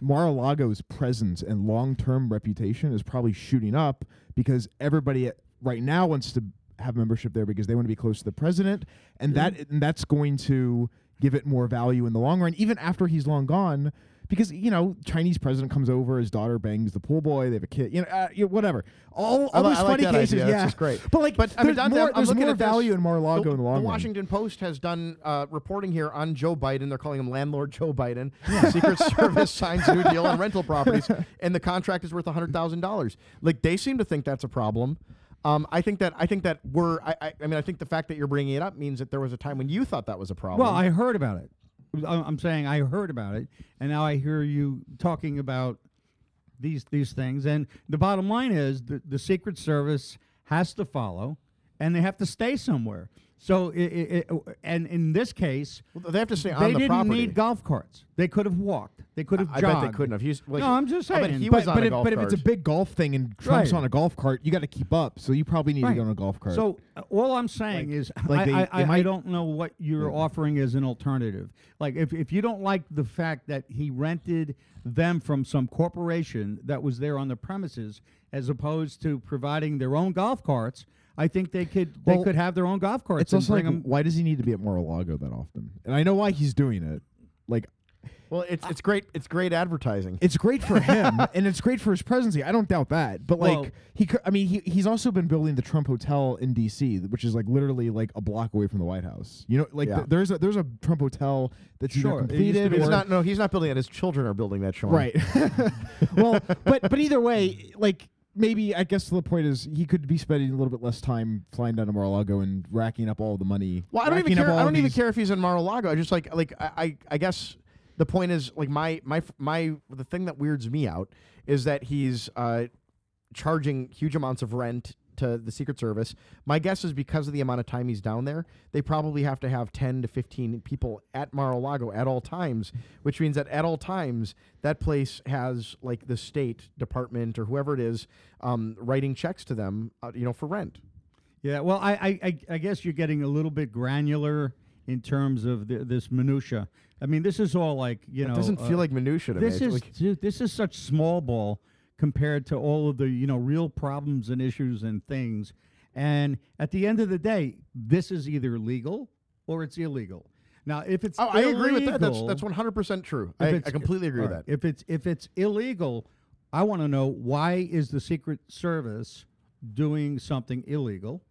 Mar-a-Lago's presence and long-term reputation is probably shooting up because everybody at- right now wants to have membership there because they want to be close to the president, and that
Mm-hmm.
and that's going to give it more value in the long run, even after he's long gone. Because you know, Chinese president comes over, his daughter bangs the pool boy, they have a kid, you know, uh, you know, whatever. All
I
all
li-
those
I like
funny
that
cases,
idea.
yeah,
That's just great.
But like,
but I mean,
there's
Dante,
more,
I'm, I'm
there's
looking
more
at this.
value in Mar-a-Lago in the long run.
Washington Post has done uh, reporting here on Joe Biden. They're calling him landlord Joe Biden. Secret Service signs new deal on rental properties, and the contract is worth hundred thousand dollars. Like they seem to think that's a problem. Um, I think that I think that we're. I, I, I mean, I think the fact that you're bringing it up means that there was a time when you thought that was a problem.
Well, I heard about it. I- I'm saying I heard about it, and now I hear you talking about these these things. And the bottom line is the, the Secret Service has to follow, and they have to stay somewhere. So, i i i and in this case,
Well, they have to stay on
they
the
didn't
property.
need golf carts. They could have walked. They could have
I bet
jogged.
they couldn't have. He's, like,
no, I'm just
I
saying.
bet he
but-
was on
but
a
if,
golf
but if it's a
cart.
big golf thing and Trump's
Right.
on a golf cart, you got to keep up. So you probably need
Right.
to go on a golf cart.
So uh, all I'm saying is,
like
I,
they-
I,
they
I, I
might-
don't know what you're offering as an alternative. Like, if, if you don't like the fact that he rented them from some corporation that was there on the premises, as opposed to providing their own golf carts, I think they could they
Well,
could have their own golf carts.
it's
and
also like,
bring 'em-
why does he need to be at Mar-a-Lago that often? And I know why he's doing it. Like,
well, it's it's great. It's great advertising.
it's great for him and it's great for his presidency. I don't doubt that. But like,
Well-
he, cou- I mean, he, he's also been building the Trump Hotel in D.C., th- which is like literally like a block away from the White House. You know, like
Yeah.
th- there's a there's a Trump Hotel that's
Sure, it
either
used to
completed
be-
It's
or
not. No, he's not building it. His children are building that. Sean.
Right. well, but but either way, like maybe I guess the point is he could be spending a little bit less time flying down to Mar-a-Lago and racking up all the money.
Well, I don't even
racking up
care.
all
I don't even
these-
care if he's in Mar-a-Lago. I just like like I, I I guess the point is like my my my the thing that weirds me out is that he's uh charging huge amounts of rent to the Secret Service. My guess is because of the amount of time he's down there, they probably have to have 10 to 15 people at Mar-a-Lago at all times, which means that at all times that place has like the state department or whoever it is um, writing checks to them, uh, you know, for rent.
Yeah, well, I, I, I, I guess you're getting a little bit granular in terms of the, this minutia. I mean, this is all like you know.
it doesn't
uh,
feel like minutia to
this
me. It's
is
like-
dude, this is such small ball compared to all of the you know real problems and issues and things and at the end of the day this is either legal or it's illegal now if it's
Oh, I agree with that. That's
illegal-
that's one hundred percent true.
if
I, I
it's-
completely agree with
all right,
that.
if it's if it's illegal I want to know why is the Secret Service doing something illegal?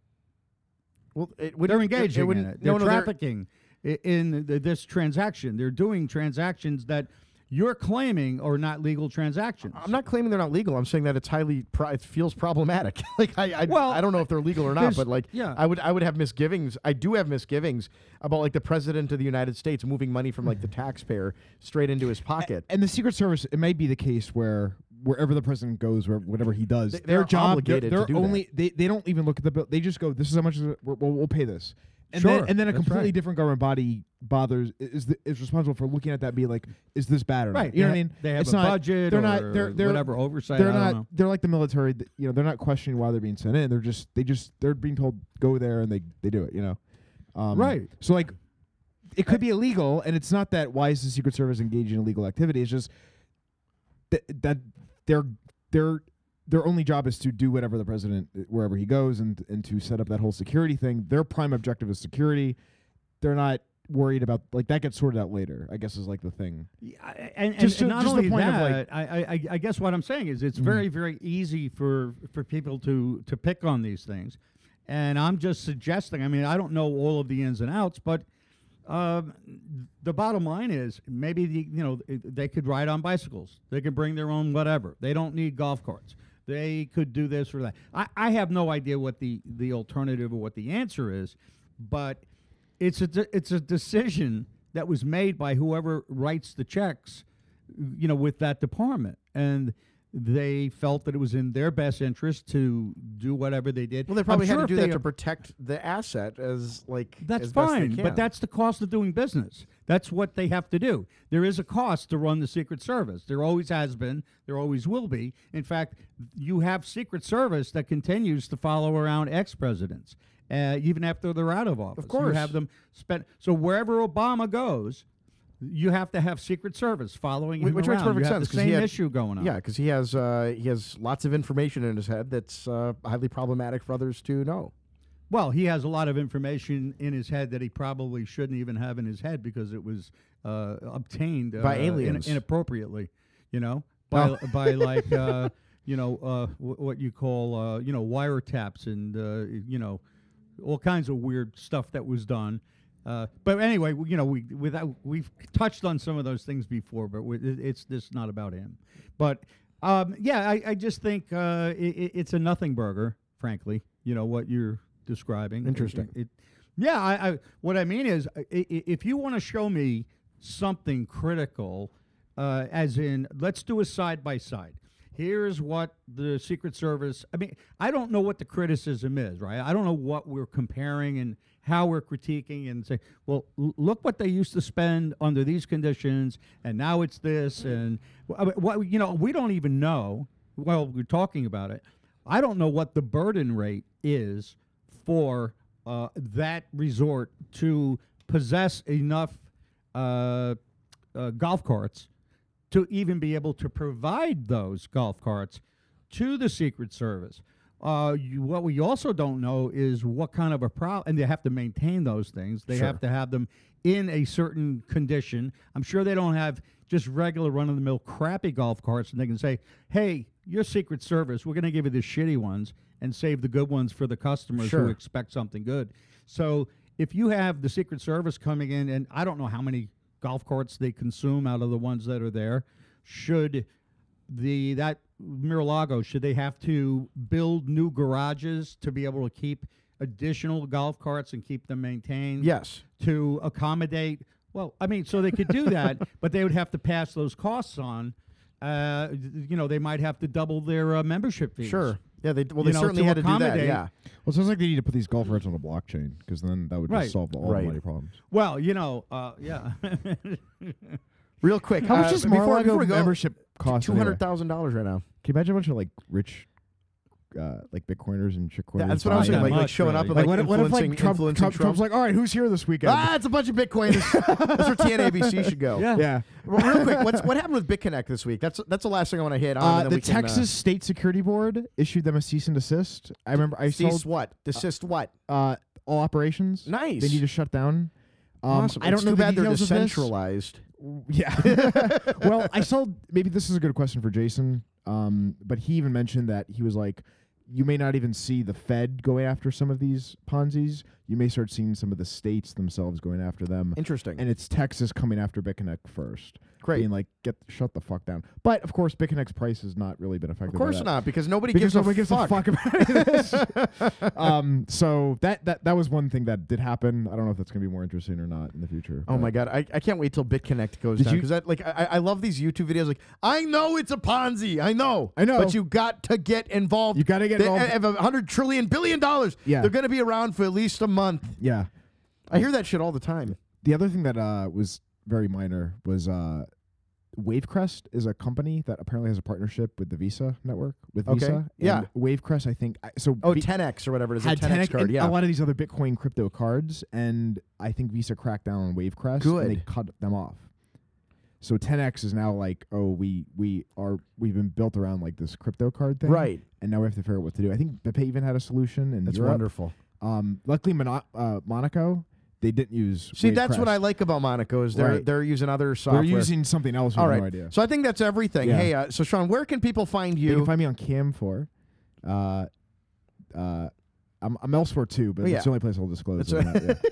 Well, it
they're
wouldn't- it- it
engaging in
wouldn't-
it. They're
no, no, they're-
trafficking i- in th- this transaction. They're doing transactions that you're claiming are not legal transactions.
I'm not claiming they're not legal. I'm saying that it's highly pro- it feels problematic. like I I,
Well,
I don't know if they're legal or not,
there's-
but like
yeah.
I would I would have misgivings. I do have misgivings about like the president of the United States moving money from like the taxpayer straight into his pocket.
And the Secret Service, it may be the case where wherever the president goes, where whatever he does,
They-
their
they're
job, they're,
obligated to
they're
do that.
only they, they don't even look at the bill. They just go, "This is how much is it, we're, we'll, we'll pay this." And
Sure,
then, and then a
that's
completely
right.
different government body bothers is the, is responsible for looking at that, and be like, "Is this bad or not?"
Right, they
You know what I
ha-
mean?
they have
it's
a
not,
budget
They're not.
or
They're, they're
whatever oversight,
They're
I don't
not.
know.
They're like the military. That, you know, they're not questioning why they're being sent in. They're just. They just. They're being told go there, and they they do it. You know. Um,
Right.
So like, it could be illegal, and it's not that why is the Secret Service engaged in illegal activity? It's just th- that their their their only job is to do whatever the president uh, wherever he goes and and to set up that whole security thing. Their prime objective is security. They're not worried about like that gets sorted out later. I guess is like the thing.
Yeah, I- and, and,
Just
and
to-
not
just the
only
point of,
that,
like-
I, I- I, I guess what I'm saying is it's very, very easy for for people to to pick on these things, and I'm just suggesting. I mean, I don't know all of the ins and outs, but um, the bottom line is maybe the you know i- they could ride on bicycles, they could bring their own whatever, they don't need golf carts, they could do this or that. I, I have no idea what the the alternative or what the answer is, but it's a de- it's a decision that was made by whoever writes the checks, you know, with that department, and they felt that it was in their best interest to do whatever they did.
Well, they
I'm
probably
sure
had
if
to do
they
that to
ap-
protect the asset as like
that's
as best they
fine,
can.
but that's the cost of doing business. That's what they have to do. There is a cost to run the Secret Service. There always has been. There always will be. In fact, you have Secret Service that continues to follow around ex presidents, uh, even after they're out of office.
course.
you have them spend. So wherever Obama goes, you have to have Secret Service following
Wh-
him
which
around.
makes perfect
you have
sense
The
'cause he
same
had-
issue going on.
Yeah, because he has uh, he has lots of information in his head that's uh, highly problematic for others to know.
Well, he has a lot of information in his head that he probably shouldn't even have in his head because it was uh, obtained uh,
By
in-
aliens.
inappropriately, you know, by by like uh, you know uh, wh- what you call uh, you know wiretaps and uh, you know all kinds of weird stuff that was done. Uh, but anyway, w- you know, we without we've touched on some of those things before, but we, it- it's this not about him. But um, yeah, I, I just think uh, i i- it's a nothing burger, frankly. You know what you're describing. It-
Interesting.
It, it- yeah, I, I what I mean is, i- i- if you want to show me something critical, uh, as in, let's do a side by side. Here's what the Secret Service. I mean, I don't know what the criticism is, right? I don't know what we're comparing and how we're critiquing and say, well, l- look what they used to spend under these conditions, and now it's this, and I mean, what you know, we don't even know. Well, we're talking about it. I don't know what the burden rate is for uh, that resort to possess enough uh, uh, golf carts to even be able to provide those golf carts to the Secret Service. Uh, you, what we also don't know is what kind of a problem, and they have to maintain those things. They have to have them in a certain condition. I'm sure they don't have just regular run of the mill crappy golf carts, and they can say, "Hey, your Secret Service, we're going to give you the shitty ones and save the good ones for the customers who
Sure.
expect something good." So if you have the Secret Service coming in, and I don't know how many golf carts they consume out of the ones that are there, should the that Miralago should they have to build new garages to be able to keep additional golf carts and keep them maintained?
Yes,
to accommodate. Well, I mean, so they could do that, but they would have to pass those costs on. Uh, you know, they might have to double their uh, membership fees.
sure. Yeah, they well
You
they
know,
certainly
to
had to do that.
accommodate-
Yeah,
Well, it sounds like they need to put these golf carts on a blockchain because then that would
Right.
just solve the all
Right.
the money problems.
Well, you know, uh, yeah.
real quick.
How much
uh,
does
but before,
Mar-a-Lago
before we go,
membership cost?
Two
anyway?
hundred thousand dollars right now.
Can you imagine a bunch of like rich, uh, like Bitcoiners and shitcoiners?
That's what I was saying.
buying
that
Like, like
much,
showing up
really.
and like,
Like, what, if, what if
influencing,
like Trump, Trump,
influencing
Trump's like, all right, who's here this weekend?
ah, it's a bunch of bitcoiners. That's where TNABC should go.
Yeah.
yeah.
Well, real quick, what's what happened with BitConnect this week? That's that's the last thing I want to hit on.
Uh,
and then
the
we can, uh,
Texas State Security Board issued them a cease and desist. I remember I
cease
sold
what? Desist what?
uh, all operations.
Nice.
They need to shut down. Um,
Awesome.
I don't
it's
know
too
the
bad they're
details of this.
decentralized.
Yeah. well, I saw. Maybe this is a good question for Jason. Um, but he even mentioned that he was like, you may not even see the Fed going after some of these Ponzi's. You may start seeing some of the states themselves going after them.
Interesting.
And it's Texas coming after Bikineck first.
Great.
Being like, get shut the fuck down. But of course, Bikineck's price has not really been affected.
of course
by that.
not, because nobody
Because
gives,
nobody
a,
gives
fuck.
a fuck about this. um, so that, that that was one thing that did happen. I don't know if that's gonna be more interesting or not in the future.
Oh
but-
my god, I, I can't wait till BitConnect goes
Did
down
you-
because like I, I love these YouTube videos. Like I know it's a Ponzi, I know,
I know.
but you got to get involved.
You gotta get
they
involved.
Have a hundred trillion billion dollars.
Yeah.
they're gonna be around for at least a month.
Yeah.
I hear that shit all the time.
The other thing that uh, was very minor was uh, Wavecrest is a company that apparently has a partnership with the Visa network with
Okay.
Visa.
Yeah.
and Wavecrest, I think. I, so
Oh,
Vi-
10x or whatever it is, a
had
10x, card.
and
Yeah,
a lot of these other Bitcoin crypto cards, and I think Visa cracked down on Wavecrest.
Good.
and they cut them off. So 10x is now like, oh, we we are we've been built around like this crypto card thing,
Right.
And now we have to figure out what to do. I think Bepe even had a solution, and
that's wonderful.
Um, luckily, Mono- uh, Monaco they didn't use.
See, that's what
Wavecrest.
I like about Monaco is they're
Right.
they're using other software.
We're using something else. We
all
have
right.
no idea.
So I think that's everything.
Yeah.
Hey, uh, so Sean, where can people find
you can
you?
find me on Cam for. Uh, uh, I'm, I'm elsewhere too, but
Oh, yeah.
that's the only place I'll disclose.
That's
it.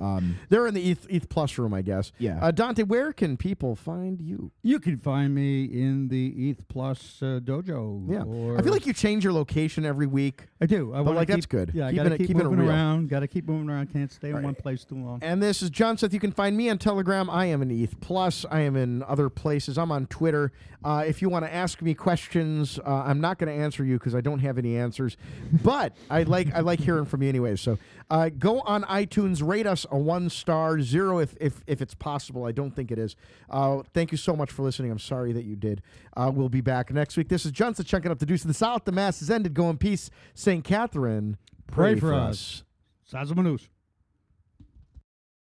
um,
They're in the E ETH, ETH Plus room, I guess.
Yeah.
Uh, Dante, where can people find you?
You can find me in the ETH Plus uh, dojo.
Yeah,
or-
I feel like you change your location every week,
I do. I
but
wanna
like
keep,
that's good.
Yeah, I
Keeping
gotta
it-
keep
keeping it
moving
real.
around. Gotta keep moving around. Can't stay in one place too long.
and this is John Seth. You can find me on Telegram. I am in ETH Plus. I am in other places. I'm on Twitter. Uh, if you want to ask me questions, uh, I'm not going to answer you because I don't have any answers. but I like I like hearing from you anyway. So uh, go on iTunes, rate us a one star, zero if if if it's possible. I don't think it is. Uh, thank you so much for listening. I'm sorry that you did. Uh, we'll be back next week. This is John Seth chunking up the deuce of the south. The mass has ended. Go in peace, Saint Catherine.
Pray for us. Sazamanus.